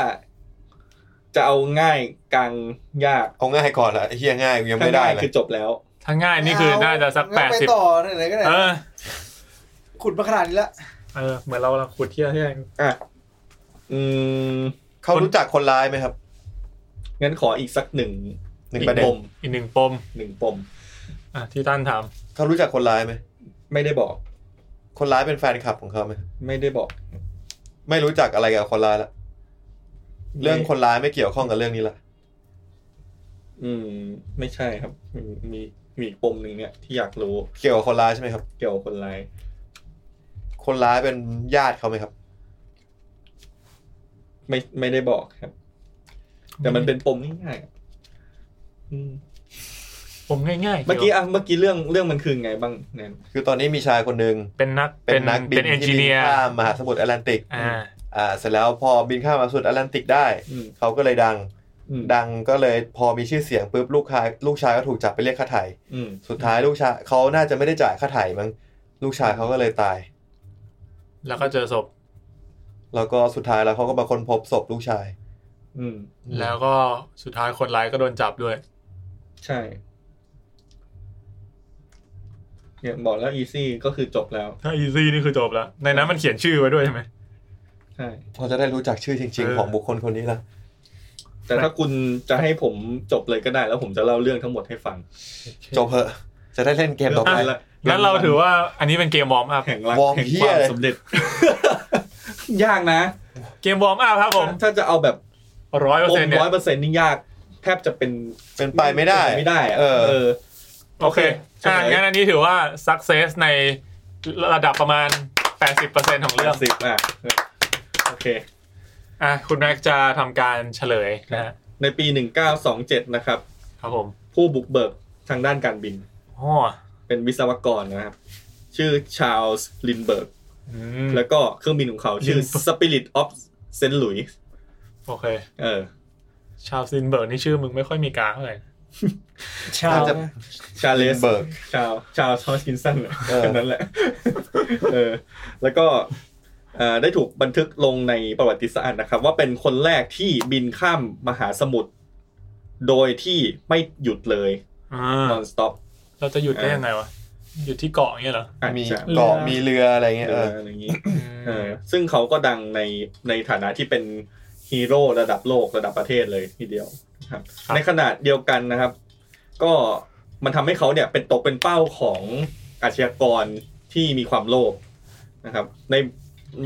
จะเอาง่ายกลางยาก เอาง่ายก่อนละไอ้เฮียง่ายกูยังไม่ได้ ถ้า เล ง่าย ย คือจบแล้ว ถ้าง่ายนี่คือน่าจะสัก งั้น แปดสิบ ไปต่อไหนๆก็ไหน เออ ขุดมาขนาดนี้แล้ว เออ เหมือนเรากำลังขุดเที่ยวที่ไหน อ่ะ อืม เขารู้จักคนร้ายไหมครับ งั้นขออีกสักหนึ่ง หนึ่งประเด็น ปม อีกหนึ่งปม หนึ่งปม อ่ะ ที่ตั้นถาม เขารู้จักคนร้ายไหม ไม่ได้บอก คนร้ายเป็นแฟนคลับของเขาไหม ไม่ได้บอก ไม่รู้จักอะไรกับคนร้ายละเรื่องคนร้ายไม่เกี่ยวข้องกับเรื่องนี้ละ อืม ไม่ใช่ครับ มีมีมีอีกปมหนึ่งเนี่ยที่อยากรู้ เกี่ยวกับคนร้ายใช่ไหมครับ เกี่ยวกับคนร้าย คนร้ายเป็นญาติเขาไหมครับ ไม่ไม่ได้บอกครับ แต่มันเป็นปมง่ายๆอ่ะอืม ปมง่ายๆ เมื่อกี้อ่ะเมื่อกี้เรื่องเรื่องมันคือไงบ้างแนน คือตอนนี้มีชายคนหนึ่ง เป็นนัก เป็นนักบิน เป็นเอน ที่ จิ บิ เนียร์ ข้ามมหาสมุทรแอตแลนติก อ่า อ่าเสร็จแล้วพอบินข้ามมหาสมุทรแอตแลนติกได้ อืม เขาก็เลยดัง อืม ดังก็เลยพอมีชื่อเสียงปุ๊บลูกชายลูกชายก็ถูกจับไปเรียกค่าไถ่ อืม สุดท้ายลูกชายเขาน่าจะไม่ได้จ่ายค่าไถ่มั้งลูกชายเขาก็เลยตาย แล้วก็เจอศพ แล้วก็สุดท้ายแล้วเขาก็มาค้นพบศพลูกชาย อืม แล้วก็สุดท้ายคนร้ายก็โดนจับด้วย ใช่เนี่ยบอกแล้วอีซี่ก็คือจบแล้ว ถ้าอีซี่นี่คือจบแล้ว ในนั้นมันเขียนชื่อไว้ด้วยใช่ไหม ใช่ เขาจะได้รู้จักชื่อจริง เอ ๆ อ ของบุคคลคนนี้ละ แต่ถ้าคุณจะให้ผมจบเลยก็ได้แล้วผมจะเล่าเรื่องทั้งหมดให้ฟัง จบเพอะจะได้เล่นเกมต่อไป ละ งั้นเราถือว่าอันนี้เป็นเกมวอร์มอัพ แห่งรัก วอร์ม แห่ง เหี้ยวคาม เลย สำเร็จ ยากนะ เกมวอร์มอัพครับผม ถ้าจะเอาแบบ ร้อยเปอร์ ป เซ็น ม ต์เนี่ย ร้อยเปอร์เซ็นต์นี่ยาก แทบจะเป็น เป็นไปไม่ได้ ไม่ได้ะ เออ เออ โอเค โอเค อ่ะงั้นอันนี้ถือว่า success ในระดับประมาณ 80%ของ เรื่ เรื่ อ อง ง สิบอ่ะโอเค อ่ะ คุณแม็กจะทำการเฉลยนะฮะ ในปีหนึ่งเก้าสองเจ็ดนะครับ ครับผม ผู้บุกเบิกทางด้านการบิน อ๋อ เป็นวิศวกรนะครับ ชื่อชาลส์ลินเบิร์ก อืม แล้วก็เครื่องบินของเขาชื่อ Lindbergh Spirit of St. Louis โอเค เออ ชาวซินเบิร์กนี่ชื่อมึงไม่ค่อยมีกลางเท่าไหร่ ชา น่าจะ ชาเลส เบิก ชาวชาวชอชินสันเหรอ เออ แค่นั้นแหละ เออ แล้วก็เอ่อได้ถูกบันทึกลงในประวัติศาสตร์นะครับ ว่าเป็นคนแรกที่บินข้ามมหาสมุทรโดยที่ไม่หยุดเลย อ่า non stop เราจะหยุดได้ยังไงวะ หยุดที่เกาะอย่างเงี้ยเหรอ มี จะ เกาะมีเรืออะไรเงี้ย เอ เอ อ อ อะไรอย่างนี้เอ อื อ ม ซึ่งเขาก็ดังในในฐานะที่เป็นฮีโร่ระดับโลกระดับประเทศเลยทีเดียวนะครับ ในขณะเดียวกันนะครับ ก็มันทำให้เขาเนี่ยเป็นตกเป็นเป้าของอาชญากรที่มีความโลภนะครับ ใน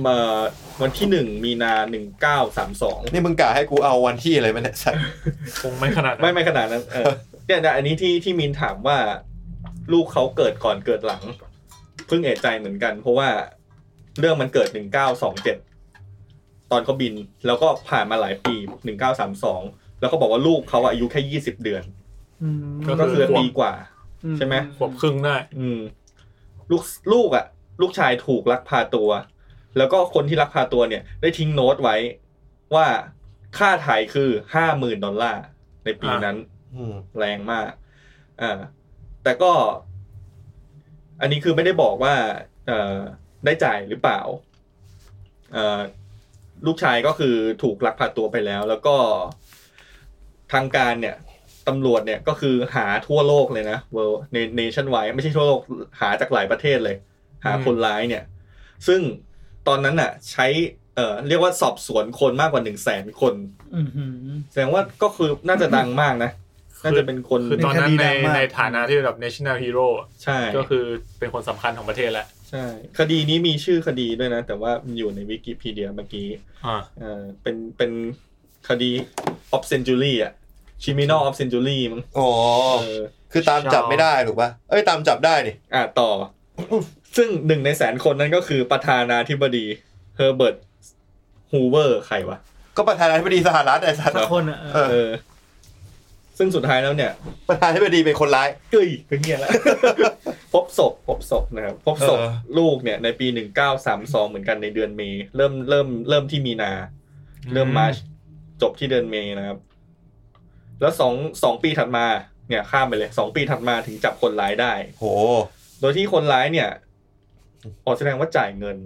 เอ่อวันที่หนึ่งมีนาหนึ่งเก้าสามสอง นี่มึงกะให้กูเอาวันที่อะไรมาเนี่ยสัตว์ คงไม่ขนาด ไม่ นั้น ไม่ขนาดนั้นเออเนี่ยนะอันนี้ที่ที่มีนถามว่า ลูกเขาเกิดก่อนเกิดหลัง เพิ่งเอะใจเหมือนกัน เพราะว่าเรื่องมันเกิดหนึ่งเก้าสองเจ็ดตอนเขาบิน แล้วก็ผ่านมาหลายปีหนึ่งเก้าสามสองแล้วก็บอกว่าลูกเขาอายุแค่ยี่สิบเดือน อืม ก็คือปีกว่า อื ใช่ไหม ขวบครึ่งได้ อืมลูกลูกอะลูกชายถูกลักพาตัว แล้วก็คนที่ลักพาตัวเนี่ย ได้ทิ้งโน้ตไว้ว่าค่าไถ่ายคือห้าหมื่นดอลลาร์ในปีนั้น อืม แรงมาก อ่า แต่ก็ อันนี้คือไม่ได้บอกว่า เอ่อ ได้จ่ายหรือเปล่า เอ่อ ลูกชายก็คือถูกลักพาตัวไปแล้ว แล้วก็ทางการเนี่ยตำรวจเนี่ยก็คือหาทั่วโลกเลยนะ world nation wide ไม่ใช่ทั่วโลก หาจากหลายประเทศเลย หา อืม คนร้ายเนี่ย ซึ่งตอนนั้นน่ะ ใช้ เอ่อ เรียกว่าสอบสวนคนมากกว่าหนึ่งแสนคน อืมอืม แสดงว่าก็คือน่าจะดังมากนะ น่าจะเป็นคน คือตอนนั้น เป็นคดี ใน ดังมาก ในฐานะที่แบบ national hero อะ ใช่ ก็คือเป็นคนสำคัญของประเทศแหละ ใช่ คดีนี้มีชื่อคดีด้วยนะ แต่ว่ามันอยู่ในวิกิพีเดียเมื่อกี้ อ่า เออเป็นเป็นคดี of century อ่ะ criminal of century มั้ง อ๋อ เออ คือตามจับไม่ได้ถูกป่ะ เอ้ยตามจับได้นี่ อ่ะต่อ ซึ่งหนึ่งในแสนคนนั้นก็คือประธานาธิบดีเฮอร์เบิร์ตฮูเวอร์ใครวะ ก็ประธานาธิบดีสหรัฐไอ้สัตว์ สักคนอ่ะเออ เออ ซึ่งสุดท้ายแล้วเนี่ย ประธานาธิบดีเป็นคนร้าย เอ้ยเป็นเงี้ยแล้ว พบศพพบศพนะครับพบศพ เออ ลูกเนี่ยในปีหนึ่งเก้าสามสองเหมือนกันในเดือนเมย์เริ่มเริ่มเริ่มที่มีนา เริ่มมาร์ชจบที่เดือนเมย์นะครับ แล้วสองสองปีถัดมาเนี่ยข้ามไปเลยสองปีถัดมาถึงจับคนร้ายได้ โห โดยที่คนร้ายเนี่ยออกแสดงว่าจ่ายเงิน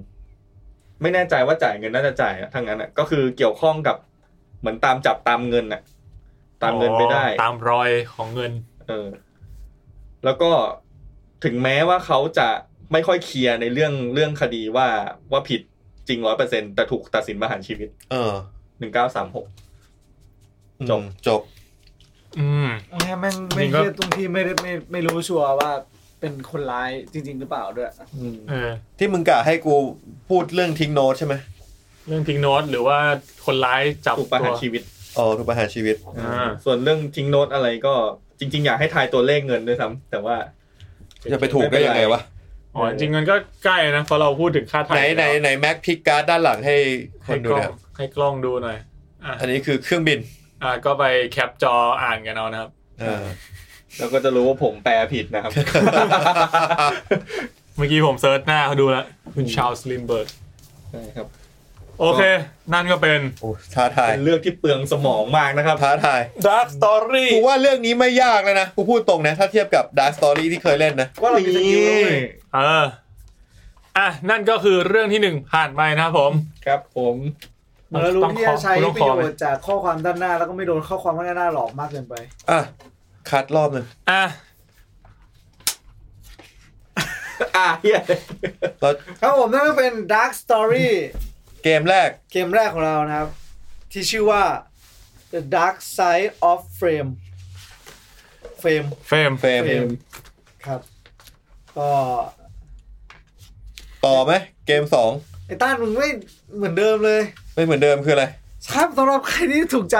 ไม่แน่ใจว่าจ่ายเงินน่าจะจ่ายอะทั้งนั้นอ่ะก็คือเกี่ยวข้องกับเหมือนตามจับตามเงินน่ะ ตามเงินไปได้ อ๋อตามรอยของเงิน เออแล้วก็ถึงแม้ว่าเขาจะไม่ค่อยเคลียร์ในเรื่องเรื่องคดีว่าว่าผิดจริงร้อยเปอร์เซ็นแต่ถูกตัดสินประหารชีวิต เออ หนึ่งเก้าสามหก จบ อืมจบ อืม แม่งแม่งไม่ จริงก็ เชื่อตรงที่ไม่ได้ไม่ไม่รู้ชัวร์ว่าเป็นคนร้ายจริง ๆ หรือเปล่าด้วย เออ ที่มึงกะให้กูพูดเรื่องทิ้งโน้ตใช่ไหม เรื่องทิ้งโน้ตหรือว่าคนร้ายจับ ถูกป ตั ระหาว รชีวิต อ๋อถูกประหารชีวิต อ่า ส่วนเรื่องทิ้งโน้ตอะไรก็จริง ๆ อยากให้ทายตัวเลขเงินด้วยซ้ำแต่ว่า จะไปถูกได้ยังไงวะ อ๋อจริงๆมันก็ใกล้นะเพราะเราพูดถึงค่าไท ไหน ย ไหนไหนแม็กพิกการ์ดด้านหลังให้ค ให้ นดู กล้อ เนี่องย ให้กล้องดูหน่อยอ่ะ อันนี้คือเครื่องบิน อ่ะก็ไปแคปจออ่านกันเอานะครับ เออ เราก็จะรู้ว่าผมแปลผิดนะครับ เมื่อกี้ผมเซิร์ชหน้าเขาดูแล้วคุณชาลส์ลินเบิร์ก ใช่ครับ โอเค นั่นก็เป็น โอ้ท้าทาย เป็นเรื่องที่เปลืองสมองมากนะครับ ท้าทาย Dark Story กูว่าเรื่องนี้ไม่ยากเลยนะ กูพูดตรงนะ ถ้าเทียบกับ Dark Story ที่เคยเล่นนะ ว่าเรามีสกิลแล้วนี่ เอออ่ะนั่นก็คือเรื่องที่หนึ่งผ่านไปนะครับผม ครับ ผม เหมือนเรารู้ ต้อง ที่จะใช้ปขอระต้องข โย อ ชน์จากข้อความด้านหน้า แล้วก็ไม่โดนข้อความด้านหน้าหลอกมากเกินไป อ่ะ คัดรอบหนึ่ง อ่ะ อ่ะเฮีย เรา ครับผมนั่นก็เป็น Dark Story เกมแรก เกมแรกของเรานะครับ ที่ชื่อว่า The Dark Side of Frame Frame เฟรม เฟรม Frame ครับ ก็ ต่อไหม เกมสอง ไอ้ต้านมึงไม่เหมือนเดิมเลย ไม่เหมือนเดิมคืออะไร ครับสำหรับใครที่ถูกใจ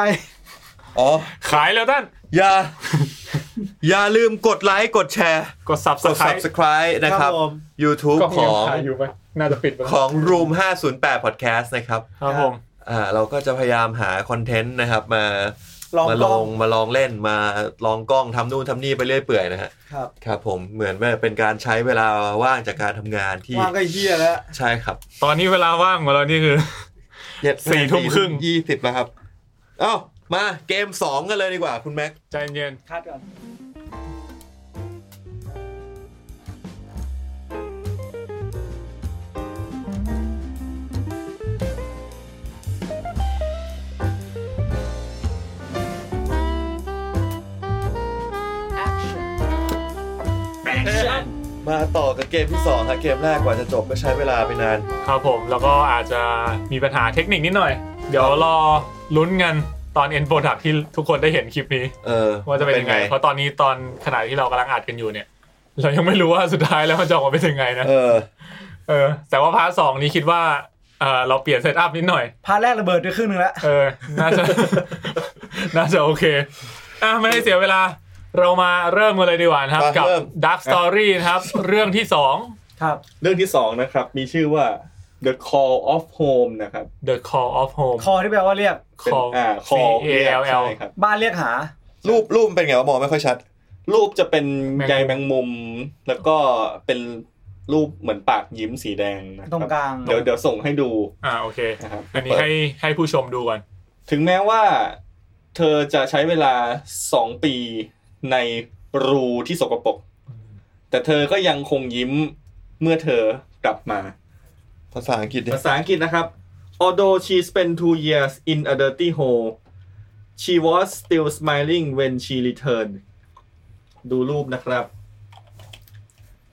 อ๋อ ขายแล้วท่าน อย่า อย่าลืมกดไลค์ กดแชร์ กกดด subscribe subscribe นะครับ ครับผม YouTube ก็ ข ยั อง ง ขายอยู่ไหมน่าจะปิดไปแล้ว ของ Room 508 Podcast นะครับ ครับผม อ่า เราก็จะพยายามหาคอนเทนต์นะครับ มา ลอง มาล ลอ อง งมาลองเล่นมาลองกล้องทำนู่นทำนี่ไปเรื่อยเปื่อยนะฮะ ครับ ครับผมเหมือนว่าเป็นการใช้เวลาว่างจากการทำงานที่ ว่างก็เฮียแล้ว ใช่ครับ ตอนนี้เวลาว่างของเรานี่คือ เย็ด สี่ทุ่มครึ่ง ยี่สิบแล้วครับ เอ้ามาเกมสองกันเลยดีกว่าคุณแม็ก ใจเย็น คัดก่อน มาต่อกับเกมที่สองครับเกมแรกกว่าจะจบก็ใช้เวลาไปนาน ครับผมแล้วก็อาจจะมีปัญหาเทคนิคนิดหน่อย เดี๋ยวรอลุ้นกันตอน end product ที่ทุกคนได้เห็นคลิปนี้ เออ ว่าจะเป็นยังไง เพราะตอนนี้ตอนขณะที่เรากำลังอัดกันอยู่เนี่ย เรายังไม่รู้ว่าสุดท้ายแล้วมันจะออกมาเป็นยังไงนะ เออ เออแต่ว่าพาร์ทสองนี้คิดว่าเออเราเปลี่ยนเซตอัพนิดหน่อย พาร์ทแรกระเบิดไปครึ่งหนึงแล้ว เออน่าจะ น่าจะโอเคอ่ะไม่ให้เสียเวลา เรามาเริ่มกันเลยดีกว่านะครับ มา กับ เริ่ม Dark Story นะครับ เรื่องที่สอง ครับ เรื่องที่สองนะครับ มีชื่อว่า The Call of Home นะครับ The Call of Home คอที่แปลว่าเรียก เป็น Call อ่า C Call A L ใช่ L ครับ บ้านเรียกหา รูปรูปเป็นไงวะมองไม่ค่อยชัด รูปจะเป็น แมงมุม ใยแมงมุม แล้วก็เป็นรูปเหมือนปากยิ้มสีแดงนะคบ ตรงกลาง เดี๋ยวเดี๋ยวส่งให้ดู อ่าโอเค นะครับ อันนี้ เปิด ให้ให้ผู้ชมดูก่อน ถึงแม้ว่าเธอจะใช้เวลาสองปีในรูที่สกปรก แต่เธอก็ยังคงยิ้มเมื่อเธอกลับมา ภาษาอังกฤษดิ ภาษาอังกฤษนะครับ although she spent two years in a dirty hole she was still smiling when she returned ดูรูปนะครับ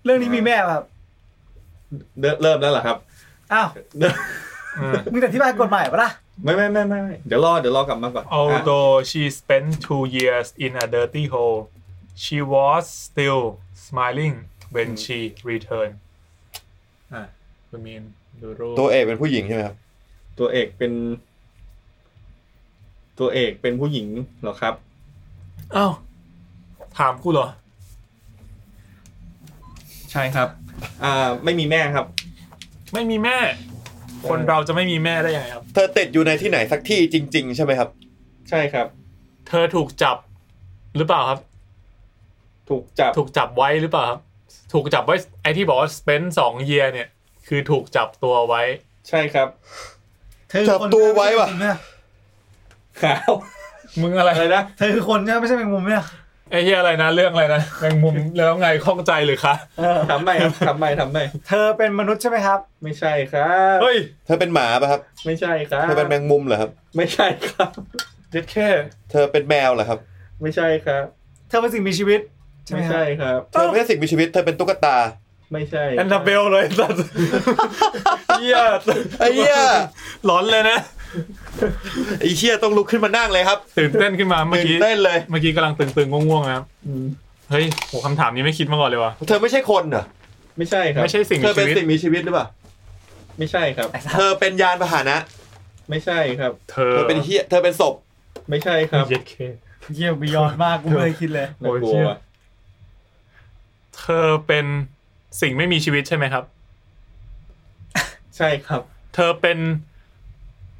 เรื่องนี้มีแม่ป่ะครับ เริ่มเริ่มแล้วเหรอครับ อ้าว เริ่ม อืม มึงแต่ที่บ้านกฎหมายปะล่ะ ไม่ไม่ไม่ไม่ไม่เดี๋ยวรอเดี๋ยวรอกลับมาก่อน Although she spent two years in a dirty hole, she was still smiling when she returned. อ่ะคุณมีนดูรูป ตัวเอกเป็นผู้หญิงใช่ไหมครับ ตัวเอกเป็น ตัวเอกเป็นผู้หญิงเหรอครับ อ้าวถามกูเหรอ ใช่ครับ อ่าไม่มีแม่ครับ ไม่มีแม่ คนเราจะไม่มีแม่ได้ยังไงครับ เธอติดอยู่ในที่ไหนสักที่จริง ๆ ใช่ไหมครับ ใช่ครับ เธอถูกจับหรือเปล่าครับ ถูกจับ ถูกจับไว้หรือเปล่าครับ ถูกจับไว้ไอ้ที่บอกว่า spend สอง year เนี่ย คือถูกจับตัวไว้ ใช่ครับ เธอ จับ คน ตัวไว้ว่ะ จริงๆเนี่ย ขาว มึงอะไร อะไรนะ เธอคือคนใช่ไหมไม่ใช่แมงมุมเนี่ย ไอ้เหี้ยอะไรนะ เรื่องอะไรนะแมงมุมแล้วไงข้องใจหรือคะ เออ ทำไมครับทำไมทำไม เธอเป็นมนุษย์ใช่ไหมครับ ไม่ใช่ครับ เฮ้ย เธอเป็นหมาป่ะครับ ไม่ใช่ครับ เธอเป็นแมงมุมเหรอครับ ไม่ใช่ครับ เด็ดแค่ เธอเป็นแมวเหรอครับ ไม่ใช่ครับ เธอเป็นสิ่งมีชีวิตใช่ไหม ไม่ ครั ใช่ บ ครับ เธอไม่ใช่สิ่งมีชีวิต เธอเป็นตุ๊กตา ไม่ใช่ แอนนาเบลเลยสัตว์ เหี้ย ไอ้เหี้ย หลอนเลยนะ ไอ้เหี้ยต้องลุกขึ้นมานั่งเลยครับ ตื่นเต้นขึ้นมาเมื่อ ตื่น กี้ เต้นเลย เมื่อกี้กำลังตึงๆง่วงๆนะครับ อืม เฮ้ยโหคำถามนี้ไม่คิดมาก่อนเลยว่ะ เธอไม่ใช่คนเหรอ ไม่ใช่ครับ ไม่ใช่สิ่ง เธ มี อเป็นชีวิต สิ่งมีชีวิตหรือเปล่า ไม่ใช่ครับ เธอเป็นยานพาหนะ ไม่ใช่ครับ เธ เธ อ อเป็นเหี้ย เธอเป็นศพ ไม่ใช่ครับ เย็ดเค เยี่ยมบิยอนมากกูไม่เคยคิดเลย โอ้ น่าย กลั เชี่ วย เธอเป็นสิ่งไม่มีชีวิตใช่ไหมครับ ใช่ครับ เธอเป็น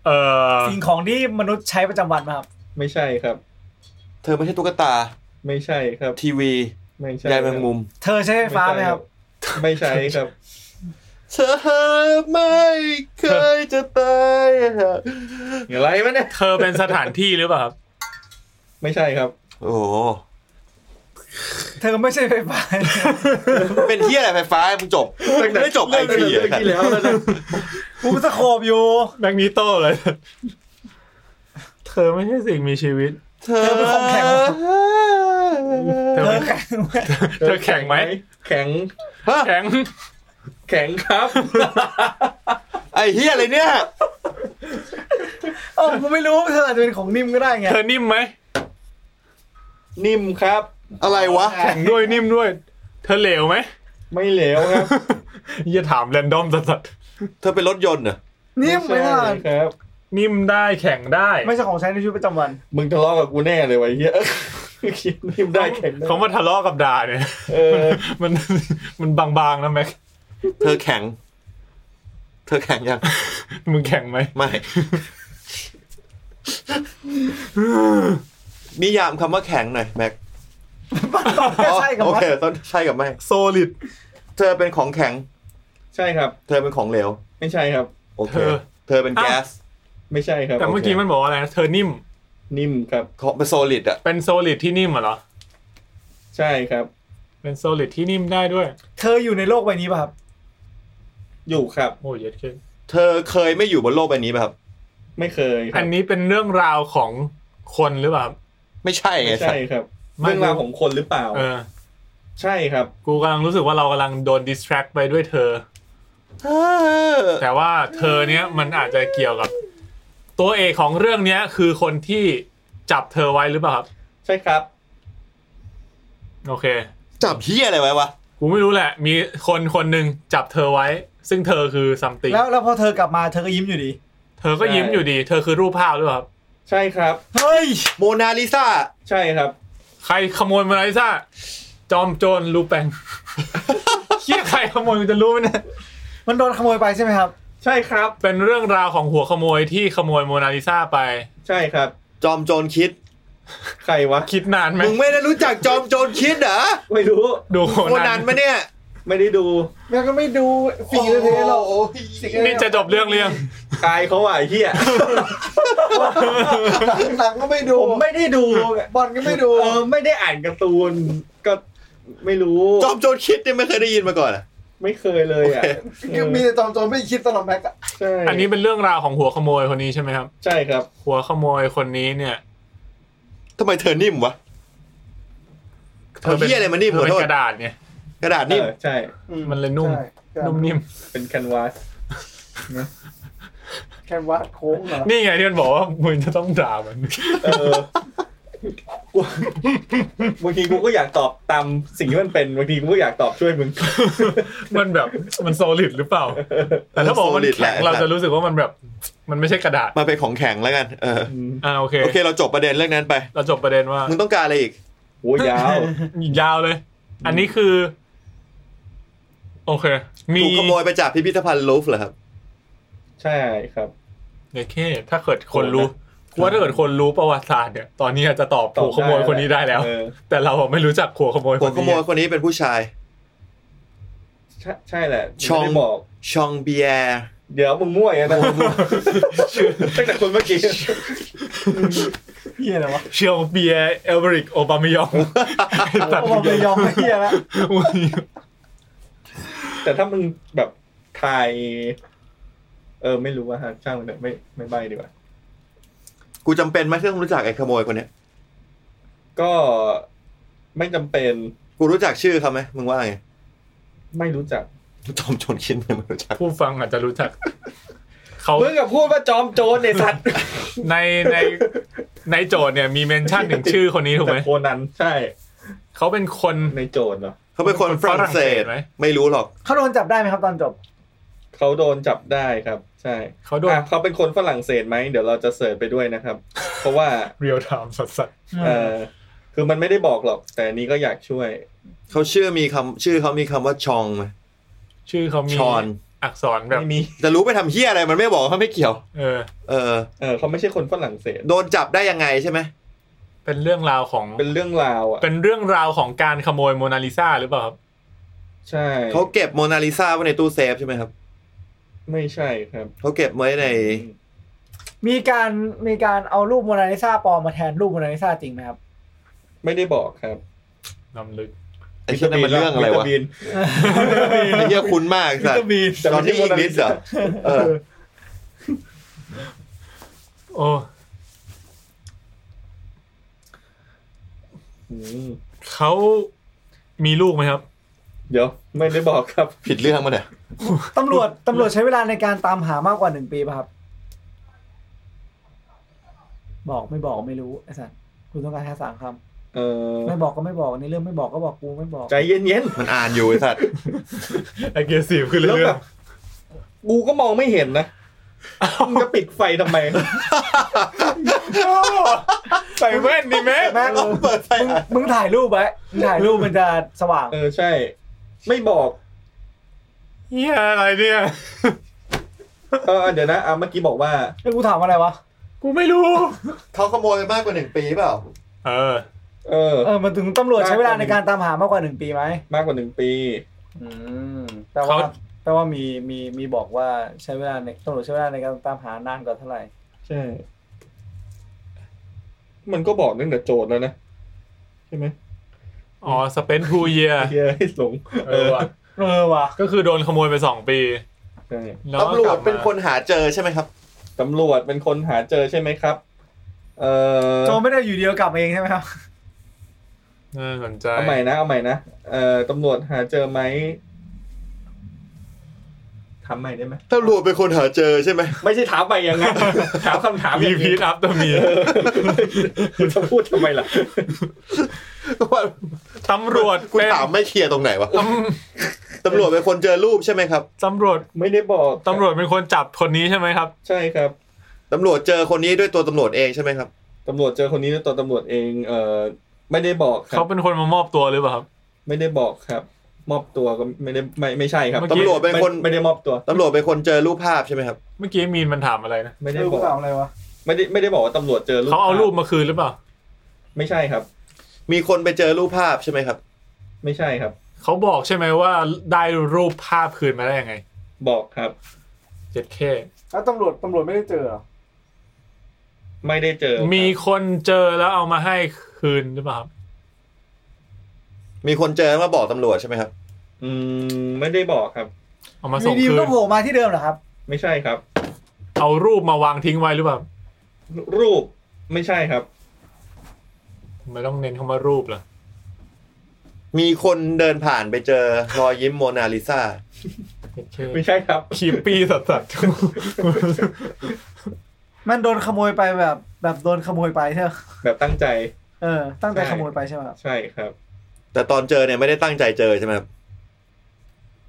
เอ่อ สิ่งของที่มนุษย์ใช้ประจำวันมาครับ ไม่ใช่ครับ เธอไม่ใช่ตุ๊กตา ไม่ใช่ครับ ทีวี ไม่ใช่ ยายแมงมุม เธอใช้ไฟฟ้าไหมครับ ไม่ใช่ครับ เธอไม่เคยจะตาย อะไรวะเนี่ย เธอเป็นสถานที่หรือเป ล่าครับ ไม่ใช่ครับ โอ้โห เธอไม่ใช่ไฟฟ้า เป็นเหี้ยอะไรไฟฟ้ามึงจบ ตั้งแต่ ไม่จบไอ เรื่อง ที เรื่องที่แล้วแล้วนะ กูสโคบอยู่ แมกนีโตเลย เธอไม่ใช่สิ่งมีชีวิต เธอ เธอเป็นของแข็ง เธอ เธอ เป็น แข็งไหม เธอแข็งไหม แข็ง ฮะ แข็ง แข็งครับ ไอเหี้ยอะไรเนี่ย เออกูไม่รู้เธออาจจะเป็นของนิ่มก็ได้ไง เธอ นิ่มไหม นิ่มครับ อะไรวะ แข็งด้วยนิ่มด้วย เธอเหลวไหม ไม่เหลวครับ อย่าถามแรนดอมสัส เธอเป็นรถยนต์เหรอ นิ่มไหม ไม่ ล่ะ ใช่ครับ ๆนิ่มได้แข็งได้ ไม่ใช่ของใช้ในชีวิตประจำวัน มึงทะเลาะกับกูแน่เลยวะไอ้เฮีย คิดนิ่มได้แข็งได้ เขามาทะเลาะกับด่าเนี่ย เออ มันมันบางๆนะแม็ก เธอแข็ง เธอแข็งยัง มึงแข็งไหม ไม่ นิยามคำว่าแข็งหน่อยแม็ก ใช่กับ โอ ว่า เคต้องใช่กับแม็ก โซลิด เธอเป็นของแข็ง ใช่ครับ เธอเป็นของเหลว ไม่ใช่ครับ โอเค เธอ เธอเป็นแก๊ส ไม่ใช่ครับ แต่เมื่อกี้มันบอกว่าอะไรนะเธอนิ่ม นิ่มครับ เขาเป็นโซลิดอะ เป็นโซลิดที่นิ่มเหรอ ใช่ครับ เป็นโซลิดที่นิ่มได้ด้วย เธออยู่ในโลกใบนี้ป่ะครับ อยู่ครับ โอ้ยเย็ดเกิน เธอเคยไม่อยู่บนโลกใบนี้ป่ะครับ ไม่เคยค อั รับ นนี้เป็นเรื่องราวของคนหรือเปล่า ไม่ใช่ไง ไม่ สัต ใช่ ว์ ครับ ไม่ เรื่องราวของคนหรือเปล่า เออ ใช่ครับ กูกำลังรู้สึกว่าเรากำลังโดนดิสแทรกไปด้วยเธอ เออ แต่ว่าเธอเนี้ยมันอาจจะเกี่ยวกับ ตัวเอกของเรื่องเนี้ยคือคนที่จับเธอไว้หรือเปล่าครับ ใช่ครับ โอเค จับเฮียอะไรไว้วะ กูไม่รู้แหละ มีคนคนหนึ่งจับเธอไว้ ซึ่งเธอคือซัมติง แล้วแล้วพอเธอกลับมาเธอก็ยิ้มอยู่ดี เธอก็ยิ้มอยู่ดี เธอคือรูปภาพหรือเปล่าครับ ใช่ครับ เฮ้ย โมนาลิซา ใช่ครับ ค ใครขโมยมาริซ่าจอมโจรลูแปง เชี่ยใครขโมยมันจะรู้ไหมเนี่ย มันโดนขโมยไปใช่ไหมครับ ใช่ครับ เป็นเรื่องราวของหัวขโมยที่ขโมยโมนาลิซาไป ใช่ครับ จอมโจรคิด ใครวะ คิดนานไหม มึงไม่ได้รู้จักจอมโจรคิดเหรอ ไม่รู้ ดู โคนันมะเนี่ย ไม่ได้ดู แม่ก็ไม่ดูฝีเลยเพลหรอก โอ้ย นี่จะจบเรื่องเรื่อง กายเขาอ่ะไอ้เหี้ย หนังหนังก็ไม่ดู ผมไม่ได้ดู บอลก็ไม่ดู เออไม่ได้อ่านการ์ตูนก็ไม่รู้ จอมโจรคิดเนี่ยไม่เคยได้ยินมาก่อนอะ ไม่เคยเลยอ่ะ คือมีแต่ตอนโจนไม่คิดตลอดแม็กอะ ใช่ อันนี้เป็นเรื่องราวของหัวขโมยคนนี้ใช่ไหมครับ ใช่ครับ หัวขโมยคนนี้เนี่ย ทำไมเธอนิ่มวะ เธอเป็น เอาเหี้ยอะไรมานี่ เธอเป็ ขอโทษ นกระดาษเนี่ย กระดาษนิ่ม เออใช่ มันเลยนุ่ม ใช่ใช่ นุ่มนิ่ม เป็นแคนวาส แคนวาสโค้งเหรอ นี่ไงที่มันบอกว่ามึงจะต้องด่ามัน เออกูบางทีกูก็อยากตอบตามสิ่งที่มันเป็นบางทีกูก็อยากตอบช่วยมึง มันแบบมันโซลิดหรือเปล่า แต่ถ้าบอกว่ามันแข็งเราจะรู้สึกว่ามันแบบ มันไม่ใช่กระดาษ มาเป็นของแข็งแล้วกัน เออ อ่าโอเค โอเคเราจบประเด็นเรื่องนั้นไป เราจบประเด็นว่า มึงต้องการอะไรอีก โอ้ยาว ยาวเลย อันนี้คือ โอเค มี ถูกขโมยไปจากพิพิธภัณฑ์ลูฟเหรอครับ ใช่ครับ เดยวแค่ถ้าเกิดคนรู้ว่าถ้าเกิดคนรู้ประวัติศาสตร์เนี่ย ตอนนี้อาจจะตอบ ตอบ หัวขโมยคนนี้ได้แล้ว เออ แต่เราอะไม่รู้จักหัวขโมยค หัวน ขโม นี้ ยคนนี้เป็นผู้ชาย ใช่ใช่แหละ ช่อง ไม่ได้บอก ชองเบียร์ เดี๋ยวมึงมั่วอย่างนั้นนะตั้งแต่คนเมื่อกี้ เฮียอะไรวะ เชียวเบียร์เอลเบริกโอบามาย องตัด โอ้ไม่ยอมไม่เฮียละ แต่ถ้ามึงแบบทาย เออ ไม่รู้ว่าฮะช่างมันเถอะไม่ไม่ใบดีกว่า กูจำเป็นไหมที่ต้องรู้จักไอ้ขโมยคนเนี้ย ก็ไม่จำเป็น กูรู้จักชื่อเขาไหมมึงว่าไง ไม่รู้จัก จอมโจรคิดเนี่ยไม่รู้จัก ผู้ฟังอาจจะรู้จัก เขา มึงกับพูดว่าจอมโจรไอ้สัตว์ ในในในโจทย์เนี่ย มีเมนชั่นถึงชื่อคนนี้ถูกไหม แต่โคนันใช่ เขาเป็นคน ในโจรเหรอ เขาเป็นคนฝรั่งเศส ไม่รู้หรอก เขาโดนจับได้ไหมครับตอนจบ เขาโดนจับได้ครับ ใช่ เขาโดน อ่ะเขาเป็นคนฝรั่งเศสไหมเดี๋ยวเราจะเสิร์ชไปด้วย นะครับ เพราะว่า เรียลไทม์สัส เออคือมันไม่ได้บอกหรอก แต่อันนี้ก็อยากช่วย เขาชื่อมีคำชื่อเขามีคำว่าชองไหม ๆชื่อเขามี ชอน อักษรแบบ ไม่มี จะรู้ไปทำเฮียอะไรมันไม่บอกเขาไม่เกี่ยว เออ เออ เออเขาไม่ใช่คนฝรั่งเศส โดนจับได้ยังไงใช่ไหม เป็นเรื่องราวของ เป็นเรื่องราวอ่ะ เป็นเรื่องราวของการขโมยโมนาลิซาหรือเปล่าครับ ใช่ เขาเก็บโมนาลิซาไว้ในตู้เซฟใช่ไหมครับ ไม่ใช่ครับ เขาเก็บไว้ใน มีการมีการเอารูปโมนาลิซาปลอมมาแทนรูปโมนาลิซาจริงไหมครับ ไม่ได้บอกครับ น้ำลึก ไอ้เหี้ยนั่นมันเรื่องอะไร วิ วะ ตามิน ไอ้เหี้ยคุ้นมากสัตว์ตอนที่อีกนิดเหรอเออ โอ้ อืม เขามีลูกไหม ครับ เดี๋ยวไม่ได้บอกครับ ผิดเรื่องมาเนี่ย ตำรวจตำรวจใช้เวลาในการตามหามากกว่าหนึ่งปีป่ะครับ บอกไม่บอกไม่รู้ไอ้สัสคุณต้องการแค่สามค เออ ำไม่บอกก็ไม่บอกในเรื่องไม่บอกก็บอกกู ไม่บอก ใจเย็น มันอ่านอยู่ไอ้สัตว์ aggressive ขึ้น ๆแล้ว เรื่อ แบ ย บกูก็มองไม่เห็นนะ มึงจะปิดไฟทำไม ๆใส่แว่นดีไหม แม็ก เปิดไฟ มึงมึงถ่ายรูปไว้มึงถ่ายรูปมันจะสว่าง เออใช่ ไม่บอก เฮียอะไรเนี่ย เออเดี๋ยวนะอ่ะเมื่อกี้บอกว่า ไอ้ยกูถามอะไรวะ กูไม่รู้ เขาขโมยมากกว่าหนึ่งปีเปล่า เออ เออ เออมันถึงตำรวจใช้เวลาในการตามหามากกว่าหนึ่งปีไหม มากกว่าหนึ่งปี อืมแปลว่า เขา แปลว่ามีมีมีบอกว่าใช้เวลาในตำรวจใช้เวลาในการตามหานานกว่าเท่าไหร่ ใช่ มันก็บอกตั้งแต่โจทย์แล้วนะใช่ไหม อ๋อ spend two year เฮียให้หลง เออว่ะ เออว่ะ ก็คือโดนขโมยไปสองปี ใช่ แล้วก็ ตำร ก ว ลั จ บมา เป็นคนหาเจอใช่ไหมครับ ตำรวจเป็นคนหาเจอใช่ไหมครับ เออ โจไม่ได้อยู่เดียวกลับมาเองใช่ไหมครับ น่าสนใจ เอาใหม่นะเอาใหม่นะเอ่อตำรวจหาเจอไหมถามใหม่ได้ไหม ตำรวจเป็นคนหาเจอใช่ไหม ไม่ใช่ถามใหม่ยังไง ถามคำถามอย่างนี้ repeat after me คุณจะพูดทำไมล่ะ ตำรวจ กู เป็น ถามไม่เคลียร์ตรงไหนวะ ต ตำรวจเป็นคนเจอรูปใช่ไหมครับ ำตำรวจ ไม่ได้บอก ตำรวจเป็นคนจับคนนี้ใช่ไหมครับ ใช่ครับ ตำรวจเจอคนนี้ด้วยตัวตำรวจเองใช่ไหมครับ ตำรวจเจอคนนี้ด้วยตัวตำรวจเอง เอ่อ ไม่ได้บอกครั เขา บ เป็นคนมามอบตัวหรือเปล่าครับ ไม่ได้บอกครับ มอบตัวก็ไม่ได้ไม่ไม่ใช่ครับ เมื่อกี้ ไม่ ตำรวจเป็นคน ไม่ได้มอบตัว ตำรวจเป็นคนเจอรูปภาพใช่ไหมครับ เมื่อกี้มีนมันถามอะไรนะ ไม่ได้ รูป บอก เปล่าอะไรวะ ไม่ได้ไม่ได้บอกว่าตำรวจเจอรูป เขาเอารูปมาคืนหรือเปล่า ไม่ใช่ครับ มีคนไปเจอรูปภาพใช่ไหมครับ ไม่ใช่ครับ เขาบอกใช่ไหมว่าได้รูปภาพคืนมาได้ยังไง บอกครับ เจ็ดเค แล้วตำรวจตำรวจไม่ได้เจอเหรอ ไม่ได้เจอครับ มีคนเจอแล้วเอามาให้คืนหรือเปล่าครับ มีคนเจอแล้วมาบอกตำรวจใช่ไหมครับ อืมไม่ได้บอกครับ เอามา มี ส่ง ดี คืน ก็โผล่มาที่เดิมเหรอครับ ไม่ใช่ครับ เอารูปมาวางทิ้งไว้หรือเปล่า รูปไม่ใช่ครับ ทำไม่ต้องเน้นคำว่ารูปเหรอ มีคนเดินผ่านไปเจอรอยยิ้มโมนาลิซา เจ็ดเค ไม่ใช่ครับ คีปปี้สัสๆ มันโดนขโมยไปแบบแบบโดนขโมยไปใช่ไหม แบบตั้งใจ เออ ตั้งใจ ใช่ ขโมยไปใช่ไหมครับ ใช่ครับ แต่ตอนเจอเนี่ยไม่ได้ตั้งใจเจอใช่ไหมครับ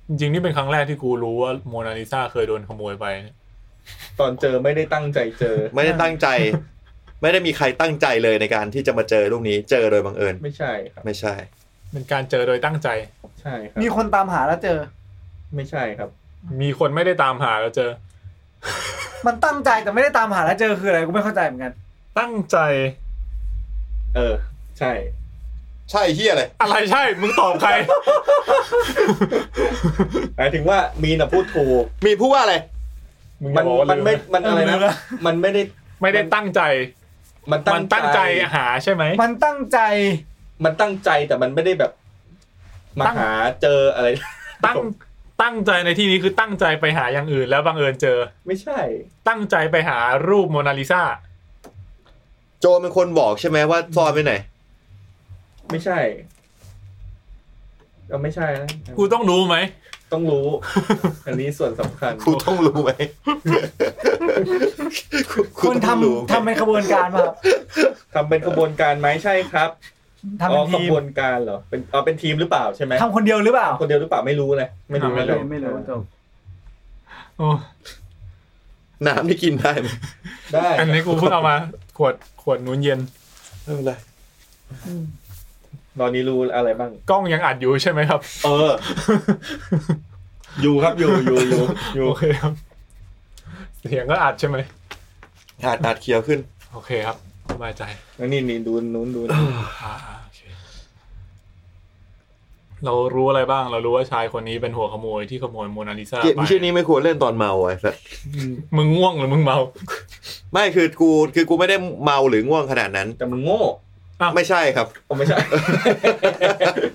จริงๆนี่เป็นครั้งแรกที่กูรู้ว่าโมนาลิซาเคยโดนขโมยไปเนี่ย ตอนเจอไม่ได้ตั้งใจเจอ ไม่ได้ตั้งใจ ไม่ได้มีใครตั้งใจเลยในการที่จะมาเจอรูปนี้เจอโดยบังเอิญ ไม่ใช่ครับ ไม่ใช่ เป็นการเจอโดยตั้งใจ ใช่ครับ มีคนตามหาแล้วเจอ ไม่ใช่ครับ มีคนไม่ได้ตามหาแล้วเจอ มันตั้งใจแต่ไม่ได้ตามหาแล้วเจอคืออะไรกูไม่เข้าใจเหมือนกัน ตั้งใจ เออ ใช่ ใช่เฮียอะไร อะไรใช่ มึงตอบใคร หมายถึงว่ามีนน่ะพูดถูก มีผู้ว่าอะไร มึง มั จะ น บอกว่า มันไม่ ไม่ มันอะไร ลืม นะ ละ มันไม่ได้ ไม่ได้ตั้งใจ มัน มันตั้งใจหาใช่ไหม มันตั้งใจ มันตั้งใจแต่มันไม่ได้แบบ มา ตั้ง หาเจออะไร ตั้งตั้งใจในที่นี้คือตั้งใจไปหาอย่างอื่น แล้วบังเอิญเจอ ไม่ใช่ ตั้งใจไปหารูปโมนาลิซา โจเป็นคนบอกใช่ไหมว่าซอยไปไหน ไม่ใช่เราไม่ใช่นะ กูต้องรู้ไหม ต้องรู้ อันนี้ส่วนสำคัญ กูต้องรู้ไหมกู กู คุณ ต้องรู้ไหม ทำทำเป็นขบวนการมาครับ ทำเป็นขบวนการไหมใช่ครับ ทำ อ๋ เป็ อน ข ทีม บวนการเหรอเป็นอ๋อเป็นทีมหรือเปล่าใช่ไหม ทำคนเดียวหรือเปล่า คนเดียวหรือเปล่าไม่รู้เลยไม่รู้ ไม่รู้ เลย จบ โอ้ น้ำที่กินได้ไหม ได้ อันนี้กูเพิ่งเอามา ขวดขวดนู้นเย็น ไม่เป็นไร ตอนนี้รู้อะไรบ้าง กล้องยังอัดอยู่ใช่ไหม ครับ เออ อยู่ครับอยู่อยู่อยู่อยู่ โอเคครับ เสียงก็อัดใช่ไหม อาจอาจเคี้ยวขึ้น โอเคครับสบายใจ แล้วนี่นี่ดูนู้นดูน อ่าๆโอเค เรารู้อะไรบ้าง เรารู้ว่าชายคนนี้เป็นหัวขโมยที่ขโมยโมนาลิซา เกม ไป ชื่อนี้ไม่ควรเล่นตอนเมาไอ้สัส มึงง่วงหรือมึงเมา ไม่คือกูคือกูไม่ได้เมาหรือง่วงขนาดนั้น แต่มึงโง่ ไม่ใช่ครับ ผมไม่ใช่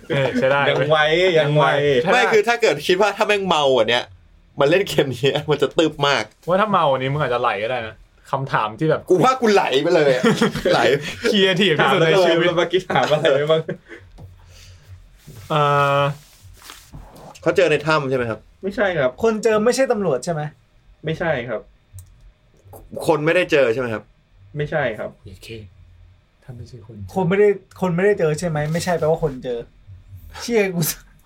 เออใช่ได้ ยัง เว้ย ไวยังไว ใช่ปะ ไม่คือถ้าเกิดคิดว่าถ้าแม่งเมาอ่ะเนี้ยมันเล่นเกมนี้มันจะตึบมาก ว่าถ้าเมาวันนี้มึงอาจจะไหลก็ได้นะคำถามที่แบบ กูว่ากูไหลไปเลย อะไหล เคลียร์ทีที่ ถาม สุด แล้ว ใน เล ชี ย วิต เมื่อกี้ถามอะไรไปบ้าง เอ่อ เขาเจอในถ้ำใช่ไหมครับ ไม่ใช่ครับ คนเจอไม่ใช่ตำรวจใช่ไหม ไม่ใช่ครับ คนไม่ได้เจอใช่ไหมครับ ไม่ใช่ครับ โอเคถ้าไม่ใช่คน คนไม่ได้คนไม่ได้เจอใช่ไหมไม่ใช่แปลว่าคนเจอ เชี่ยกู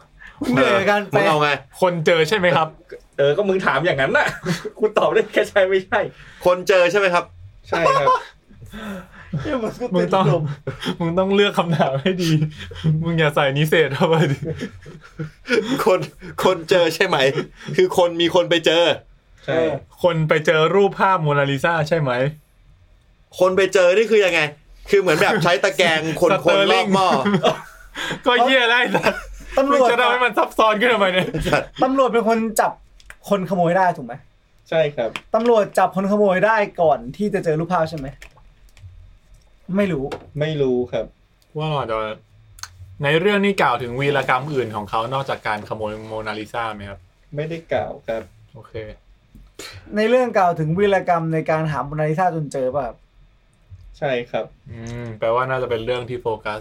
เหนื่อยกับการแปลมึงเอาไง คนเจอใช่ไหมครับ เออก็มึงถามอย่างนั้นน่ะ กูตอบได้แค่ใช่ไม่ใช่ คนเจอใช่ไหมครับ ใช่ ครับ เชี่ยนกู มึงต้อง ติดลม มึงต้องเลือกคำถามให้ดี มึงอย่าใส่นิเศษเข้าไปดิ คนคนเจอใช่ไหม คือคนมีคนไปเจอ เอ ใช่ อ คนไปเจอรูปภาพโมนาลิซาใช่ไหม คนไปเจอนี่คือยังไง คือเหมือนแบบใช้ตะแกรงคน ส ค เต น อร์ ร ลิ อง บหม้อ ก็เยี่ยได้สัตว์ ตำร มึง วจ จะทำให้มันซับซ้อนขึ้นทำไมเนี่ย สัตว์ ตำรวจเป็นคนจับคนขโมยได้ถูกไหม ใช่ครับ ตำรวจจับคนขโมยได้ก่อนที่จะเจอรูปภาพใช่ไหมไม่รู้ ไม่รู้ครับ ว่าเราอาจจะในเรื่องนี้กล่าวถึงวีรกรรมอื่นของเขานอกจากการขโมยโมนาลิซาไหมครับ ไม่ได้กล่าวครับ โอเค ในเรื่องกล่าวถึงวีรกรรมในการหาโมนาลิซาจนเจอป่ะครับ ใช่ครับ อืม แปลว่าน่าจะเป็นเรื่องที่โฟกัส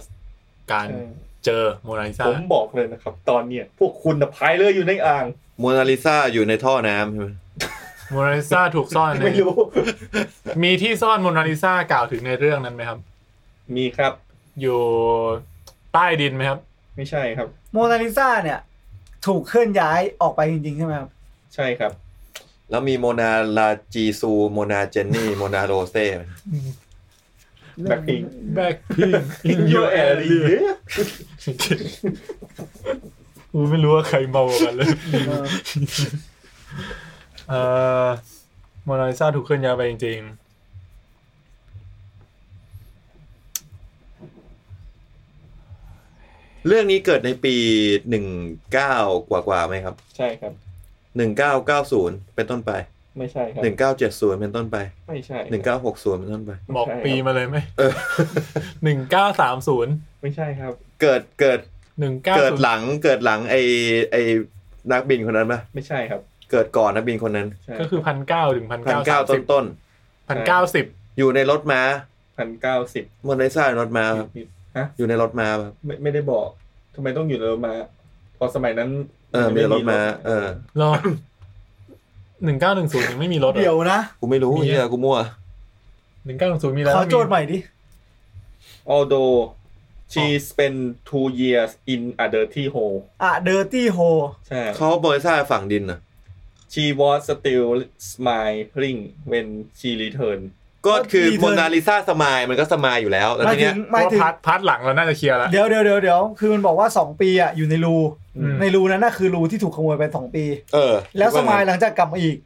การ เออ เจอโมนาลิซา ผมบอกเลยนะครับ ตอนเนี้ยพวกคุณน่ะพายเรืออยู่ในอ่าง โมนาลิซาอยู่ในท่อน้ำใช่ไหม โมนาลิซาถูกซ่อนใน ไม่รู้ มีที่ซ่อนโมนาลิซากล่าวถึงในเรื่องนั้นไหมครับ มีครับ อยู่ใต้ดินไหมครับ ไม่ใช่ครับ โมนาลิซาเนี่ย ถูกเคลื่อนย้ายออกไปจริงๆใช่ไหมครับ ใช่ครับ แล้วมีโมนาลาจีซู โมนาเจนนี่ โมนาโรเซ่ แบ็คพิง back pin in your area กูไม่รู้ว่าใครเมากันเลย เอ่อโมนาลิซาถูกเคลื่อนย้ายไปจริง เรื่องนี้เกิดในปีหนึ่งเก้ากว่ากว่าๆไหมครับ ใช่ครับ หนึ่งเก้าเก้าศูนย์เป็นต้นไป ไม่ใช่ครับ หนึ่งเก้าเจ็ดศูนย์เป็นต้นไป ไม่ใช่ หนึ่งเก้าหกศูนย์เป็นต้นไป ๆ บอก ใช่ครับ ปีมาเลยไหม เอ อ หนึ่งเก้าสามศูนย์ ไม่ใช่ครับ เกิดเกิด หนึ่งเก้า เกิด ศูน ห ย์ ลังเกิดหลังไอไอนักบินคนนั้นปะ ไม่ใช่ครับ เกิดก่อนนักบินคนนั้น ใช่ ก็คือพันเก้าถึงพัน พัน เก้า เก้า สาม ต้ สิ น บ ต้น พันเก้าสิบ ๆอยู่ในรถม้า พันเก้าสิบ โมนาลิซาอยู่ในรถม้าครับ นิดๆฮะ อยู่ในรถม้าครับ ไม่ไม่ได้บอกทำไมต้องอยู่ในรถมาเพอสมัยนั้น เออมีรถม้าเออ รอหนึ่งเก้าหนึ่งศูนย์ยังไม่มีรถหรอ เดี๋ยวนะ กูไม่รู้ มีอะ เฮียกูมั่ว หนึ่งเก้าหนึ่งศูนย์มีแล้ว ขอโจทย์ใหม่ดิ ออโด she spent two years in a dirty hole อ่ะ dirty h o ใช่ เขาโมนาลิซาฝั่งดินน่ะ she was still smiling when she returned ก็คือ ก็ดีเธอ โมนาลิซาสมายมันก็สมายอยู่แล้วแล้ว หมายถึทีเนี้ย งหมาย ว่า ถึง พาร์ทพาร์ทหลังเราน่าจะเคลียร์แล้ว เดี๋ยวเดี๋ยวเดี๋ยวเดี๋ยวคือมันบอกว่า 2 ปีอ่ะอยู่ในรู อืม ในรูนั้นน่ะคือรูที่ถูกขโมยไป 2 ปี เออ แล้วสมายหลังจากกลับมาอีก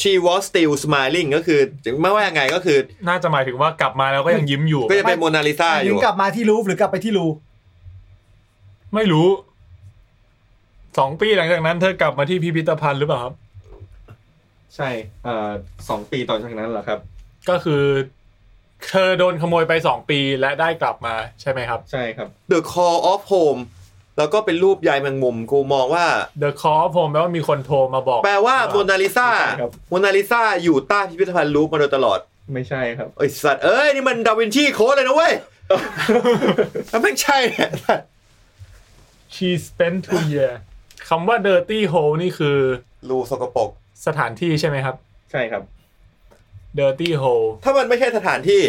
ชีวอสติลสมายลิงก็คือไม่ว่ายังไงก็คือ น่าจะหมายถึงว่ากลับมาแล้วก็ยังยิ้มอยู่ ก็จะเป็นโมนาลิซาอ ถึง ยู่ กลับมาที่รูฟหรือกลับไปที่รู ไม่รู้สองปีหลังจากนั้นเธอกลับมาที่พิพิธภัณฑ์หรือเปล่าครับ ใช่เอ่อสองปีต่อจากนั้นเหรอครับ ก็คือเธอโดนขโมยไปสองปีและได้กลับมาใช่ไหมครับ ใช่ครับ เดอะคอออฟโฮมแล้วก็เป็นรูปยายแมงมุมกูมองว่า The Call of Home แปลว่ามีคนโทรมาบอก แปลว่าโมนาลิซา ใช่ครับ โมนาลิซาอยู่ใต้พิพิธภัณฑ์ลูฟมาโดยตลอด ไม่ใช่ครับ ไอ้สัตว์เอ้ย นี่มันดาวินชีโค้ดเลยนะเว้ย มันไม่ใช่แหละ She spent two year คำว่า dirty hole นี่คือ รูสกปรก สถานที่ใช่ไหมครับ ใช่ครับ dirty hole ถ้ามันไม่ใช่สถานที่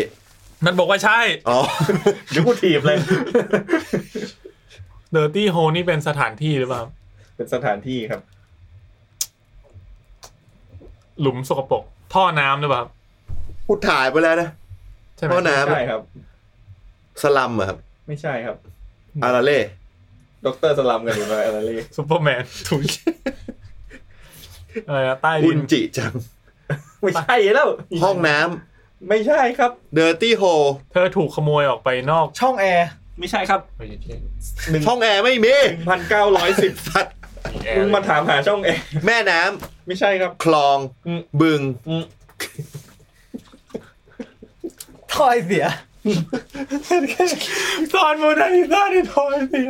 นั่นบอกว่าใช่ อ๋ อ เดี๋ยวกูถีบเลย dirty hole นี่เป็นสถานที่หรือเปล่าครับ เป็นสถานที่ครับ หลุมสกปรกท่อน้ำหรือเปล่าครับ พูดถ่ายไปแล้วนะ ใช่ไหม ท่อน้ ใช่ครับ สลัมอะครับ ไม่ใช่ครับ อาราเล่ ดรสลัมกันหรือไม่อะไรเลย ซูเปอร์แมนถูก อะไรนะใต้ อุ ดิน นจิจัง ไม่ใช่แล้ว ห้องน้ ไม่ใช่ครับ ำ Dirty Hole เธอถูกขโมยออกไปนอก ช่องแอร์ ไม่ใช่ครับหนึ่ง ห้องแอร์ไม่มี พันเก้าร้อย สิบ สัตว์ มึงมาถามหาช่องเอง แม่น้ ไม่ใช่ครับ ำ คลอง อืม บึง อืม ถ้อยเสีย ตอนโมนาลิซาในทอยเสีย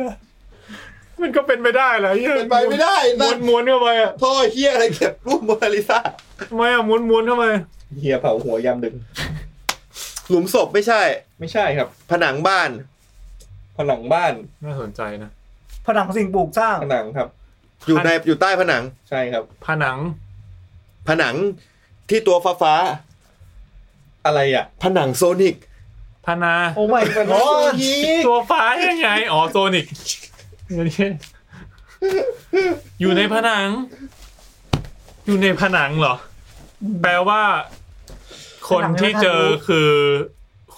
มันก็เป็นไปได้เหรอเหี้ย เป็นไปไม่ได้ ม้ นั่ วน นม้วนเข้าไปอ่ะ ท่อเฮียอะไรเก็บรูปโมนาลิซา ทำไมอ่ะม้วนม้วนเข้าไป เฮียเผาหัวยามดึก หลุมศพไม่ใช่ ไม่ใช่ครับ ผนังบ้าน ผนังบ้าน น่าสนใจนะ ผนังสิ่งปลูกสร้าง ผนังครับ อยู่ ผนัง ในอยู่ใต้ผนัง ใช่ครับ ผนัง ผนังที่ตัวฟ้าฟ้า อะไรอ่ะ ๆผนังโซนิก พนา โอ้ไม่ ผ ก็ นัง ตัวฟ้ายังไงอ๋อโซนิกอยู่ในผนัง อยู่ในผนังเหรอ แปลว่า คนที่เจอคือ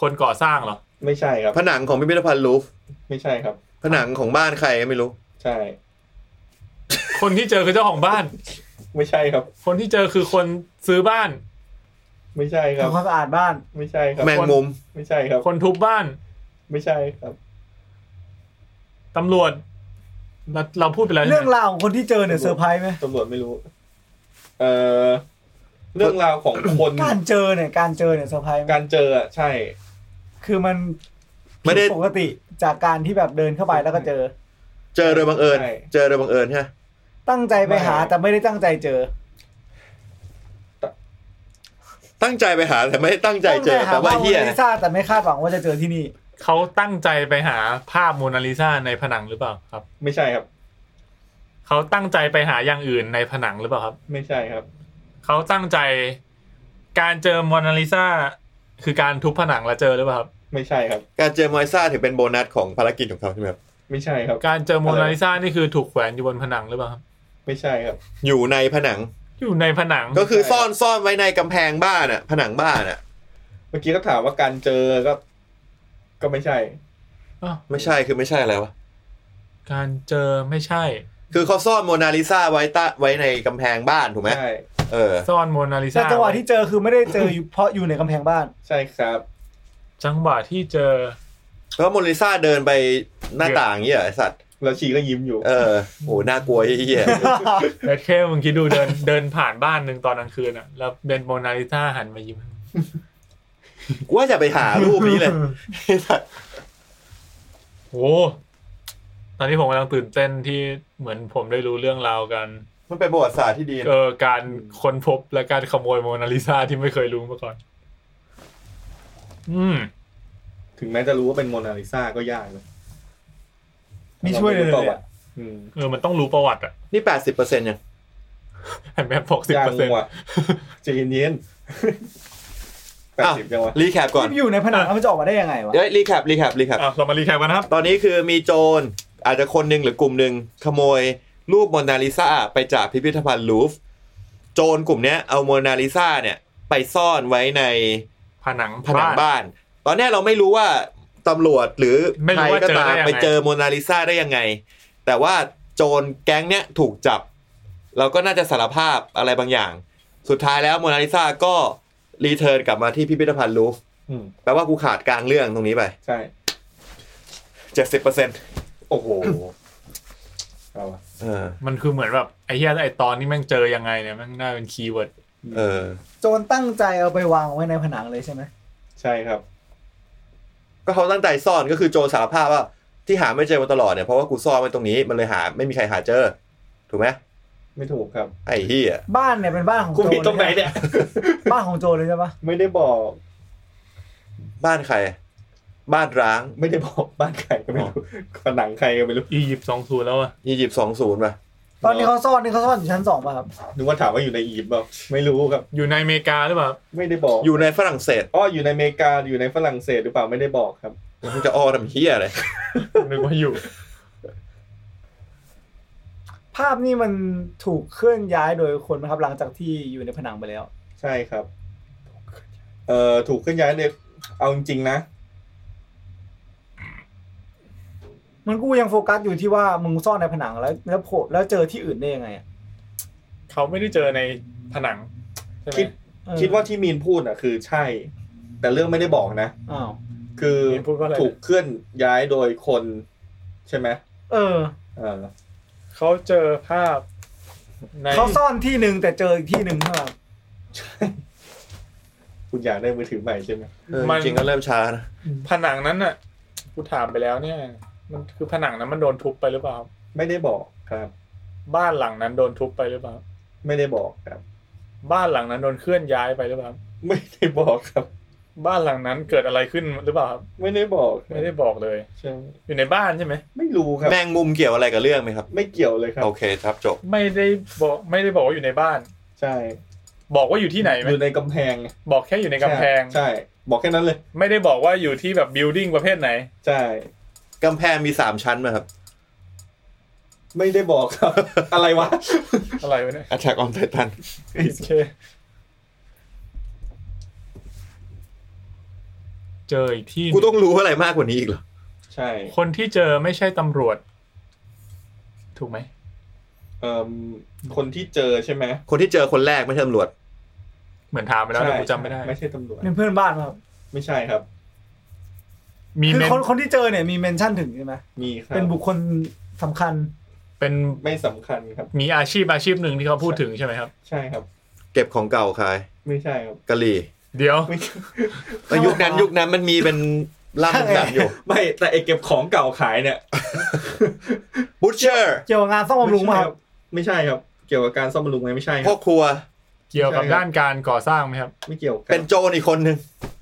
คนก่อสร้างเหรอ ไม่ใช่ครับ ผนังของพิพิธภัณฑ์ลูฟร์ ไม่ใช่ครับ ผนังของบ้านใครก็ไม่รู้ ใช่ คนที่เจอคือเจ้าของบ้าน ไม่ใช่ครับ คนที่เจอคือคนซื้อบ้าน ไม่ใช่ครับ ทำความสะอาดบ้าน ไม่ใช่ครับ แมงมุม ไม่ใช่ครับ คนทุบบ้าน ไม่ใช่ครับ ตำรวจเราเราพูดไปแล้ว เรื่อใช่ง ไหม ราวของคนที่เจอเนี่ยเซอร์ไพรส์ไหม ตำรวจไม่รู้ เอ่อ เรื่องราวของคน การเจอเนี่ยการเจอเนี่ยเซอร์ไพรส์ไหม การเจออะใช่ คือมัน ไม่ได้ ปกติจากการที่แบบเดินเข้าไปแล้วก็เจอ เจอโดยบังเอิญ ใช่ เจอโดยบังเอิญใช่ไหม ตั้งใจไปหาแต่ไม่ได้ตั้งใจเจอ ตั้งใจไปหาแต่ไม่ได้ตั้งใจเจอ ตั้งห แต่ว่าเฮีย โมน นะ ลิซ่าแต่ไม่คาดหวังว่าจะเจอที่นี่ เขาตั้งใจไปหาภาพโมนาลิซาในผนังหรือเปล่าครับ ไม่ใช่ครับ เขาตั้งใจไปหาอย่างอื่นในผนังหรือเปล่าครับ ไม่ใช่ครับ เขาตั้งใจการเจอโมนาลิซาคือการทุบผนังแล้วเจอหรือเปล่าครับ ไม่ใช่ครับ การเจอมอยซ่าถือเป็นโบนัสของภารกิจของเขาใช่ไหมครับ ไม่ใช่ครับ การเจอโมนาลิซานี่คือถูกแขวนอยู่บนผนังหรือเปล่าครับ ไม่ใช่ครับ อยู่ในผนัง อยู่ในผนัง ก็คือซ่อนซ่อนไว้ในกำแพงบ้านอ่ะ ผนังบ้านอ่ะ เมื่อกี้ก็ถามว่าการเจอก็ ก็ไม่ใช่ อ้าว ไม่ใช่คือไม่ใช่อะไรวะ การเจอไม่ใช่ คือเขาซ่อนโมนาลิซาไว้ใตะไว้ในกำแพงบ้านถูกไหม ใช่ เออ ซ่อนโมนาลิซา แต่จังหวะที่เจอคือไม่ได้เจออยู่เพราะอยู่ในกำแพงบ้าน ใช่ครับ จังหวะที่เจอ แล้วโมนาลิซาเดินไปหน้าต่างเงี้ยเหรอไอสัตว์ แล้วชีก็ยิ้มอยู่ เออโหน่ากลัวเฮีย แต่แค่มึงคิดดูเดิน เดินผ่านบ้านหนึ่งตอนกลางคืนอ่ะ แล้วเป็นโมนาลิซาหันมายิ้ม ๆว่าจะไปหารูปนี้ เลยไอ้สัตว์ โอ้ตอนนี้ผมกำลังตื่นเต้นที่เหมือนผมได้รู้เรื่องราวกัน มันเป็นประวัติศาสตร์ที่ดี เอ นะ อ การค้นพบและการขโมยโมนาลิซาที่ไม่เคยรู้มาก่อน อืม ถึงแม้จะรู้ว่าเป็นโมนาลิซาก็ยากเลย นี่ช่วยเลยเลยอะ อืม เออ มันต้องรู้ประวัติอ่ะ นี่แปดสิบเปอร์เซ็นต์ยัง เห็นไหมบอกสิบ ยาก เปอร์เซ็นต์ ว่ะใจเย็นๆแปด อ้าว สิบยังวะ รีแคปก่อน ที่อยู่ในผนังแล้วมันจะออกมาได้ยังไงวะ เดี๋ยวรีแคปรีแคปรีแคป อ่ะเรามารีแคปกันนะครับ ตอนนี้คือมีโจรอาจจะคนหนึ่งหรือกลุ่มหนึ่งขโมยรูปโมนาลิซาไปจากพิพิธภัณฑ์ลูฟร์โจรกลุ่มเนี้ยเอาโมนาลิซาเนี่ยไปซ่อนไว้ใน ผนัง ผนังบ้าน ตอนเนี้ยเราไม่รู้ว่าตำรวจหรือ ไม่ ใคร รู้ว่า ก็ เจอ ตาม ได้ยังไง ไปเจอโมนาลิซาได้ยังไง แต่ว่าโจรแก๊งเนี้ยถูกจับ เราก็น่าจะสารภาพอะไรบางอย่าง สุดท้ายแล้วโมนาลิซาก็รีเทิร์นกลับมาที่พิพิธภัณฑ์ลูฟร์ อืม แปลว่ากูขาดกลางเรื่องตรงนี้ไป ใช่ เจ็ดสิบเปอร์เซ็นต์ โอ้โหเอาวะ เออ มันคือเหมือนแบบไอ้เหี้ยไอ้ตอนนี้แม่งเจอยังไงเนี่ยแม่งน่าเป็นคีย์เวิร์ด เออ โจรตั้งใจเอาไปวางไว้ในผนังเลยใช่ไหม ใช่ครับ ก็เขาตั้งใจซ่อนก็คือโจรสารภาพว่าที่หาไม่เจอมาตลอดเนี่ยเพราะว่ากูซ่อนไว้ตรงนี้มันเลยหาไม่มีใครหาเจอ ถูกไหม ไม่ถูกครับ ไอ้เหี้ย บ้านเนี่ยเป็นบ้านของโจ กู ร ผิดตรงไหนเนี่ย บ้านของโจรเลยใช่ปะ ไม่ได้บอก บ้านใคร บ้านร้าง ไม่ได้บอกบ้านใครก็ไม่รู้ผนังใครก็ไม่รู้ อียิปต์สองศูนย์แล้วอ่ะ ยี่สิบสองศูนย์ป่ะ ตอนนี้เขาซ่อนนี่เขาซ่อนอยู่ชั้นสองป่ะครับ นึกว่าถามว่าอยู่ในอียิปต์เปล่าไม่รู้ครับ อยู่ในอเมริกาหรือเปล่า ไม่ได้บอก อยู่ในฝรั่งเศส อ๋ออยู่ในอเมริกาอยู่ในฝรั่งเศสหรือเปล่าไม่ได้บอกครับ มึงจะออทำเหี้ยอะไร นึกว่าอยู่ ภาพนี่มันถูกเคลื่อนย้ายโดยคนไหมครับหลังจากที่อยู่ในผนังไปแล้ว ใช่ครับ เอ่อถูกเคลื่อนย้ายเนี่ยเอาจริงๆนะ มันกูยังโฟกัสอยู่ที่ว่ามึงซ่อนในผนังแล้ว แล้วโผล่แล้วเจอที่อื่นได้ยังไงอะ เขาไม่ได้เจอในผนังใช่ไหม คิด เออ คิดว่าที่มีนพูดอ่ะคือใช่ แต่เรื่องไม่ได้บอกนะ อ้าว คือ มีนพูดว่าอะไร ถูกเคลื่อนย้ายโดยคนใช่ไหม เออ เออ เขาเจอภาพใน เขาซ่อนที่หนึ่งแต่เจออีกที่หนึ่งครับ คุณอยากได้มือถือใหม่ใช่ไหม เออจริงๆก็เริ่มช้านะ ผนังนั้นน่ะกูถามไปแล้วเนี่ย มันคือผนังนั้นมันโดนทุบไปหรือเปล่า ไม่ได้บอกครับ บ้านหลังนั้นโดนทุบไปหรือเปล่า ไม่ได้บอกครับ บ้านหลังนั้นโดนเคลื่อนย้ายไปหรือเปล่า ไม่ได้บอกครับ บ้านหลังนั้นเกิดอะไรขึ้นหรือเปล่าครับ ไม่ได้บอกครับ ไม่ได้บอกเลย ใช่ อยู่ในบ้านใช่ไหม ไม่รู้ครับ แมงมุมเกี่ยวอะไรกับเรื่องไหมครับ ไม่เกี่ยวเลยครับ โอเคครับจบ ไม่ได้บอกไม่ได้บอกว่าอยู่ในบ้าน ใช่ บอกว่าอยู่ที่ไหนไหม อยู่ในกำแพง บอกแค่อยู่ในกำแพง ใช่ บอกแค่นั้นเลย ไม่ได้บอกว่าอยู่ที่แบบบิลดิ้งประเภทไหน ใช่ กำแพงมีสามชั้นไหมครับ ไม่ได้บอกครับ อะไรวะ อะไรวะเนี่ย Attack on Titan โอเค เจออีกที่หนึ่ งกูต้องรู้อะไรมากกว่านี้อีกเหรอ ใช่ คนที่เจอไม่ใช่ตำรวจ ถูกไหม เอ่มคนที่เจอใช่ไหม คนที่เจอคนแรกไม่ใช่ตำรวจ เหมือนถามไปแล้วแต่ ใช่ กูจำไม่ได้ ไม่ใช่ตำรวจ เป็นเพื่อนบ้านป่ะครับ ไม่ใช่ครับ มี คือ เมน คนคนที่เจอเนี่ยมีเมนชั่นถึงใช่ไหม มีครับ เป็นบุคคลสำคัญ เป็น ไม่สำคัญครับ มีอาชีพอาชีพหนึ่งที่เขาพูดถึงใช่ไหมครับ ใช่ครับ เก็บของเก่าขาย ไม่ใช่ครับ กะหรี่ เดี๋ยว ไม่ แต่ยุคนั้นยุคนั้นมันมีเป็นล่ามดับอยู่ ไม่แต่ไอเก็บของเก่าขายเนี่ย butcher เกี่ยวกับงานซ่อมบำรุงป่ะครับ ไม่ใช่ครับ เกี่ยวกับการซ่อมบำรุงไหมไม่ใช่ค พ่ รั อบ ครัว เกี่ยวกับ ใช่ครับ ด้านการก่อสร้างไหมครับ ไม่เกี่ยวกั เป็น นโจรอีกคนหนึ่ง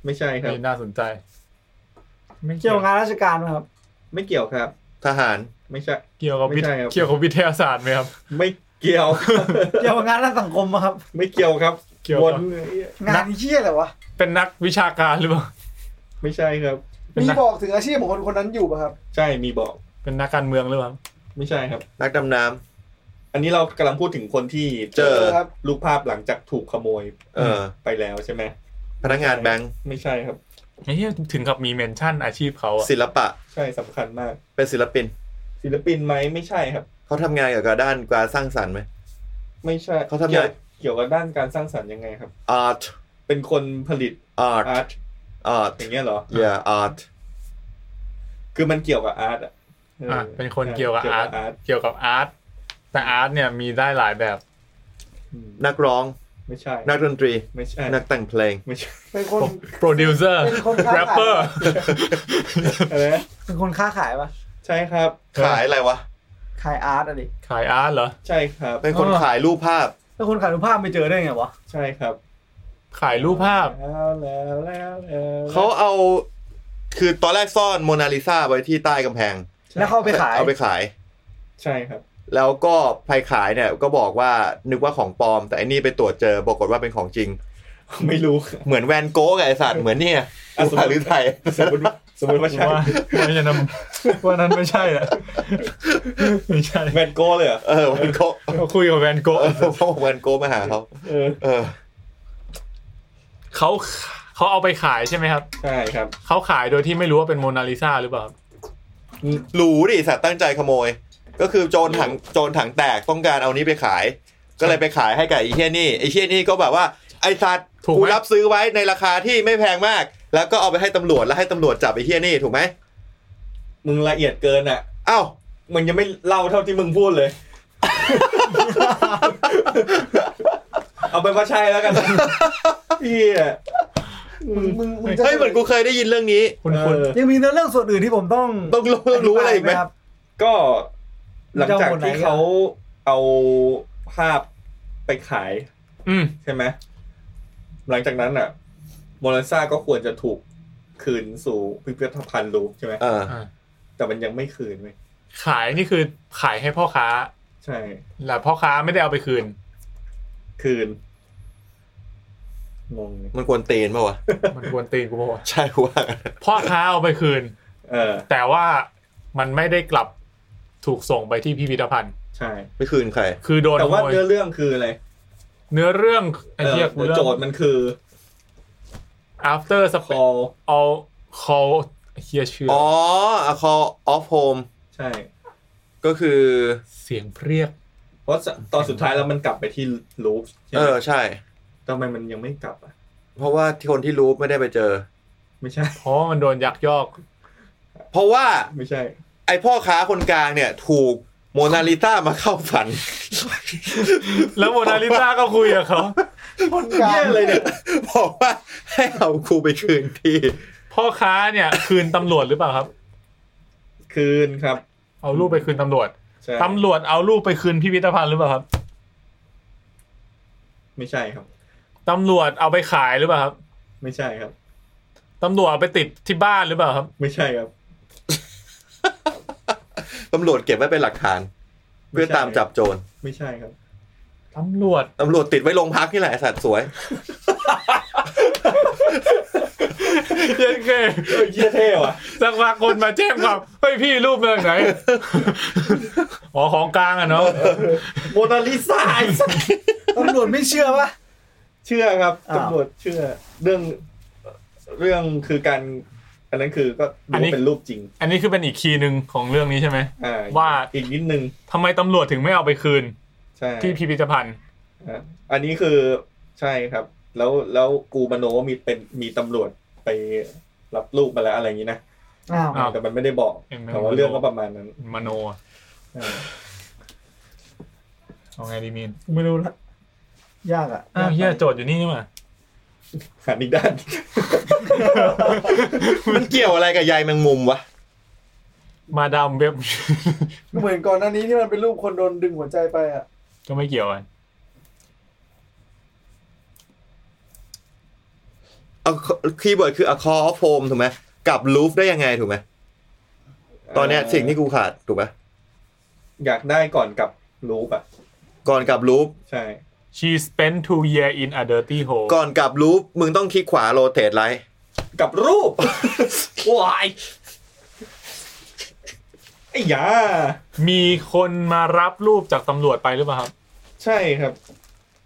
ไม่ใช่ครับ นี่น่าสนใจ ไม่ เกี่ยเกี่ยว ว กับงานราชการป่ะครับ ไม่เกี่ยวครับ ทหาร ไม่ใช่ เกี่ยวกับวิท ไม่ใช่ครับ เกี่ยวกับวิทยาศาสตร์ไหมครับ ไม่เกี่ยว เกี่ยวกับงานด้านสังคมป่ะครับ ไม่เกี่ยวครับ เกี่ยว ว กับ นไอ้เหี้ย งานเชี่ยอะไรวะ เป็นนักวิชาการหรือเปล่า ไม่ใช่ครับ เป็น มี นัก บอกถึงอาชีพของคนคนนั้นอยู่ป่ะครับ ใช่มีบอก เป็นนักการเมืองหรือเปล่า ไม่ใช่ครับ นักดำน้ อันนี้เรากำลังพูดถึงคนที่ เจอ ครับ รูปภาพหลังจากถูกขโมย ำเออ ไปแล้วใช่ไหม พนักงานแบงค์ ไม่ใช่ครับ ไม่ใช่ถึงกับมีเมนชั่นอาชีพเขาอะ ศิลปะ ใช่สำคัญมาก เป็นศิลปิน ศิลปินไหมไม่ใช่ครับ เขาทำงานเกี่ยวกับด้านการสร้างสรรค์ไหม ไม่ใช่ เขาทำงาน กี่ยวเกี่ยวกับด้านการสร้างสรรค์ยังไงครับ art เป็นคนผลิต art อาร์ต art อย่างเงี้ยเหรอ yeah art คือมันเกี่ยวกับอาร์ตอ่ะออ อ่ะเป็นคน ใช่ เกี่ยวกับอาร์ต อาร์ต เกี่ยวกับอาร์ตแต่อาร์ตเนี่ยมีได้หลายแบบ อืม นักร้อง ไม่ใช่ นักดนตรี ไม่ใช่ นักแต่งเพลง ไม่ใช่ เป็นคน โปรดิวเซอร์ เป็นคนค้าขาย แรปเปอร์ อะไรนะ เป็นคนค้าขายปะ ใช่ครับ เออ ขายอะไรวะ ขายอาร์ตอะดิ ขายอาร์ตเหรอ ใช่ครับ เป็นคน เออ ขายรูปภาพ แล้วคนขายรูปภาพไปเจอได้ไงวะ ใช่ครับ ขายรูปภาพ แล้วแล้วแล้วแล้ว เขาเอา คือตอนแรกซ่อนโมนาลิซาไว้ที่ใต้กำแพง แล้วเข้าไปขาย เอาไปขาย ใช่ครับ แล้วก็ใครขายเนี่ยก็บอกว่านึกว่าของปลอม แต่อันนี้ไปตรวจเจอปรากฏว่าเป็นของจริง ไม่รู้ ครับ เหมือนแวนโก้กับไอสัตว์เหมือนเนี่ย อ่ะสมมุภาติหรือไทย สมมติว่าสมมติว่าใช่ ว่าว่าจะนำว่านั้นไม่ใช่แหละไม่ใช่ แวนโก้เลยเหรอ่ะ เออแวนโก้ เขาคุยกับแวนโกะ เออเพราะว่าแวนโก้มาหาเขา เออ เออ เขาเขาเอาไปขายใช่ไหมครับ ใช่ครับ เขาขายโดยที่ไม่รู้ว่าเป็นโมนาลิซาหรือเปล่าครับ หรูดิสัตว์ตั้งใจขโมย ก็คือโจรถังโจรถังแตกต้องการเอานี้ไปขาย ก็เลยไปขายให้กับไอ้เฮียนี่ไอ้เฮียนี่ก็แบบว่าไอ้สัตว์กูรับซื้อไว้ในราคาที่ไม่แพงมาก แล้วก็เอาไปให้ตำรวจแล้วให้ตำรวจจับไอ้เฮียนี่ถูกไหม มึงละเอียดเกินอ่ะ อ้าว มึงยังไม่เล่าเท่าที่มึงพูดเลย เอาไปนว่าใช่แล้ว กันพี่อะ มึงมึงมึงจะ เฮ้ยเหมือนกูเคยได้ยินเรื่องนี้ คุณคุณ เออ ยังมีเรื่องส่วนอื่นที่ผมต้อง ต้องรู้ต้องรู้อะไรอีกไหม ธิบายคบ ก็หลังจากที่เขาเอาภาพไปขาย อืม ใช่ไหมหลังจากนั้นอ่ะโมนาลิซาก็ควรจะถูกคืนสู่พิพิธภัณฑ์รูปใช่ไหม เออ อ่า แต่มันยังไม่คืนเว้ย ขายนี่คือขายให้พ่อค้า ใช่ แล้วพ่อค้าไม่ได้เอาไปคืน คืนงงเลย มันควรเตนป่าวะ มันควรตีนกูบอกว่า ใช่ว่า พ่อค้าเอาไปคืน เออ แต่ว่ามันไม่ได้กลับถูกส่งไปที่พิพิธภัณฑ์ ใช่ ไม่คืนใคร คือโดน แต่ ข ว่า โมย เนื้อเรื่องคืออะไร เนื้อเรื่อง เอ ไอ้เหี้ย อ กู เดี๋ยว เริ่ โจ ม ทย์มันคือ after s p ค a อ l all call ไอ้เหี้ยชื่อ อ๋อ a call off home ใช่ ก็คือ เสียงเพรียก เพราะตอนสุดท้ายแล้วมันกลับไปที่รูปใช่ เอ ไหม อใช่ ทำไมมันยังไม่กลับอ่ะ เพราะว่าที่คนที่รู้ไม่ได้ไปเจอ ไม่ใช่ เพราะว่ามันโดนยักยอก เพราะว่า ไม่ใช่ ไอพ่อค้าคนกลางเนี่ยถูกโมนาลิซามาเข้าฝัน แล้วโมนาลิซาก็คุยกับเขา คนกลางเลยเนี่ย บอกว่าให้เอาครูไปคืนที่ พ่อค้าเนี่ยคืนตำรวจหรือเปล่าครับ คืนครับ เอารูปไปคืนตำรวจ ใช่ ตำรวจเอารูปไปคืนพิพิธภัณฑ์หรือเปล่าครับ ไม่ใช่ครับ ตำรวจเอาไปขายหรือเปล่าครับ ไม่ใช่ครับ ตำรวจเอาไปติดที่บ้านหรือเปล่าครับ ไม่ใช่ครับ ตำรวจเก็บไว้เป็นหลักฐาน เพื่อตามจับโจร ไม่ใช่ครับ ตำรวจ ตำรวจติดไว้โรงพักนี่แหละไอ้สัตว์สวย เย็นเก เฮ้ยเหี้ยเท่ว่ะ สักพักคนมาแจ้งความเฮ้ยพี่รูปมาจาก ไหน อ๋อของกลางอะเนาะ โมนาลิซาไอ้สัส ตำรวจไม่เชื่อปะ เชื่อครับ อ้าว ตำรวจเชื่อ เรื่อง เรื่องคือการ อันนั้นคือก็ดูว่าเป็นรูปจริง อันนี้คือเป็นอีกคีย์หนึ่งของเรื่องนี้ใช่ไหม อ่า ว่า อีกนิดนึง ทำไมตำรวจถึงไม่เอาไปคืน ใช่ ที่พิพิธภัณฑ์ อ่ะอันนี้คือใช่ครับ แล้วแล้วกูมโนว่ามีเป็นมีตำรวจไปรับลูกมาแล้วอะไรอย่างนี้นะ อ้าว อ้าว แต่มันไม่ได้บอก เอ็ม แต่ว่าเรื่องก็ประมาณนั้น มโนอะ อ่า เอาไงดีมีน กูไม่รู้ละยากอ่ะ อ้าวเฮียโจทย์อยู่นี่นี่หว่า หันอีก ด้าน มันเกี่ยวอะไรกับยายแมงมุมวะ มาดามเว็บ เหมือนก่อนหน้านี้ที่มันเป็นรูปคนโดนดึงหัวใจไปอ่ะ ก็ไม่เกี่ยวกัน เอาคีย์เวิร์ดคือ a call of home ถูกไหมกับลูฟได้ยังไงถูกไหมตอนเนี้ยสิ่งที่กูขาดถูกไหม อยากได้ก่อนกับรูปอ่ะ ก่อนกับลูฟ ใช่ she spent two year in a dirty hole ก่อนกับลูฟมึงต้องคลิกขวาโรเตทไลท์ กับรูป วายไอ้ยา มีคนมารับรูปจากตำรวจไปหรือเปล่าครับ ใช่ครับ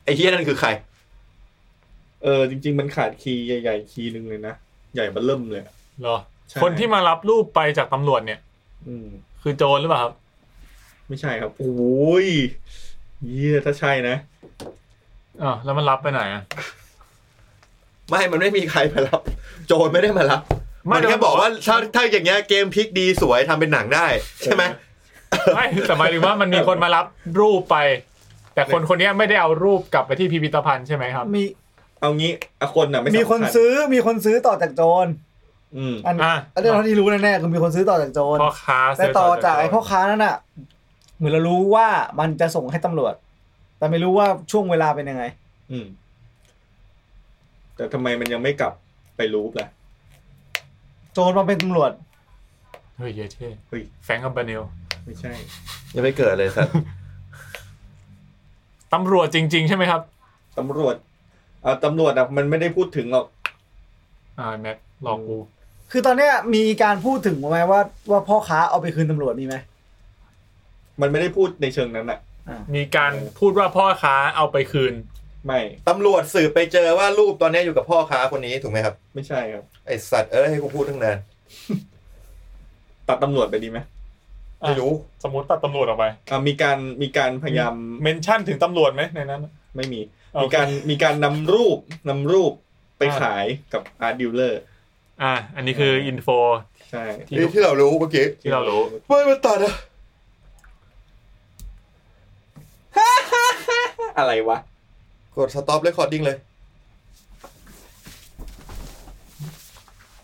ไอ้เฮียนั่นคือใคร เออจริง ๆ มันขาดคีย์ใหญ่ ๆ คีย์หนึ่งเลยนะ ใหญ่เบันเริ่มเลย เหรอ ใช่ คนที่มารับรูปไปจากตำรวจเนี่ย อืม คือโจรหรือเปล่าครับ ไม่ใช่ครับ โอ้ยเยี่ยถ้าใช่นะ อ่าวแล้วมันรับไปไหนอ่ะ ไม่ มันไม่มีใครมารับ โจรไม่ได้มารับมัไม่น แต่ แค่ มัน บบ อ อกก ว่า ว่า ถ้าถ้าอย่างเงี้ยเกมพลิกดีสวยทำเป็นหนังได้ใช่ไหม ไม่แต่หมายถึงว่ามันมีคนมารับรูปไป แต่ คนคนเนี้ยไม่ได้เอารูปกลับไปที่พิพิธภัณฑ์ใช่ไหมครับ มี เอางี้อะคนน่ะไม่สำญ มีคนซื้อมีคนซื้อต่อจากโจร อืม อัน อ่ะ อันนี้เราที่รู้แน่ๆคือมีคนซื้อต่อจากโจร พ่อค้า แต่ ซื้ ต่อจาก โร ไอ้พ่อค้านั่นน่ะ เหมือนเรารู้ว่ามันจะส่งให้ตำรวจ แต่ไม่รู้ว่าช่วงเวลาเป็นยังไง อืม แต่ทำไมมันยังไม่กลับไปรูปล่ะ โจรมาเป็นตำรวจ เฮ้ยเยเท่ เฮ้ย แฟงกับบาเนล ไม่ใช่ ยังไม่เกิดเลยสัต ว์ ตำรวจจริง ๆ ใช่ไหมครับ ตำรวจเอ่อตำรวจอ่ะมันไม่ได้พูดถึงหรอก อ่าแม็กหลอกกู คือตอนเนี้ยมีการพูดถึงไหมว่าว่าพ่อค้าเอาไปคืนตำรวจมีไหม มันไม่ได้พูดในเชิงนั้นอ่ะ มีการพูดว่าพ่อค้าเอาไปคืน ไม่ ตำรวจสืบไปเจอว่ารูปตอนเนี้ยอยู่กับพ่อค้าคนนี้ถูกไหมครับ ไม่ใช่ครับ ไอสัตว์เอ้ยให้กูพูดตั้งนาน ตัดตำรวจไปดีไหม ไม่รู้ สมมติตัดตำรวจออกไป อ่ะมีการมีการพยายาม เมนชั่นถึงตำรวจไหมในนั้น ไม่มี โอเค มีการมีการนำรูปนำรูปไป อ่า ขายกับอาร์ตดิวเลอร์ อ่า อันนี้คืออินโฟ ใช่ ที่ ที่ที่เรารู้เมื่อกี้ ที่เรารู้ ไม่มันตัดอะ อะไรวะ กด stop recording เลย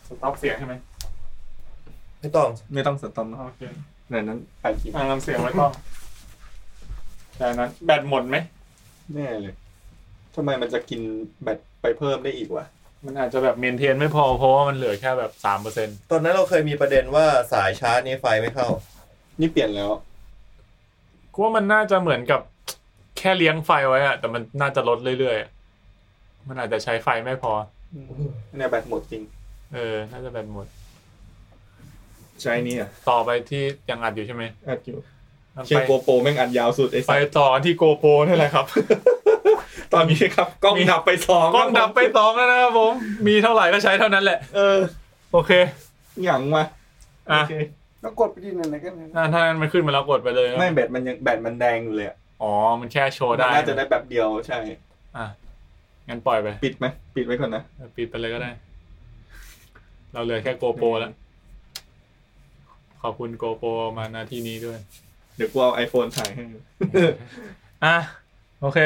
สต็อปเสียงใช่ไหม ไม่ต้อง ไม่ต้องสตอม โอเค ในนั้นไปกิน อ่านำเสียงไว้ต้องแต่นั้นแบตหมดไหม แน่เลยทำไมมันจะกินแบตไปเพิ่มได้อีกวะ มันอาจจะแบบเมนเทนไม่พอเพราะว่ามันเหลือแค่แบบสามเปอร์เซ็นต์ ตอนนั้นเราเคยมีประเด็นว่าสายชาร์จนี้ไฟไม่เข้า นี่เปลี่ยนแล้ว กูว่ามันน่าจะเหมือนกับแค่เลี้ยงไฟไว้อะแต่มันน่าจะลดเรื่อยๆอะมันอาจจะใช้ไฟไม่พอ เนี่ยแบตหมดจริง เออ น่าจะแบตหมด ใช้นี่อ่ะ ต่อไปที่ยังอัดอยู่ใช่ไหม อัดอยู่เชีย ไป งโกโปรแม่งอัดยาวสุดไอ้ ไป สัส ต่อที่โกโปรนี่แหละครับ ตอนนี้ครับ กล้อง มี ดับไปสอง กล้องดับไปสองแล้วนะครับผม มีเท่าไหร่ก็ใช้เท่านั้นแหละ เออ โอเค หยังมา อ่ะ โอเค ก็กดไปที่นั่นกัน อ่ะถ้างั้นมันขึ้นมาแล้วกดไปเลยนะ ไม่แบตมันยังแบตมันแดงอยู่เลยอะ อ๋อ มันแค่โชว์ มัน ได้ น่าจะได้แบบเดียวใช่ อ่ะงั้นปล่อยไป ปิดไหมปิดไว้ก่อนนะ ปิดไปเลยก็ได้ เราเหลือแค่โกโป อืม แล้ว ขอบคุณโกโปมาหน้าที่นี้ด้วย เดี๋ยวกูเอาไอโฟนถ่ายให้ อ่ะ โอเค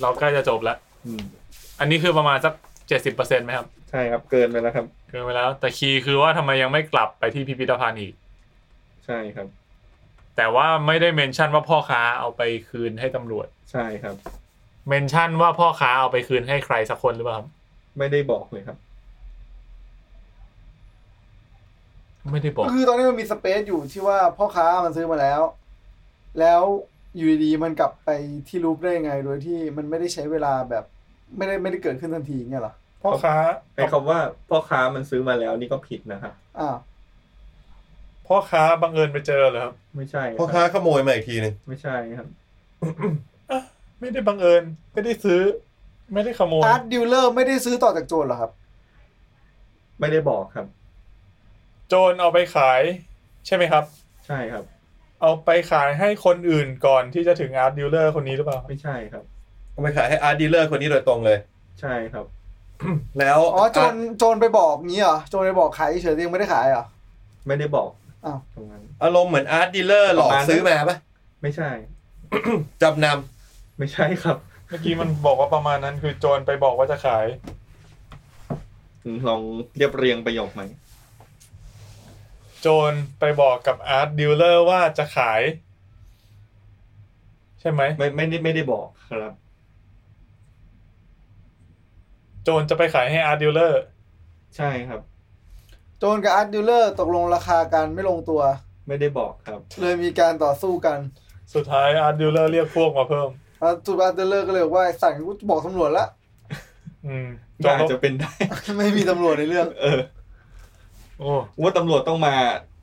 เราใกล้จะจบแล้ว อืม อันนี้คือประมาณสักเจ็ดสิบเปอร์เซ็นต์ไหมครับ ใช่ครับเกินไปแล้วครับ เกินไปแล้ว แต่คีย์คือว่าทำไมยังไม่กลับไปที่พิพิธภัณฑ์อีก ใช่ครับ แต่ว่าไม่ได้เมนชั่นว่าพ่อค้าเอาไปคืนให้ตำรวจ ใช่ครับ เมนชั่นว่าพ่อค้าเอาไปคืนให้ใครสักคนหรือเปล่าครับ ไม่ได้บอกเลยครับ ไม่ได้บอก ก็คือตอนนี้มันมีสเปซอยู่ที่ว่าพ่อค้ามันซื้อมาแล้ว แล้วอยู่ดีๆมันกลับไปที่รูปได้ยังไง โดยที่มันไม่ได้ใช้เวลาแบบ ไม่ได้ไม่ได้เกิดขึ้นทันทีเงี้ยเหรอ พ่อค้า ไอคำว่าพ่อค้ามันซื้อมาแล้วนี่ก็ผิดนะครับ อ้าว พ่อค้าบังเอิญไปเจอเหรอครับ ไม่ใช่รับ พ่อค้าขโมยมาอีกทีหนึ่ง ไม่ใช่ครับ ไม่ได้บังเอิญ ไม่ได้ซื้อ ไม่ได้ขโมย อาร์ตดีลเลอร์ไม่ได้ซื้อต่อจากโจรเหรอครับ ไม่ได้บอกครับ โจรเอาไปขาย ใช่ไหมครับ ใช่ครับ เอาไปขายให้คนอื่นก่อนที่จะถึงอาร์ตดีลเลอร์คนนี้หรือเปล่า ไม่ใช่ครับ เอาไปขายให้อาร์ตดีลเลอร์คนนี้โดยตรงเลย ใช่ครับ แล้ว อ๋อโจรโจรไปบอกงี้เหรอโจรไปบอกขายเฉยๆยังไม่ได้ขายเหรอ ไม่ได้บอก อ้าว ตรงนั้น อารมณ์เหมือนอาร์ตดีลเลอร์หลอกซื้อมาปะ ไม่ใช่ จำน ไม่ใช่ครับ เมื่อกี้มันบอกว่าประมาณนั้นคือโจรไปบอกว่าจะขาย อืมลองเรียบเรียงประโยคไหม โจรไปบอกกับอาร์ตดีลเลอร์ว่าจะขาย ใช่ไหม ไม่ไม่ได้ไม่ได้บอกครับ โจรจะไปขายให้อาร์ตดีลเลอร์ ใช่ครับ โจรกับอาร์ตดีลเลอร์ตกลงราคากันไม่ลงตัว ไม่ได้บอกครับ เลยมีการต่อสู้กัน สุดท้ายอาร์ตดีลเลอร์เรียกพวกมาเพิ่ม แล้วจุดอาร์ตดีลเลอร์ก็เลยบอกว่าสั่งกูบอกตำรวจละ อืมโจร อาจ ก็ จะเป็นได้ ไม่มีตำรวจในเรื่อง เออ โอ้ ว่าตำรวจต้องมา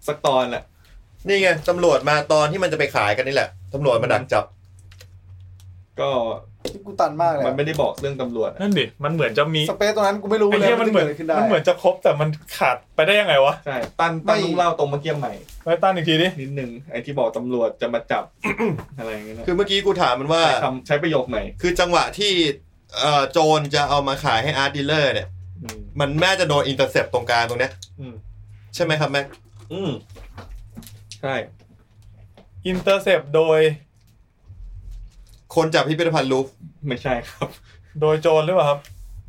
สักตอนแหละ ำนี่ไงตำรวจมาตอนที่มันจะไปขายกันนี่แหละตำรวจมาดักจับ ก็ ที่กูตันมากเลย มันไม่ได้บอกเรื่องตำรวจอะ นั่นดิ มันเหมือนจะมี สเปซตรงนั้นกูไม่รู้ ไอ้ เลย เหี้ย ว่า มัน จะ เหมื เกิ อนดอะไรขึ้นได้ มันเหมือนจะครบแต่มันขาดไปได้ยังไงวะ ใช่ตัน ไม่ ตันต้องเล่าตรงเมื่อกี้ใหม่ ไปตั้นอีกทีดิ นิดนึงไอ้ที่บอกตำรวจจะมาจับ อะไรอย่างเงี้ยนะ คือเมื่อกี้กูถามมันว่า ใช้คำใช้ประโยคใหม่ คือจังหวะที่เอ่อโจรจะเอามาขายให้อาร์ตดีลเลอร์เนี่ย อืม มันน่าจะโดนอินเตอร์เซปตรงกลางตรงเนี้ย อืม ใช่ไหมครับแม็ก อืมใช่ อินเตอร์เซปโดย คนจากพิพิธภัณฑ์ลูฟร์ ไม่ใช่ครับ โดยโจรหรือเปล่าครับ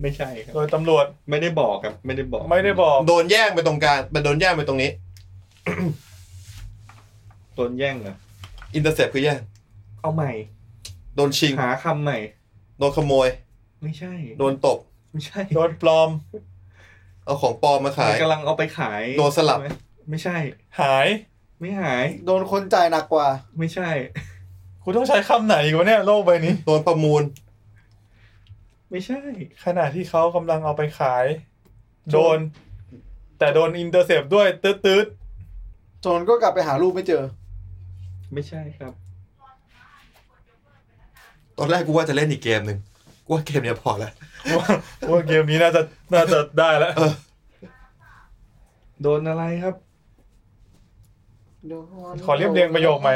ไม่ใช่ครับ โดยตำรวจ ไม่ได้บอกครับ ไม่ได้บอก ไม่ได้บอก โดนแย่งไปตรงกลางมันโดนแย่งไปตรงนี้ โดนแย่งเหรอ อินเตอร์เซปคือแย่ง เอาใหม่ โดนชิง หาคำใหม่ โดนขโมย ไม่ใช่ โดนตบ ไม่ใช่ โดยปลอม เอาของปลอมมาขาย มันกำลังเอาไปขาย โดนสลับ ใช่ไหมไม่ใช่ หาย ไม่หาย โดนคนจ่ายหนักกว่า ไม่ใช่ คุณต้องใช้คำไหนอีกวะเนี่ยโลกใบนี้ โดนประมูล ไม่ใช่ ขณะที่เขากำลังเอาไปขาย โดน แต่โดนอินเตอร์เซปด้วยตืดตืด โจรก็กลับไปหาลูกไม่เจอ ไม่ใช่ครับ ตอนแรกกูว่าจะเล่นอีกเกมหนึ่งกูว่าเกมเนี้ยพอแล้ว ๆ ว่าว่าเกมนี้น่าจะน่าจะได้แล้ว โดนอะไรครับ ขอเรียบเรียงประโยคใหม่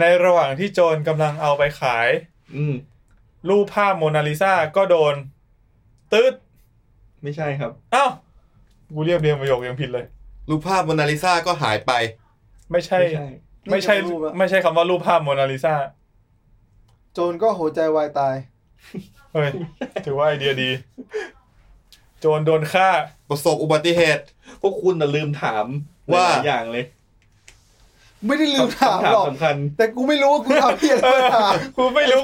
ในระหว่างที่โจรกำลังเอาไปขาย อืม รูปภาพโมนาลิซาก็โดนตืด ไม่ใช่ครับ เอ้าวกูเรียบเรียงประโยคยังผิดเลย รูปภาพโมนาลิซาก็หายไป ไม่ใช่ ไม่ใช่ ไม่ใช่ นี่คือรูปอะ ไม่ใช่คำว่ารูปภาพโมนาลิซา โจรก็หัวใจวายตาย เฮ้ยถือว่าไอเดียดี โจรโดนฆ่า ประสบอุบัติเหตุ พวกคุณน่ะลืมถาม ว่า หลายๆอย่างเลย ไม่ได้ลืมถาม คำถาม หรอก สำคัญ แต่กูไม่รู้ว่ากูทำเพี้ยนหรือเปล่า กูไม่รู้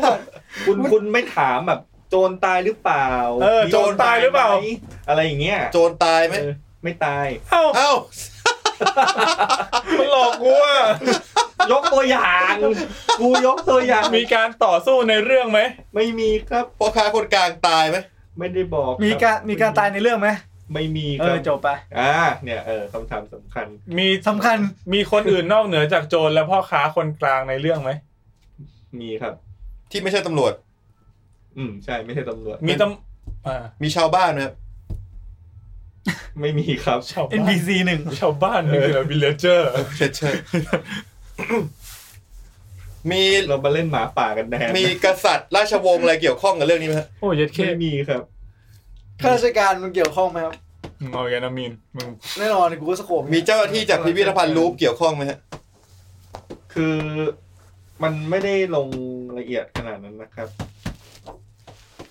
คุณคุณไม่ถามแบบ โจรตายหรือเปล่า เออโจรตายหรือเปล่า ไมอะไรอย่างเงี้ย โจรตายไหม เออไม่ตาย เอ้า เอ้า มันหลอกกูอ่ะ ยกตัวอย่าง กูยกตัวอย่าง มีการต่อสู้ในเรื่องไหม ไม่มีครับ พ่อค้าคนกลางตายไหม ไม่ได้บอกคบ มีการมีการตายในเรื่องไหม ไม่มี เอ ครั อจบไป อ่าเนี่ยเออคำถามสำคัญ มี สำคัญ มีคนอื่นนอกเหนือจากโจรและพ่อค้าคนกลางในเรื่องไหม มีครับ ที่ไม่ใช่ตำรวจ อืม ใช่ไม่ใช่ตำรวจ มีตำอ่า มีชาวบ้านไหมครับ ไม่มีครับ ชาวบ้าน หนึ่ง ชาวบ้านนี่คือวิลเลเจอร์ เชเช อร์ มี เรามาเล่นหมาป่ากันแน่ มีกษัตริย์ราชวงศ์อะไรเกี่ยวข้องกับเรื่องนี้ไหมครับ โอ้ยเย็ดเค ไม่มีครับ ข้าราชการมันเกี่ยวข้องไหมครับ เอาอย่างนะมีนมึง แน่นอนกูก็สโคบ มีเจ้าหน้าที่จากพิพิธภัณฑ์ลูฟร์เกี่ยวข้องไหมฮะ คือมันไม่ได้ลงละเอียดขนาดนั้นนะครับ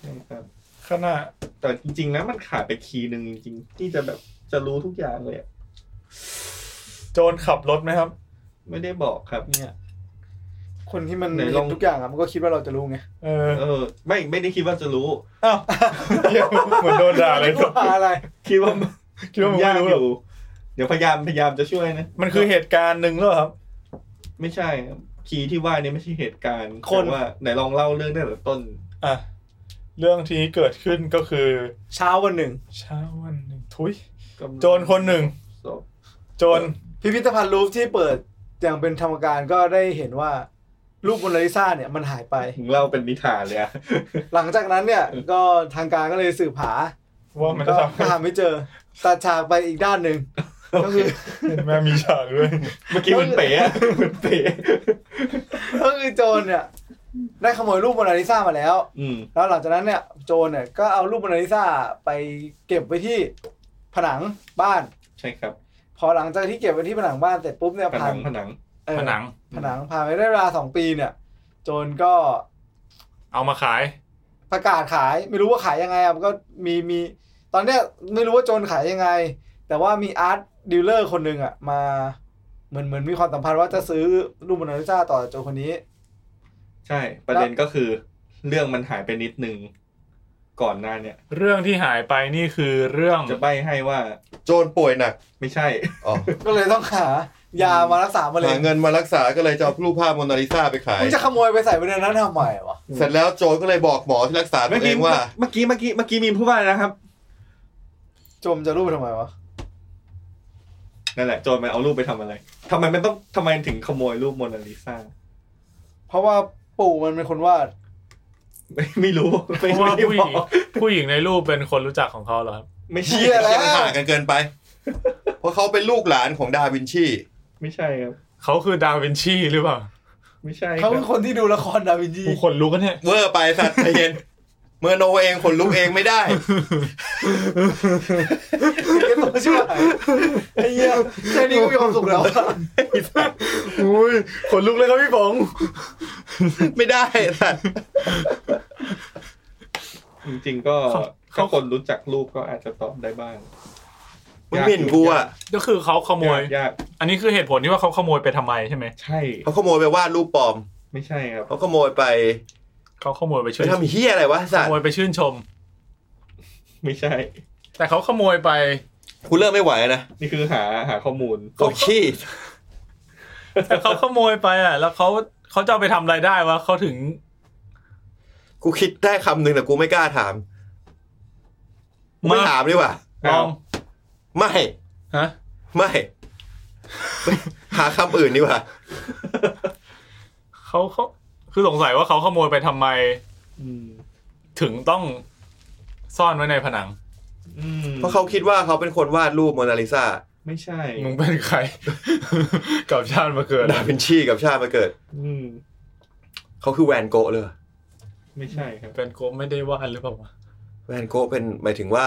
ใช่ครับ ขณะ แต่จริงๆนะมันขาดไปคีย์หนึ่งจริงๆ ที่จะแบบจะรู้ทุกอย่างเลยอะ โจรขับรถไหมครับ ไม่ได้บอกครับ เนี่ย คนที่มัน ไหน เห็ ลอง นทุกอย่างอะมันก็คิดว่าเราจะรู้ไง เออ เออ ไม่ไม่ได้คิดว่าจะรู้ อ้าวเหี้ยเหมือนโดนด่าเลย กูหาอะไร คิดว่ามัน คิดว่ามึง ยา ไม่ ก รู้หรอกอยู่ เดี๋ยวพยายามพยายามจะช่วยนะ มันคือเหตุการณ์หนึ่งหรือเปล่าครับ ไม่ใช่ครับคีย์ที่ว่านี่ไม่ใช่เหตุการณ์แต่ว่าไหนลองเล่าเรื่องตั้งแต่ต้น อ่ะ เรื่องที่เกิดขึ้นก็คือ เช้าวันหนึ่ง เช้าวันหนึ่งทุย กำลัง โจรคนหนึ่ง ศพ โจร พิพิธภัณฑ์ลูฟที่เปิดอย่างเป็นธรรมการก็ได้เห็นว่ารูปโมนาลิซาเนี่ยมันหายไป ถึงเล่าเป็นนิทานเลยอะ หลังจากนั้นเนี่ยก็ทางการก็เลยสืบหา ว่ามัน ก็ จะ ท หาไม่เจอตัดฉากไปอีกด้านหนึ่งก็คือ ำแม่มีฉากด้วย เมื่อกี้มันเป๋อะ มันเป๋ ก็คือโจรเนี่ย ได้ขโมยรูปโมนาลิซามาแล้ว อืม แล้วหลังจากนั้นเนี่ยโจรเนี่ยก็เอารูปโมนาลิซาไปเก็บไว้ที่ผนังบ้าน ใช่ครับ พอหลังจากที่เก็บไว้ที่ผนังบ้านเสร็จปุ๊บเนี่ย ผ พั นั น งผนัง เออ ผนัง ผนังผ่านไปได้เวลาสองปีเนี่ย โจรก็ เอามาขาย ประกาศขายไม่รู้ว่าขายยังไงอ่ะมันก็มีมีตอนเนี้ยไม่รู้ว่าโจรขายยังไง แต่ว่ามีอาร์ตดีลเลอร์คนหนึ่งอ่ะมาเหมือนเหมือนมีความสัมพันธ์ว่าจะซื้อรูปโมนาลิซาต่อโจรคนนี้ ใช่ ประเด็นก็คือ เรื่องมันหายไปนิดนึง ก่อนหน้าเนี่ย เรื่องที่หายไปนี่คือเรื่อง จะใบให้ว่า โจรป่วยหนัก ไม่ใช่ อ๋อ ก็เลยต้องหายามารักษามะเร็ หางเงินมารักษาก็เลยจะเอารูปภาพโมนาลิซาไปขาย มึงจะขโมยไปใส่ไว้ในนั้นทำไมวะ เสร็จแล้วโจรก็เลยบอกหมอที่รักษาตั เมื่วอเอ กี้ งว่า เมื่อกี้เมื่อกี้เมื่อกี้มีนพูดว่าอะไรนะครับ โจมจะรูปไปทำไมวะ นั่นแหละโจรมันเอารูปไปทำอะไรทำไมมันต้องทำไมถึงขโมยรูปโมนาลิซา เพราะว่าปู่มันเป็นคนวาด ไม่ไม่รู้ เพ ไม่ ราะว่า ไม่ ผู้ห บ ญิ อง ก ผู้หญิงในรูปเป็นคนรู้จักของเขาเหรอครับ ไม่ เชี ใช่ ยแล้วห่างกันเกินไป เพราะเขาเป็นลูกหลานของดาวินชี ไม่ใช่ครับ เขาคือดาวินชีหรือเปล่า ไม่ใช่ครั เขา บ เป็นคนที่ดูละครดาวินชี ผู้คนรู้กันเนี่ย เวอร์ไปสัตว์ใจเย็นเมื่อโนเองขนลุกเองไม่ได้ เก็บตัวช่วยไอ้เหี้ยแค่นี้ก็มีความสุขแล้วอะ อุ้ยขนลุกเลยครับพี่ป๋อง ไม่ได้สัตว์ จริงๆก็ เขา ถ้า เขา คนรู้จักรูปก็อาจจะตอบได้บ้าง มึงหมิ่นกูอ่ะ ก็คือเขาขโมย ยากยาก อันนี้คือเหตุผลที่ว่าเขาขโมยไปทำไมใช่ไหม ใช่ เขาขโมยไปวาดรูปปลอม ไม่ใช่ครับ เขาขโมยไป เขาขโมยไป ไป ชื่น ทำเฮียอะไรวะสั ข ตว์ โมยไปชื่นชม ไม่ใช่ แต่เขาขโมยไป กูเริ่มไม่ไหวนะ นี่คือหาหาข้อมูล เขาขี้ แต่เขาขโมยไปอ่ะ แล้วเขาเขาจะเอาไปทำอะไรได้วะเขาถึง กูคิดได้คำหนึ่งแต่กูไม่กล้าถามกูไม่ถามดีกว่า ลอง ไม่ ฮะ ไม่ ไม่หาคำอื่นดีกว่า เขาเขาคือสงสัยว่าเขาขโมยไปทำไม อืม ถึงต้องซ่อนไว้ในผนัง อืม เพราะเขาคิดว่าเขาเป็นคนวาดรูปโมนาลิซา ไม่ใช่ มึงเป็นใคร กลับชาติมาเกิด ดาวินชีกับชาติมาเกิด อืม เขาคือแวนโกะเลย ไม่ใช่ครับ เป็นโกะไม่ได้วาดหรือเปล่าวะ แวนโกะเป็นหมายถึงว่า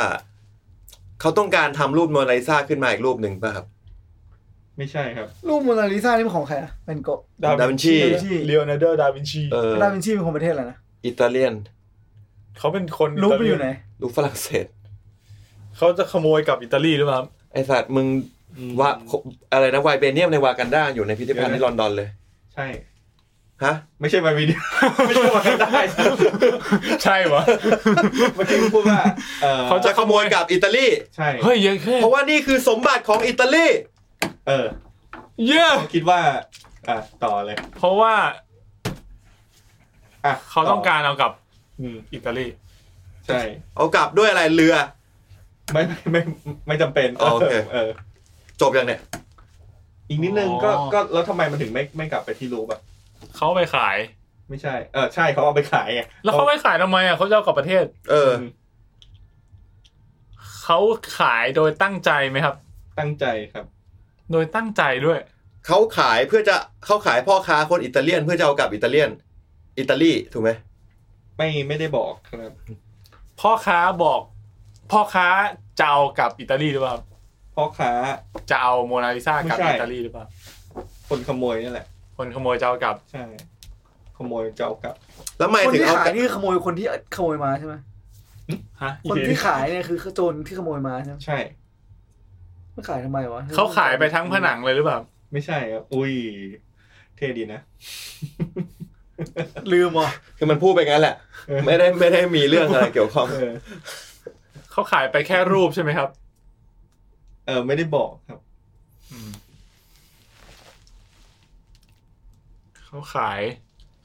เขาต้องการทำรูปโมนาลิซาขึ้นมาอีกรูปหนึ่งป่ะครับ ไม่ใช่ครับ รูปโมนาลิซานี่เป็นของใครนะเป็นโกะ ดาวินชี เลียวนาร์โดดาวินชี เออ ดาวินชีเป็นของประเทศอะไรนะ อิตาเลียน เขาเป็นคน รูปมันอยู่ไหน รูปฝรั่งเศส เขาจะขโมยกลับอิตาลีหรือเปล่าครับ ไอสัตว์มึงว่าอะไรนะไวเบเนียมในวากันดาอยู่ในพิพิธภัณฑ์ เดี๋ยวนะ ที่ลอนดอนเลย ใช่ ฮะ ไม่ใช่มาวิดี ไม่ใช่มาได้ ใช่วะ เมื่อกี้มึงพูดว่าเออ เขา จะขโมยกลับอิตาลี ใช่ เฮ้ยเยอะแค่ เพราะว่านี่คือสมบัติของอิตาลี เออ เยอะ เขาคิดว่า อ่ะต่อเลย เพราะว่า อ่ะ เขาต้องการเอากลับ อืม อิตาลี ใช่ เอากลับด้วยอะไรเรือ ไม่ไม่ไม่ไม่จำเป็น อ๋อโอเค เออ จบอย่างเนี้ย อีกนิดนึงก็ อ๋อ ก็แล้วทำไมมันถึงไม่ไม่กลับไปที่รูปอ่ะ เขาเอาไปขาย ไม่ใช่ เออใช่เขาเอาไปขายไง แล้วเขาไปขายทำไมอ่ะเขาจะเอากลับประเทศ เออ ม เขาขายโดยตั้งใจไหมครับ ตั้งใจครับ โดยตั้งใจด้วย เขาขายเพื่อจะเขาขายพ่อค้าคนอิตาเลียน เพื่อจะเอากลับอิตาเลียน อิตาลีถูกไหม ไม่ไม่ได้บอกครับ พ่อค้าบอก พ่อค้าจะเอากลับอิตาลีหรือเปล่าครับ พ่อค้า จะเอาโมนาลิซากลับ ไม่ใช่ อิตาลีหรือเปล่า คนขโมยนี่แหละ คนขโมยจะเอากลับ ใช่ ขโมยจะเอากลับ แล้วทำไม คน ถึง ที่ เอา ขาก ลั ย บ นี่ขโมยคนที่ขโมยมาใช่ไหม ฮะ คนที่ขายเนี่ยคือโจรที่ขโมยมาใช่ไหม ใช่ มันขายทำไมวะ เขาขายไปทั้งผนังเลยหรือเปล่า ไม่ใช่ครับ อุ้ย เท่ดีนะ ลืมว่ะ คือมันพูดไปงั้นแหละ ไม่ได้ไม่ได้มีเรื่องอะไรเกี่ยวข้อง เออ เขาขายไปแค่รูปใช่ไหมครับ เออ ไม่ได้บอกครับ เขาขาย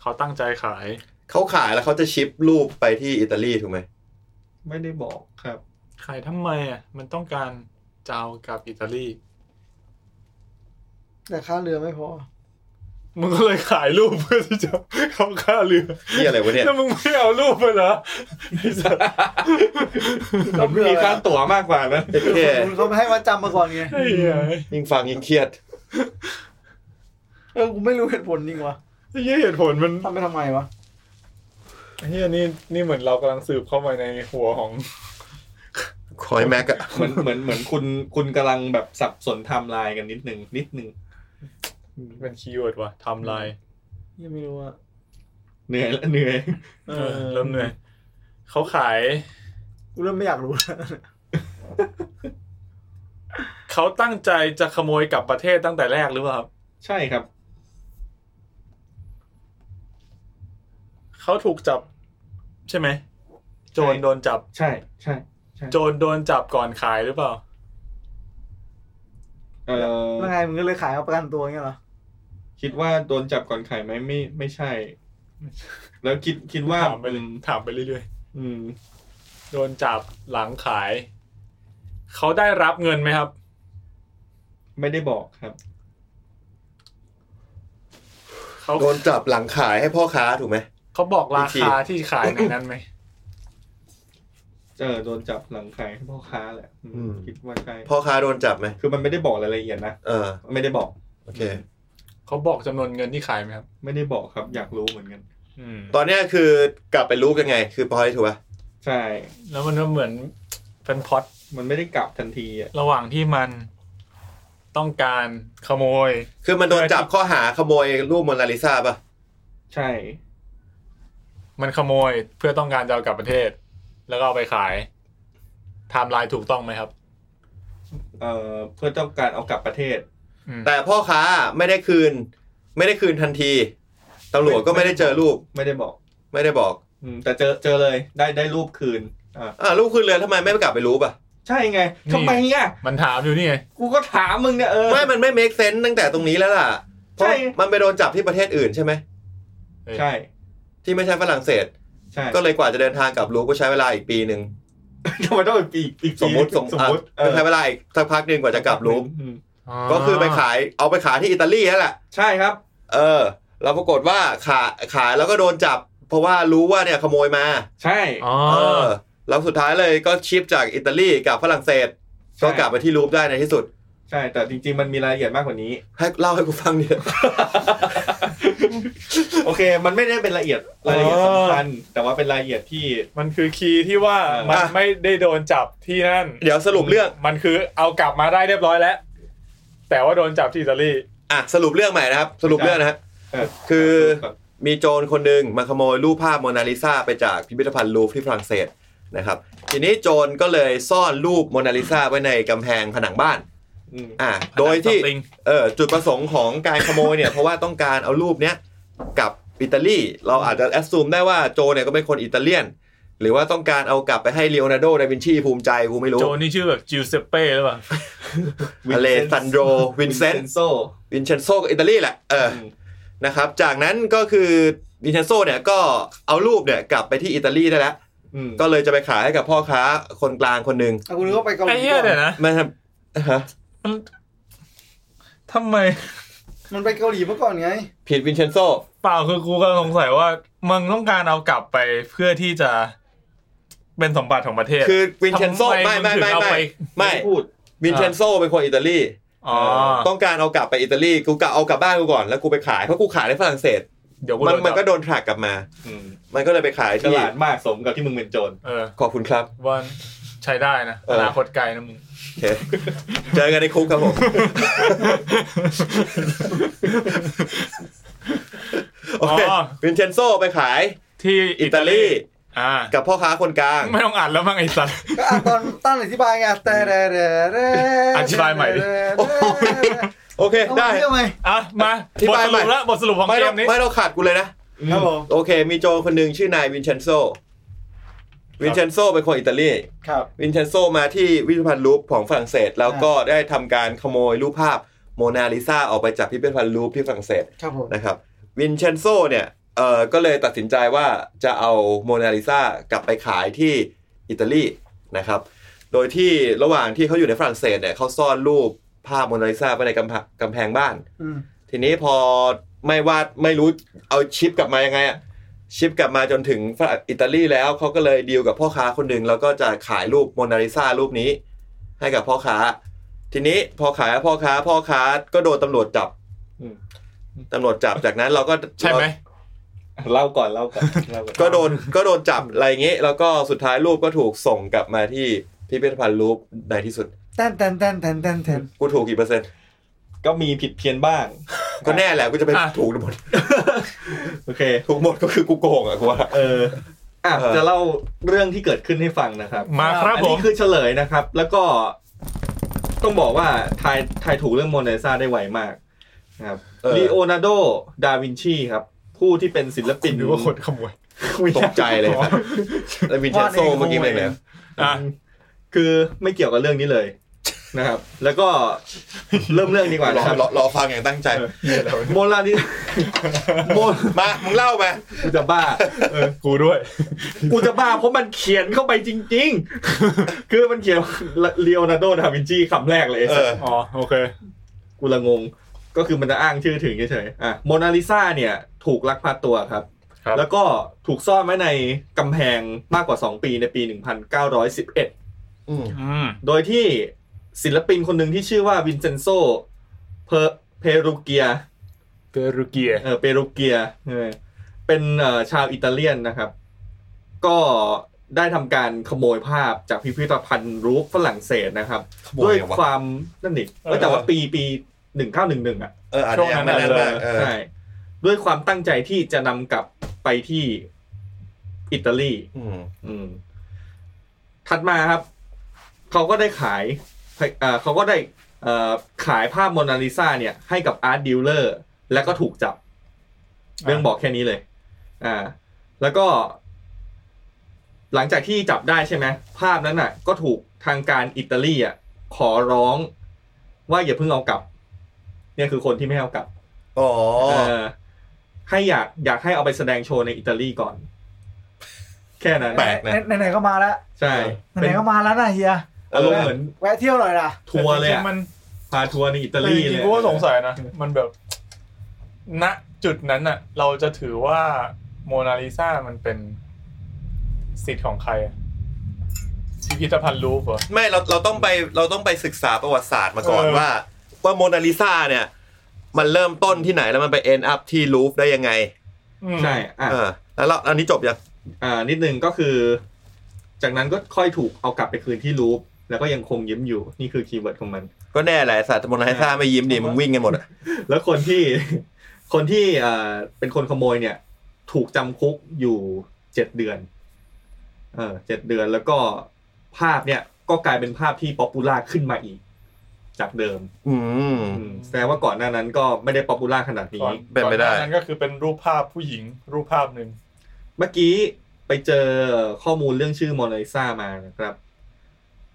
เขาตั้งใจขาย เขาขายแล้วเขาจะชิปรูปไปที่อิตาลีถูกไหม ไม่ได้บอกครับ ขายทำไมอ่ะ มันต้องการจะเอากลับอิตาลี แต่ค่าเรือไม่พอ มึงก็เลยขายรูป เพื่อที่จะเขาค่าเรือ นี่อะไรวะเนี่ย แล้วมึงไม่เอารูปไปเหรอไอ้สัส เราเบื่อ มีค่าตั๋วมากกว่านะ เท่ คุณเขาให้มาจำมาก่อนไง ไอ้เหี้ย ๆยิ่งฟังยิ่งเครียด เออกูไม่รู้เหตุผลจริงวะ ไอ้เหี้ยเหตุผลมัน ทำไปทำไมวะ ไอ้เฮียนี่นี่เหมือนเรากำลังสืบเข้าไปในหัวของ คอยแม็กอะ เหมือนเหมือนเหมือนคุณคุณกำลังแบบสับสนไทม์ไลน์กันนิดนึง นิดนึง เป็นคีย์เวิร์ดว่ะไทำลาย ยังไม่รู้อ่ะ เหนื่อยละเหนื่อย เออ เริ่มเหนื่อยเขาขาย กูเริ่มไม่อยากรู้แล้ว เขาตั้งใจจะขโมยกลับประเทศตั้งแต่แรกหรือเปล่าครับ ใช่ครับ เขาถูกจับ ใช่ไหม โจรโดนจับ ใช่ ใช่ โจรโดนจับก่อนขายหรือเปล่า เออ แล้วไงมึงก็เลยขายเอาประกันตัวเงี้ยเหรอ คิดว่าโดนจับก่อนขายไหมไม่ไม่ใช่ แล้วคิดคิดว่า ถามไปเลยถามไปเรื่อย อืม ๆ โดนจับหลังขาย เขาได้รับเงินไหมครับ ไม่ได้บอกครับ เขา โดนจับหลังขายให้พ่อค้าถูกไหม เขาบอกราคาที่ขายในนั้นไหม เจอโดนจับหลังขายให้พ่อค้าแหละอืม อืม คิดว่าใช่ พ่อค้าโดนจับไหม คือมันไม่ได้บอกรายละเอียดนะ เออ ไม่ได้บอก โอเค เขาบอกจำนวนเงินที่ขายไหมครับ ไม่ได้บอกครับอยากรู้เหมือนกัน อืม ตอนเนี้ยคือกลับไปรู้กันไง คือพอยถูกป่ะ ใช่ แล้วมันก็เหมือนเป็นพล็อต มันไม่ได้กลับทันทีอ่ะ ระหว่างที่มันต้องการขโมย คือมันโดนจับข้อหาขโมยรูปโมนาลิซาป่ะ ใช่ มันขโมยเพื่อต้องการจะเอากลับประเทศ แล้วก็เอาไปขายไทม์ไลน์ถูกต้องไหมครับ เอ่อเพื่อต้องการเอากลับประเทศ อืม แต่พ่อค้าไม่ได้คืน ไม่ได้คืนทันทีตำรวจก็ไม่ได้เจอรูป ไม่ได้บอก ไม่ได้บอก อืมแต่เจอเจอเลยได้ได้รูปคืนอ่า อ่ารูปคืนเลยทำไมไม่กลับไปรู้ป่ะ ใช่ไงทำไมอ่ะ มันถามอยู่นี่ไง กูก็ถามมึงเนี่ยเออ ไม่มันไม่ make sense ตั้งแต่ตรงนี้แล้วล่ะเพราะ ใช่ มันไปโดนจับที่ประเทศอื่นใช่ไหม เออ ใช่ ที่ไม่ใช่ฝรั่งเศส ใช่ ก็เลยกว่าจะเดินทางกลับรู้ก็ใช้เวลาอีกปีหนึ่ง ทำไมต้องเป็นปีกอีก สมมติ ปี สม สมมติ อ่ะก็ใช้เวลาอีกสักพักหนึ่งกว่าจะกลับรู้ อืม ก็คือไปขายเอาไปขายที่อิตาลีนั่นแหละ ใช่ครับ เออ เราปรากฏว่าขายขายแล้วก็โดนจับ เพราะว่ารู้ว่าเนี่ยขโมยมา ใช่ อ๋อ เออแล้วสุดท้ายเลยก็ชิปจากอิตาลีกับฝรั่งเศส ก็กลับมาที่รูปได้ในที่สุด ใช่แต่จริง ๆ มันมีรายละเอียดมากกว่านี้ ให้เล่าให้กูฟังเนี่ย โอเค มันไม่ได้เป็นละเอียดรายละเอียดสำคัญ แต่ว่าเป็นรายละเอียดที่ มันคือคีย์ที่ว่ามัอ่ะนไม่ได้โดนจับที่นั่น เดี๋ยวสรุปเรื่อง มันคือเอากลับมาได้เรียบร้อยแล้ว แต่ว่าโดนจับที่อิตาลี อ่ะสรุปเรื่องใหม่นะครับ สรุปเรื่องนะฮะ เออ คือมีโจรคนหนึ่งมาขโมยรูปภาพโมนาลิซาไปจากพิพิธภัณฑ์ลูฟร์ที่ฝรั่งเศสนะครับ ทีนี้โจรก็เลยซ่อนรูปโมนาลิซาไว้ในกำแพงผนังบ้าน อืม อ่ะโดยที่ อันนั้น something เออจุดประสงค์ของการขโมยเนี่ย เพราะว่าต้องการเอารูปเนี้ยกลับอิตาลีเราอาจจะแอดซูมได้ว่าโจเนี่ยก็เป็นคนอิตาเลียน หรือว่าต้องการเอากลับไปให้เลโอนาร์โด ดาวินชีภูมิใจกูไม่รู้ โจนี่ชื่อแบบจิวเซปเป้หรือเปล่า อเลซันโดรวินเซน วิ ต์ โซ วินเชนโซก็อิตาลีแหละเออ อืม นะครับจากนั้นก็คือวินเชนโซเนี่ยก็เอารูปเนี่ยกลับไปที่อิตาลีได้แล้ว อืม ก็เลยจะไปขายให้กับพ่อค้าคนกลางคนหนึ่ง อ่ะคุณนึกว่าไปเกาหลี ไอ้เหี้ย ก่อน เดี๋ยวนะ มันฮะ ทำไม มันไปเกาหลีเมื่อก่อนไง ผิดวินเชนโซ เปล่าคือกูก็สงสัยว่ามึงต้องการเอากลับไปเพื่อที่จะเป็นสมบัติของประเทศ คือวินเชนโซ ทำ ไม่ไม่ งถึ ไม่ งเอา ไม่ ป ไม่ พูด วินเชนโซเป็นคนอิตาลี อ๋อ ต้องการเอากลับไปอิตาลีกูกะเอากลับบ้านกูก่อนแล้วกูไปขายเพราะกูขายในฝรั่งเศส เดี๋ยวกู มัน โด มันก็ จับ โดนแทร็กกลับมา อืม มันก็เลยไปขาย ฉ ที่ ลาดมากสมกับที่มึงเป็นโจร เออ ขอบคุณครับ ว่าใช้ได้นะ เออ อ อ นาคตไกลนะมึง โอเค เจอกันในคุกครับผม โอเควินเชนโซไปขาย ที่ อิตาลี อ่า กับพ่อค้าคนกลาง ไม่ต้องอ่านแล้วมั้งไอ้สัตว์ ก็อ่ะตอนตั้งอธิบายไงแต่แต่แต่แต่ อธิบายใหม่ดิ โอ้โห โอเค เอา ได้ มาเรื่องไหม อ่ะมา อธิ บท บาย ส ใหม่ รุปละบทสรุปของ ไม่ เก ต้อง มนี้ ไม่ต้องขาดกูเลยนะ ครับผม โอเค มีโจรคนหนึ่งชื่อนายวินเชนโซ วินเชนโซเป็นคนอิตาลี ครับ วินเชนโซมาที่วิพิธภัณฑ์ลูฟร์ของฝรั่งเศส แล้วก็ได้ทำการขโมยรูปภาพโมนาลิซาออกไปจากพิพิธภัณฑ์ลูฟร์ที่ฝรั่งเศส ครับผม นะครับ วินเชนโซเนี่ยเออก็เลยตัดสินใจว่าจะเอาโมนาลิซากลับไปขายที่อิตาลีนะครับ โดยที่ระหว่างที่เขาอยู่ในฝรั่งเศสเนี่ยเขาซ่อนรูปภาพโมนาลิซาไว้ในกำแพงกำแพงบ้าน อืม ทีนี้พอไม่วาดไม่รู้เอาชิปกลับมายังไงอะชิปกลับมาจนถึงฝรั่งอิตาลีแล้วเขาก็เลยดีลกับพ่อค้าคนหนึ่งแล้วก็จะขายรูปโมนาลิซารูปนี้ ให้กับพ่อค้า ทีนี้พอขายให้พ่อค้าพ่อค้าก็โดนตำรวจจับ อืม ตำรวจจับจากนั้นเราก็ ใช่ไหม เล่าก่อนเล่าก่อนเล่าก่อน ก็โดนก็โดนจับอะไรอย่างเงี้ยแล้วก็สุดท้ายรูปก็ถูกส่งกลับมาที่พิพิธภัณฑ์รูปในที่สุด แต้นแต้นแต้นแต้นแต้นแต้น กูถูกกี่เปอร์เซ็นต์ ก็มีผิดเพี้ยนบ้าง ก็แน่แหละกูจะไปถูกหมด โอเค ถูกหมดก็คือกูโกงอะกูว่า เอออ่ะ เออ จะเล่าเรื่องที่เกิดขึ้นให้ฟังนะครับ มาครับ อัน ผ นี้ ม คือเฉลยนะครับ แล้วก็ต้องบอกว่าทายทายถูกเรื่องโมนาลิซาได้ไวมากนะครับ เออ ลีโอนาร์โด ดาวินชีครับ ผู้ที่เป็นศิลปิน หรือว่าคนขโมย ตกใจ เลยครับแล้ววินเชนโซเมื่อกี้เป็นไงนะ อ่ะ คือไม่เกี่ยวกับเรื่องนี้เลยนะครับ แล้วก็เริ่มเรื่องดีกว่า รอ นะครับ รอรอฟังอย่างตั้งใจ เออ โมนาลิ โม มา มึงเล่าไป กูจะบ้าเออ กูด้วย กูจะบ้าเพราะมันเขียนเข้าไปจริง ๆ คือมันเขียนลีโอนาร์โด ดาวินชีคำแรกเลยไอ้ เอ สัส อ อ๋อโอเค กูละงง ก็คือมันจะอ้างชื่อถึงเฉยๆ อ่ะ โมนาลิซาเนี่ย ถูกลักพาตัวครับ ครับ แล้วก็ถูกซ่อนไว้ในกำแพงมากกว่า 2 ปีในปี 1911 อืม โดยที่ศิลปินคนหนึ่งที่ชื่อว่าวินเซนโซเพอเพรูเกีย เปรูเกีย เออเปรูเกียเออเป็นเอ่อชาวอิตาเลียนนะครับ ก็ได้ทำการขโมยภาพจากพิพิธภัณฑ์รูปฝรั่งเศสนะครับ ขโมย ด้วย เหรอวะ ความนั่นนี่เออแต่ว่าปีปีหนึ่งเก้าหนึ่งหนึ่งอ่ะ เอออ่าน ช่วงนั้ ยัง น ไม่ น่ะ แน่นมากเออ ใช่ด้วยความตั้งใจที่จะนำกลับไปที่อิตาลี อืม อืมถัดมาครับ เขาก็ได้ขายเอ่อเขาก็ได้เอ่อขายภาพโมนาลิซาเนี่ย ให้กับอาร์ตดีลเลอร์แล้วก็ถูกจับ เรื่องบอกแค่นี้เลย อ่า แล้วก็ หลังจากที่จับได้ใช่ไหมภาพนั้นน่ะ ก็ถูกทางการอิตาลีอ่ะขอร้อง ว่าอย่าเพิ่งเอากลับ เนี่ยคือคนที่ไม่ให้เอากลับ อ๋อ เออให้อยากอยากให้เอาไปแสดงโชว์ในอิตาลีก่อน แค่นั้น แปลกนะ ไหนๆก็มาแล้ว ใช่ ไหนๆก็มาแล้วนะเฮีย อารมณ์เหมือน แวะเที่ยวหน่อยนะ ทัวร์เลย จ อะ งๆมัน พาทัวร์ในอิตา แต่จ ลี ริ เล ง ย ๆกูก็สงสัยนะ มันแบบ ณจุดนั้นน่ะ เราจะถือว่าโมนาลิซามันเป็นสิทธิ์ของใครอะพิพิธภัณฑ์ลูฟเหรอ ไม่เราเราต้องไปเราต้องไปศึกษาประวัติศาสตร์มาก่อน เออ ว่าว่าโมนาลิซาเนี่ย มันเริ่มต้นที่ไหนแล้วมันไปเอ็นอัพที่ลูฟได้ยังไง อืม ใช่อ่ะ เออแล้วเราอันนี้จบยัง อ่า นิดนึงก็คือ จากนั้นก็ค่อยถูกเอากลับไปคืนที่ลูป แล้วก็ยังคงยิ้มอยู่ นี่คือคีย์เวิร์ดของมัน ก็แน่แหละสัตว์โมนาลิซาไม่ยิ้มดิมึงวิ่งกันหมดอะ แล้วคนที่ คนที่อ่าเป็นคนขโมยเนี่ย ถูกจำคุกอยู่เจ็ดเดือน เออเจ็ดเดือนแล้วก็ภาพเนี่ย ก็กลายเป็นภาพที่ป๊อปปูล่าขึ้นมาอีก จากเดิม อืม อืมแสดงว่าก่อนหน้านั้นก็ไม่ได้ป๊อปปูล่าขนาดนี้ ก่อน เป็นไปได้ ก่อหานั้นก็คือเป็นรูปภาพผู้หญิง รูปภาพหนึ่ง เมื่อกี้ไปเจอข้อมูลเรื่องชื่อโมนาลิซามานะครับ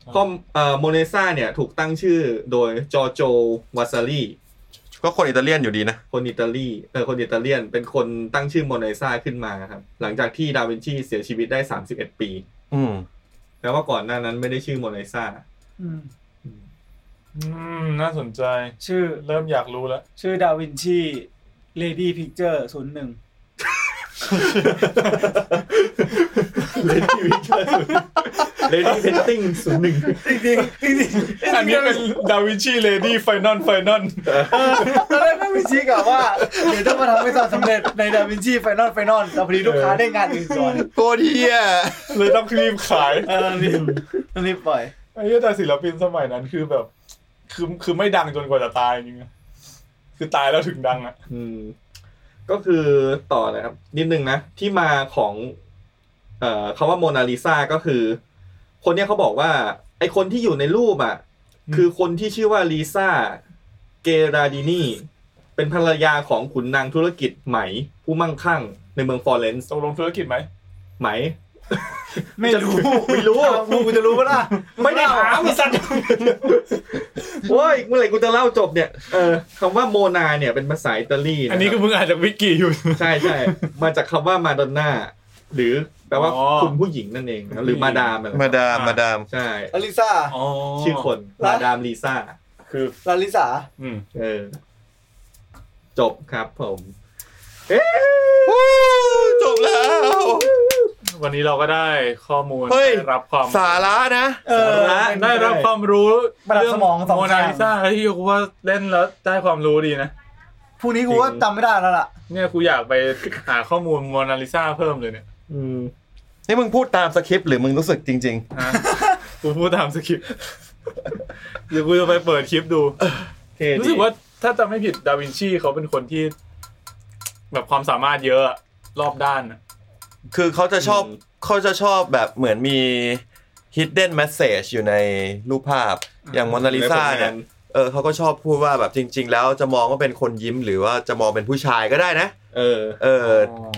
ครับ ข้อมเอ่อโมนาลิซาเนี่ยถูกตั้งชื่อโดยจอร์โจวาซารี ก็คนอิตาเลียนอยู่ดีนะ คนอิตาลีเออคนอิตาเลียน เป็นคนตั้งชื่อโมนาลิซาขึ้นมาครับ หลังจากที่ดาวินชีเสียชีวิตได้ 31 ปี อืม แปลว่าก่อนหน้านั้นไม่ได้ชื่อโมนาลิซา อืม อืม น่าสนใจ ชื่อ เริ่มอยากรู้แล้ว ชื่อดาวินชีเลดี้พิกเจอร์ศูนย์หนึ่ง เลดี้วิกเตอร์เลดี้เพนติ้งศูนย์หนึ่ง อันนี้เป็นดาวินชีเลดี้ไฟนอลไฟนอล ตอนแรกดาวินชีกล่าวว่า เดี๋ยวจะมาทำให้สำเร็จในดาวินชีไฟนอลไฟนอลแต่พอดีลูกค้าได้งานอื่นก่อน โกเทีย เลยต้องรีบขาย เออรีบรีบปล่อย ไอ้เหี้ยแต่ศิลปินสมัยนั้นคือแบบ คือคือไม่ดังจนกว่าจะตายจริงๆอะคือตายแล้วถึงดังอ่ะ อืมก็คือต่อนะครับ นิดนึงนะ ที่มาของ เอ่อคำว่าโมนาลิซาก็คือ คนเนี้ยเขาบอกว่า ไอคนที่อยู่ในรูปอ่ะ อืม คือคนที่ชื่อว่าลิซาเกราดินีเป็นภรรยาของขุนนางธุรกิจไหม ผู้มั่งคั่ง ในเมืองฟลอเรนซ์ ตกลงธุรกิจไหม ไหม ไม่รู้ ไม่รู้ กูกูจะรู้ปะล่ะ ไม่ได้ ถามไอ้สัตว์โอ้ยเมื่อไหร่กูจะเล่าจบเนี่ยเออคำว่าโมนาเนี่ยเป็นภาษาอิตาลีะรับ อันนี้คือมึงอ่านจากวิกิอยู่ ใช่ใช่มาจากคำว่ามาดอนน่าหรือแปลว่า อ๋อ คุณผู้หญิงนั่นเองนะหรือมาดามอะไร มาดามมาดาม ใช่ อลิซา อ๋อ ชื่อคน แล้ว มาดามลิซ่า คือ ลาลิสา อืม เออ จบครับผม เอ๊ะ วู้จบแล้ว วันนี้เราก็ได้ข้อมูล เฮ้ย ได้รับความ สาระนะ เออ และได้รับความรู้ ประดับสมองสอง โมนาลิซา ข้าง ที่กูว่าเล่นแล้วได้ความรู้ดีนะ พรุ่งนี้กูก็จำไม่ได้แล้วล่ะ เนี่ยกูอยากไปหาข้อมูลโมนาลิซาเพิ่มเลยเนี่ย อืม นี่มึงพูดตามสคริปต์หรือมึงรู้สึกจริง ฮะกูพูดตามสคริปต์เดี๋ยวกูจะไปเปิดคลิปดู เท่ดี รู้สึกว่าถ้าจำไม่ผิดดาวินชีเขาเป็นคนที่ แบบความสามารถเยอะอะรอบด้านอะ ๆ คือเขาจะชอบเขาจะชอบแบบเหมือนมี hidden message อยู่ในรูปภาพ อย่างโมนาลิซาเนี่ย เออเขาก็ชอบพูดว่าแบบจริง ๆ แล้วจะมองว่าเป็นคนยิ้มหรือว่าจะมองเป็นผู้ชายก็ได้นะ เออ เออ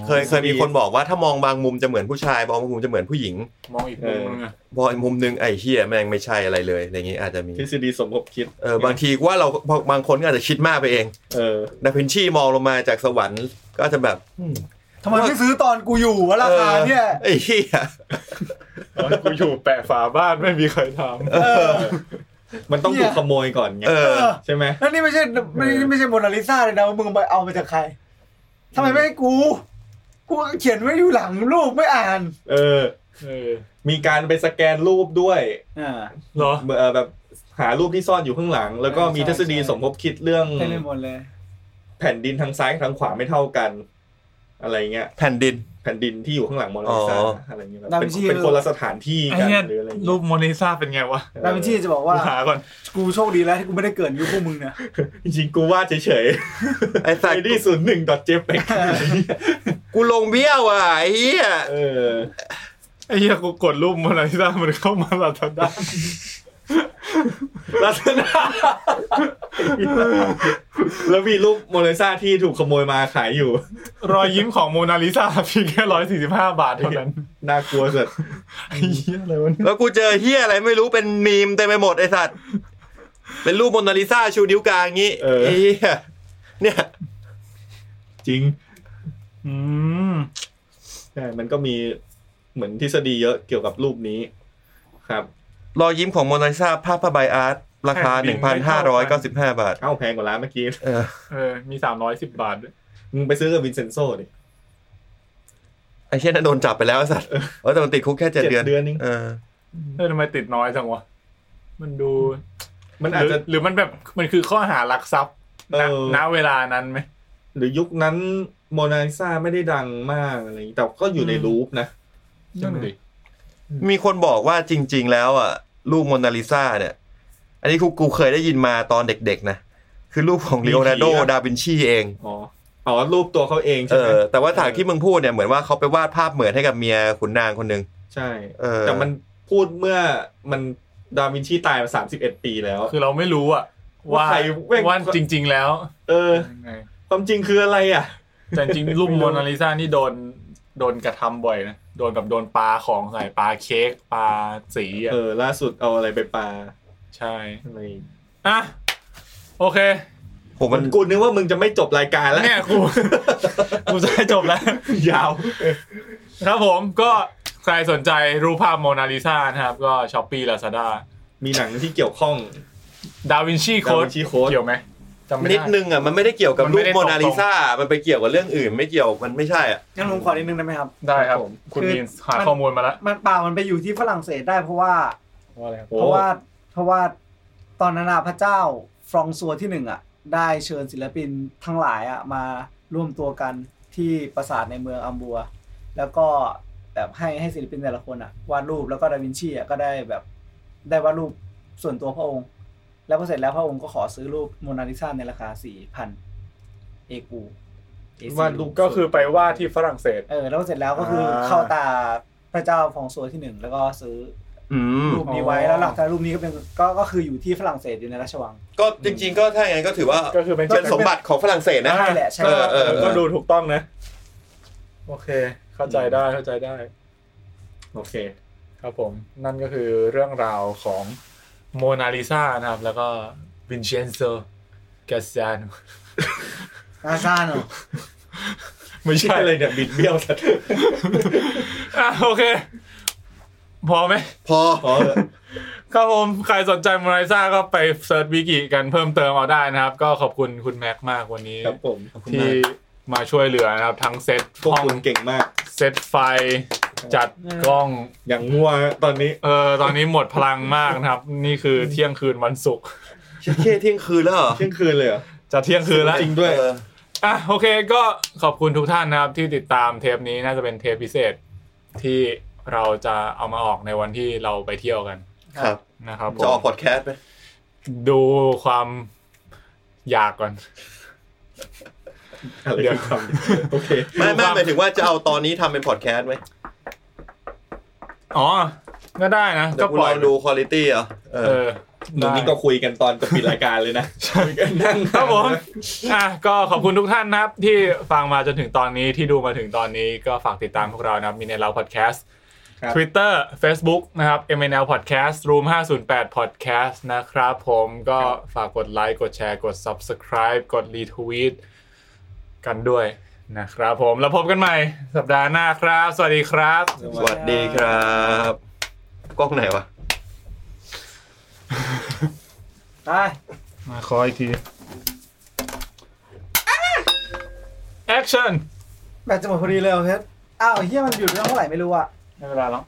เคยเคยมีคนบอกว่าถ้ามองบางมุมจะเหมือนผู้ชาย บางมุมจะเหมือนผู้หญิง มองอีกมุมนึงอะ บางมุมนึงไอ้เฮียแม่งไม่ใช่อะไรเลยอะไรอย่างงี้อาจจะมี ทฤษฎีสมคบคิด เออบางทีว่าเราบางคนก็อาจจะคิดมากไปเอง เออ ดาวินชีมองลงมาจากสวรรค์ก็อาจจะแบบ ทำไมไม่ซื้อตอนกูอยู่วะราคาเนี่ย ไอ้เฮีย ตอนกูอยู่แปะฝาบ้านไม่มีใครท เออ มันต้อง เนี่ย ถูกขโมยก่อนไง เออ เออ ใช่ไหม แล้วนี่ไม่ใช่ไม่ไม่ใช่โมนาลิซาเลยนะว่ามึงไปเอามาจากใครทำไมไม่ให้กู กู กูเขียนไว้อยู่หลังรูปไม่อ่าน เออ เออ มีการไปสแกนรูปด้วย อ่า เหรอ เอ่อแบบหารูปที่ซ่อนอยู่ข้างหลัง แล้วก็มีทฤษฎี ใช่ สมคบคิดเรื่อง เต็มไปหมดเลย แผ่นดินทางซ้ายทางขวาไม่เท่ากัน อะไรเงี้ย แผ่นดิน แผ่นดินที่อยู่ข้างหลังมอนาลิซา อ๋อ อะไรเงี้ยแบบ ดาวิ เป็น ชี เป็นคนละสถานที่ ไอ้ กัน เนี่ย หรืออะไรเงี้ย รูปโมนาลิซาเป็นไงวะ เออ ดาวินชีจะบอกว่า หาก่อน กูโชคดีแล้วที่กูไม่ได้เกิดยุคพวกมึงนะ จริงๆกูวาดเฉย ไอ้ ๆ สัต ไอ้ ว์ ที่ศูนย์หนึ่งดอทเจฟไป กูลงเบี้ยวอ่ะไอ้เหี้ย เออ ไอ้เหี้ยกูกดรูปโมนาลิซามันเข้ามาหลับทันได้ ลักษณะแล้วมีรูปโมนาลิซาที่ถูกขโมยมาขายอยู่ รอยยิ้มของโมนาลิซาเพียงแค่ร้อยสี่สิบห้าบาทเท่านั้น น่ากลัวสุด ไอ้เหี้ยอะไรวะเนี่ย แล้วกูเจอเหี้ยอะไรไม่รู้เป็นมีมเต็มไปหมดไอ้สัตว์เป็นรูปโมนาลิซาชูนิ้วกลางงี้ไอ้เหี้ยเนี่ย จริง อืม ใช่มันก็มีเหมือนทฤษฎีเยอะเกี่ยวกับรูปนี้ ครับ รอยยิ้มของโมนาลิซาภาพผ้าใบอาร์ตราคา แผ่นดินไม่เท่ากัน 1,595 บาท เอ้าแพงกว่าร้านเมื่อกี้ เออ เออ มีสามร้อยสิบบาทด้วย มึงไปซื้อกับวินเซนโซดิ ไอ้เหี้ยนั่นโดนจับไปแล้วไอ้สัตว์เออแต่มันติดคุกแค่เจ็ด เจ็ด เดือน เดือนเอง เออ เออทำไมติดน้อยจังวะ มันดู มันอาจ หรื จะ หรือมันแบบมันคือข้อหารักทรัพย์ณ เออ ณเวลานั้นไหม หรือยุคนั้นโมนาลิซาไม่ได้ดังมากอะไรอย่างงี้แต่ก็อยู่ใน อืม รูปนะ นั่นดิ มีคนบอกว่าจริง ๆ แล้วอ่ะรูปโมนาลิซาเนี่ย อันนี้กูกูเคยได้ยินมาตอนเด็ก ๆ นะ คือรูปของ มี ลีโอนาร์โด ผีอะ ดาวินชีเอง อ๋ออ๋อรูปตัวเขาเอง เอ ใช่ไหม อ แต่ว่าฉากที่มึงพูดเนี่ยเหมือนว่าเขาไปวาดภาพเหมือนให้กับเมียขุนนางคนหนึ่ง ใช่ เออ แต่มันพูดเมื่อมันดาวินชีตายมาสามสิบเอ็ดปีแล้ว คือเราไม่รู้อะ ว่า ว่า ใครแม่ง ว่าจริง ๆ แล้ว เออ ยังไง ความจริงคืออะไรอ่ะ แต่จริงๆรูปโมนาลิซานี่โดนโดนกระทำบ่อยนะ โดนแบบโดนปลาของใส่ปลาเค้กปลาสีอะ เออ ล่าสุดเอาอะไรไปปา ใช่ อะไร อ่ะโอเค ผมมัมัน น กูนึกว่ามึงจะไม่จบรายการแล้ว เนี่ยกูกูจะให้จบแล้ว ยาว ครับผมก็ใครสนใจรูปภาพโมนาลิซานะครับ ก็ช้อปปี้ลาซาด้า มีหนังที่เกี่ยวข้อง ดาวินชีโค้ด Da Vinci Code เกี่ยวไหมจำไม่ นิด ได้ นึงอ่ะมันไม่ได้เกี่ยวกับ มัน รู ไม่ ป ได้ โมนาลิ ตรงๆ ซามันไปเกี่ยวกับเรื่องอื่นไม่เกี่ยวมันไม่ใช่อ่ะ งั้นผมขอนิดนึงได้ไหมครับ ได้ครับ ผม คุณ คือ มีนหา มัน ข้อมูลมาแล้ว มันเปล่ามันไปอยู่ที่ฝรั่งเศสได้เพราะว่า ว่าอะไรครับ โอ้ เพราะว่าเพราะว่าตอนนั้นอะพระเจ้าฟรองซัวที่หนึ่งอ่ะ ได้เชิญศิลปินทั้งหลายอ่ะมาร่วมตัวกันที่ปราสาทในเมืองอัมบัว แล้วก็แบบให้ให้ศิลปินแต่ละคนอ่ะวาดรูปแล้วก็ดาวินชีอ่ะก็ได้แบบได้วาดรูปส่วนตัวพระองค์ แล้วพอเสร็จแล้วพระองค์ก็ขอซื้อรูปโมนาลิซาในราคาสี่พันเอกู วาดรูป ก็คือไปว่าที่ฝรั่งเศส เออแล้วเสร็จแล้วก็คือ อ่า เข้าตาพระเจ้าฟรองซัวที่หนึ่งแล้วก็ซื้อ อืม รูปนี้ไว้ อ๋อ แล้วหลักจากรูปนี้ก็เป็นก็ก็คืออยู่ที่ฝรั่งเศสอยู่ในราชวัง ก็จริง ๆ ก็ถ้าอย่างนั้นก็ถือว่า ก็คือเป็น เป็นสมบัติของฝรั่งเศสนะ ใช่แหละใช่ เออเออเออ ก็ดูถูกต้องนะ โอเค เข้าใจได้เข้าใจได้ โอเค ครับผม นั่นก็คือเรื่องราวของโมนาลิซานะครับ แล้วก็วินเชนโซแกสซาน นาซาเนอะ ไม่ ใช่ ใช่ อะไรเนี่ยบิดเบี้ยวสัตว์ อ่ะโอเค พอไหม พอ อ๋อ ครับผม ใครสนใจโมนาลิซาก็ไปเซิร์ชวิกิกันเพิ่มเติมเอาได้นะครับ ก็ขอบคุณคุณแม็กมากวันนี้ ครับผม ที่มาช่วยเหลือนะครับ ทั้งเซต พวก ห้อง คุณเก่งมาก เซตไฟจัดกล้อง อย่างงัวตอนนี้ เออตอนนี้หมดพลังมากนะครับ นี่คือเที่ยงคืนวันศุกร์ เชี่ยเที่ยงคืนแล้วเหรอ เที่ยงคืนเลยเหรอ จะเที่ยงคืนแล้ว จริงด้วย เออ อ่ะโอเคก็ขอบคุณทุกท่านนะครับ ที่ติดตามเทปนี้น่าจะเป็นเทปพิเศษที่เราจะเอามาออกในวันที่เราไปเที่ยวกัน ครับ นะครับผ จะออก ม พอดแคสต์ไหม ดูความอยากก่อน อะไร เดี๋ยว คือคำโอเค ไม่ไม่หมายถึงว่าจะเอาตอนนี้ทำเป็นพอดแคสต์ไหม อ๋อก็ได้นะ เดี๋ ก็ ยวกูลปล่อ อย งดูคุณภาพเหรอเออ เออ หนึ่ง ได้ นี่ก็คุยกันตอนจะปิดรายการเลยนะคุยกันนั่ง ครับผม อ่ะก็ขอบคุณทุกท่านนะครับ ที่ฟังมาจนถึงตอนนี้ที่ดูมาถึงตอนนี้ก็ฝากติดตามพวกเรานะครับ มีในเราพอดแคสต์ ครับ Twitter Facebook นะครับ MNL Podcast Room 508 Podcast นะครับผมก็ฝากกดไลค์กดแชร์กด Subscribe กด Retweet กันด้วยนะครับผม แล้วพบกันใหม่สัปดาห์หน้าครับ สวัสดีครับ สวัสดีครับ กล้องไหนวะ ไป มาขออีกที Action แบตจะหมดพอดีเลยเหรอเพชรอ้าวไอ้เฮียมันหยุดไปตั้งเท่าไหร่ไม่รู้อะ ไม่เป็นไรหรอก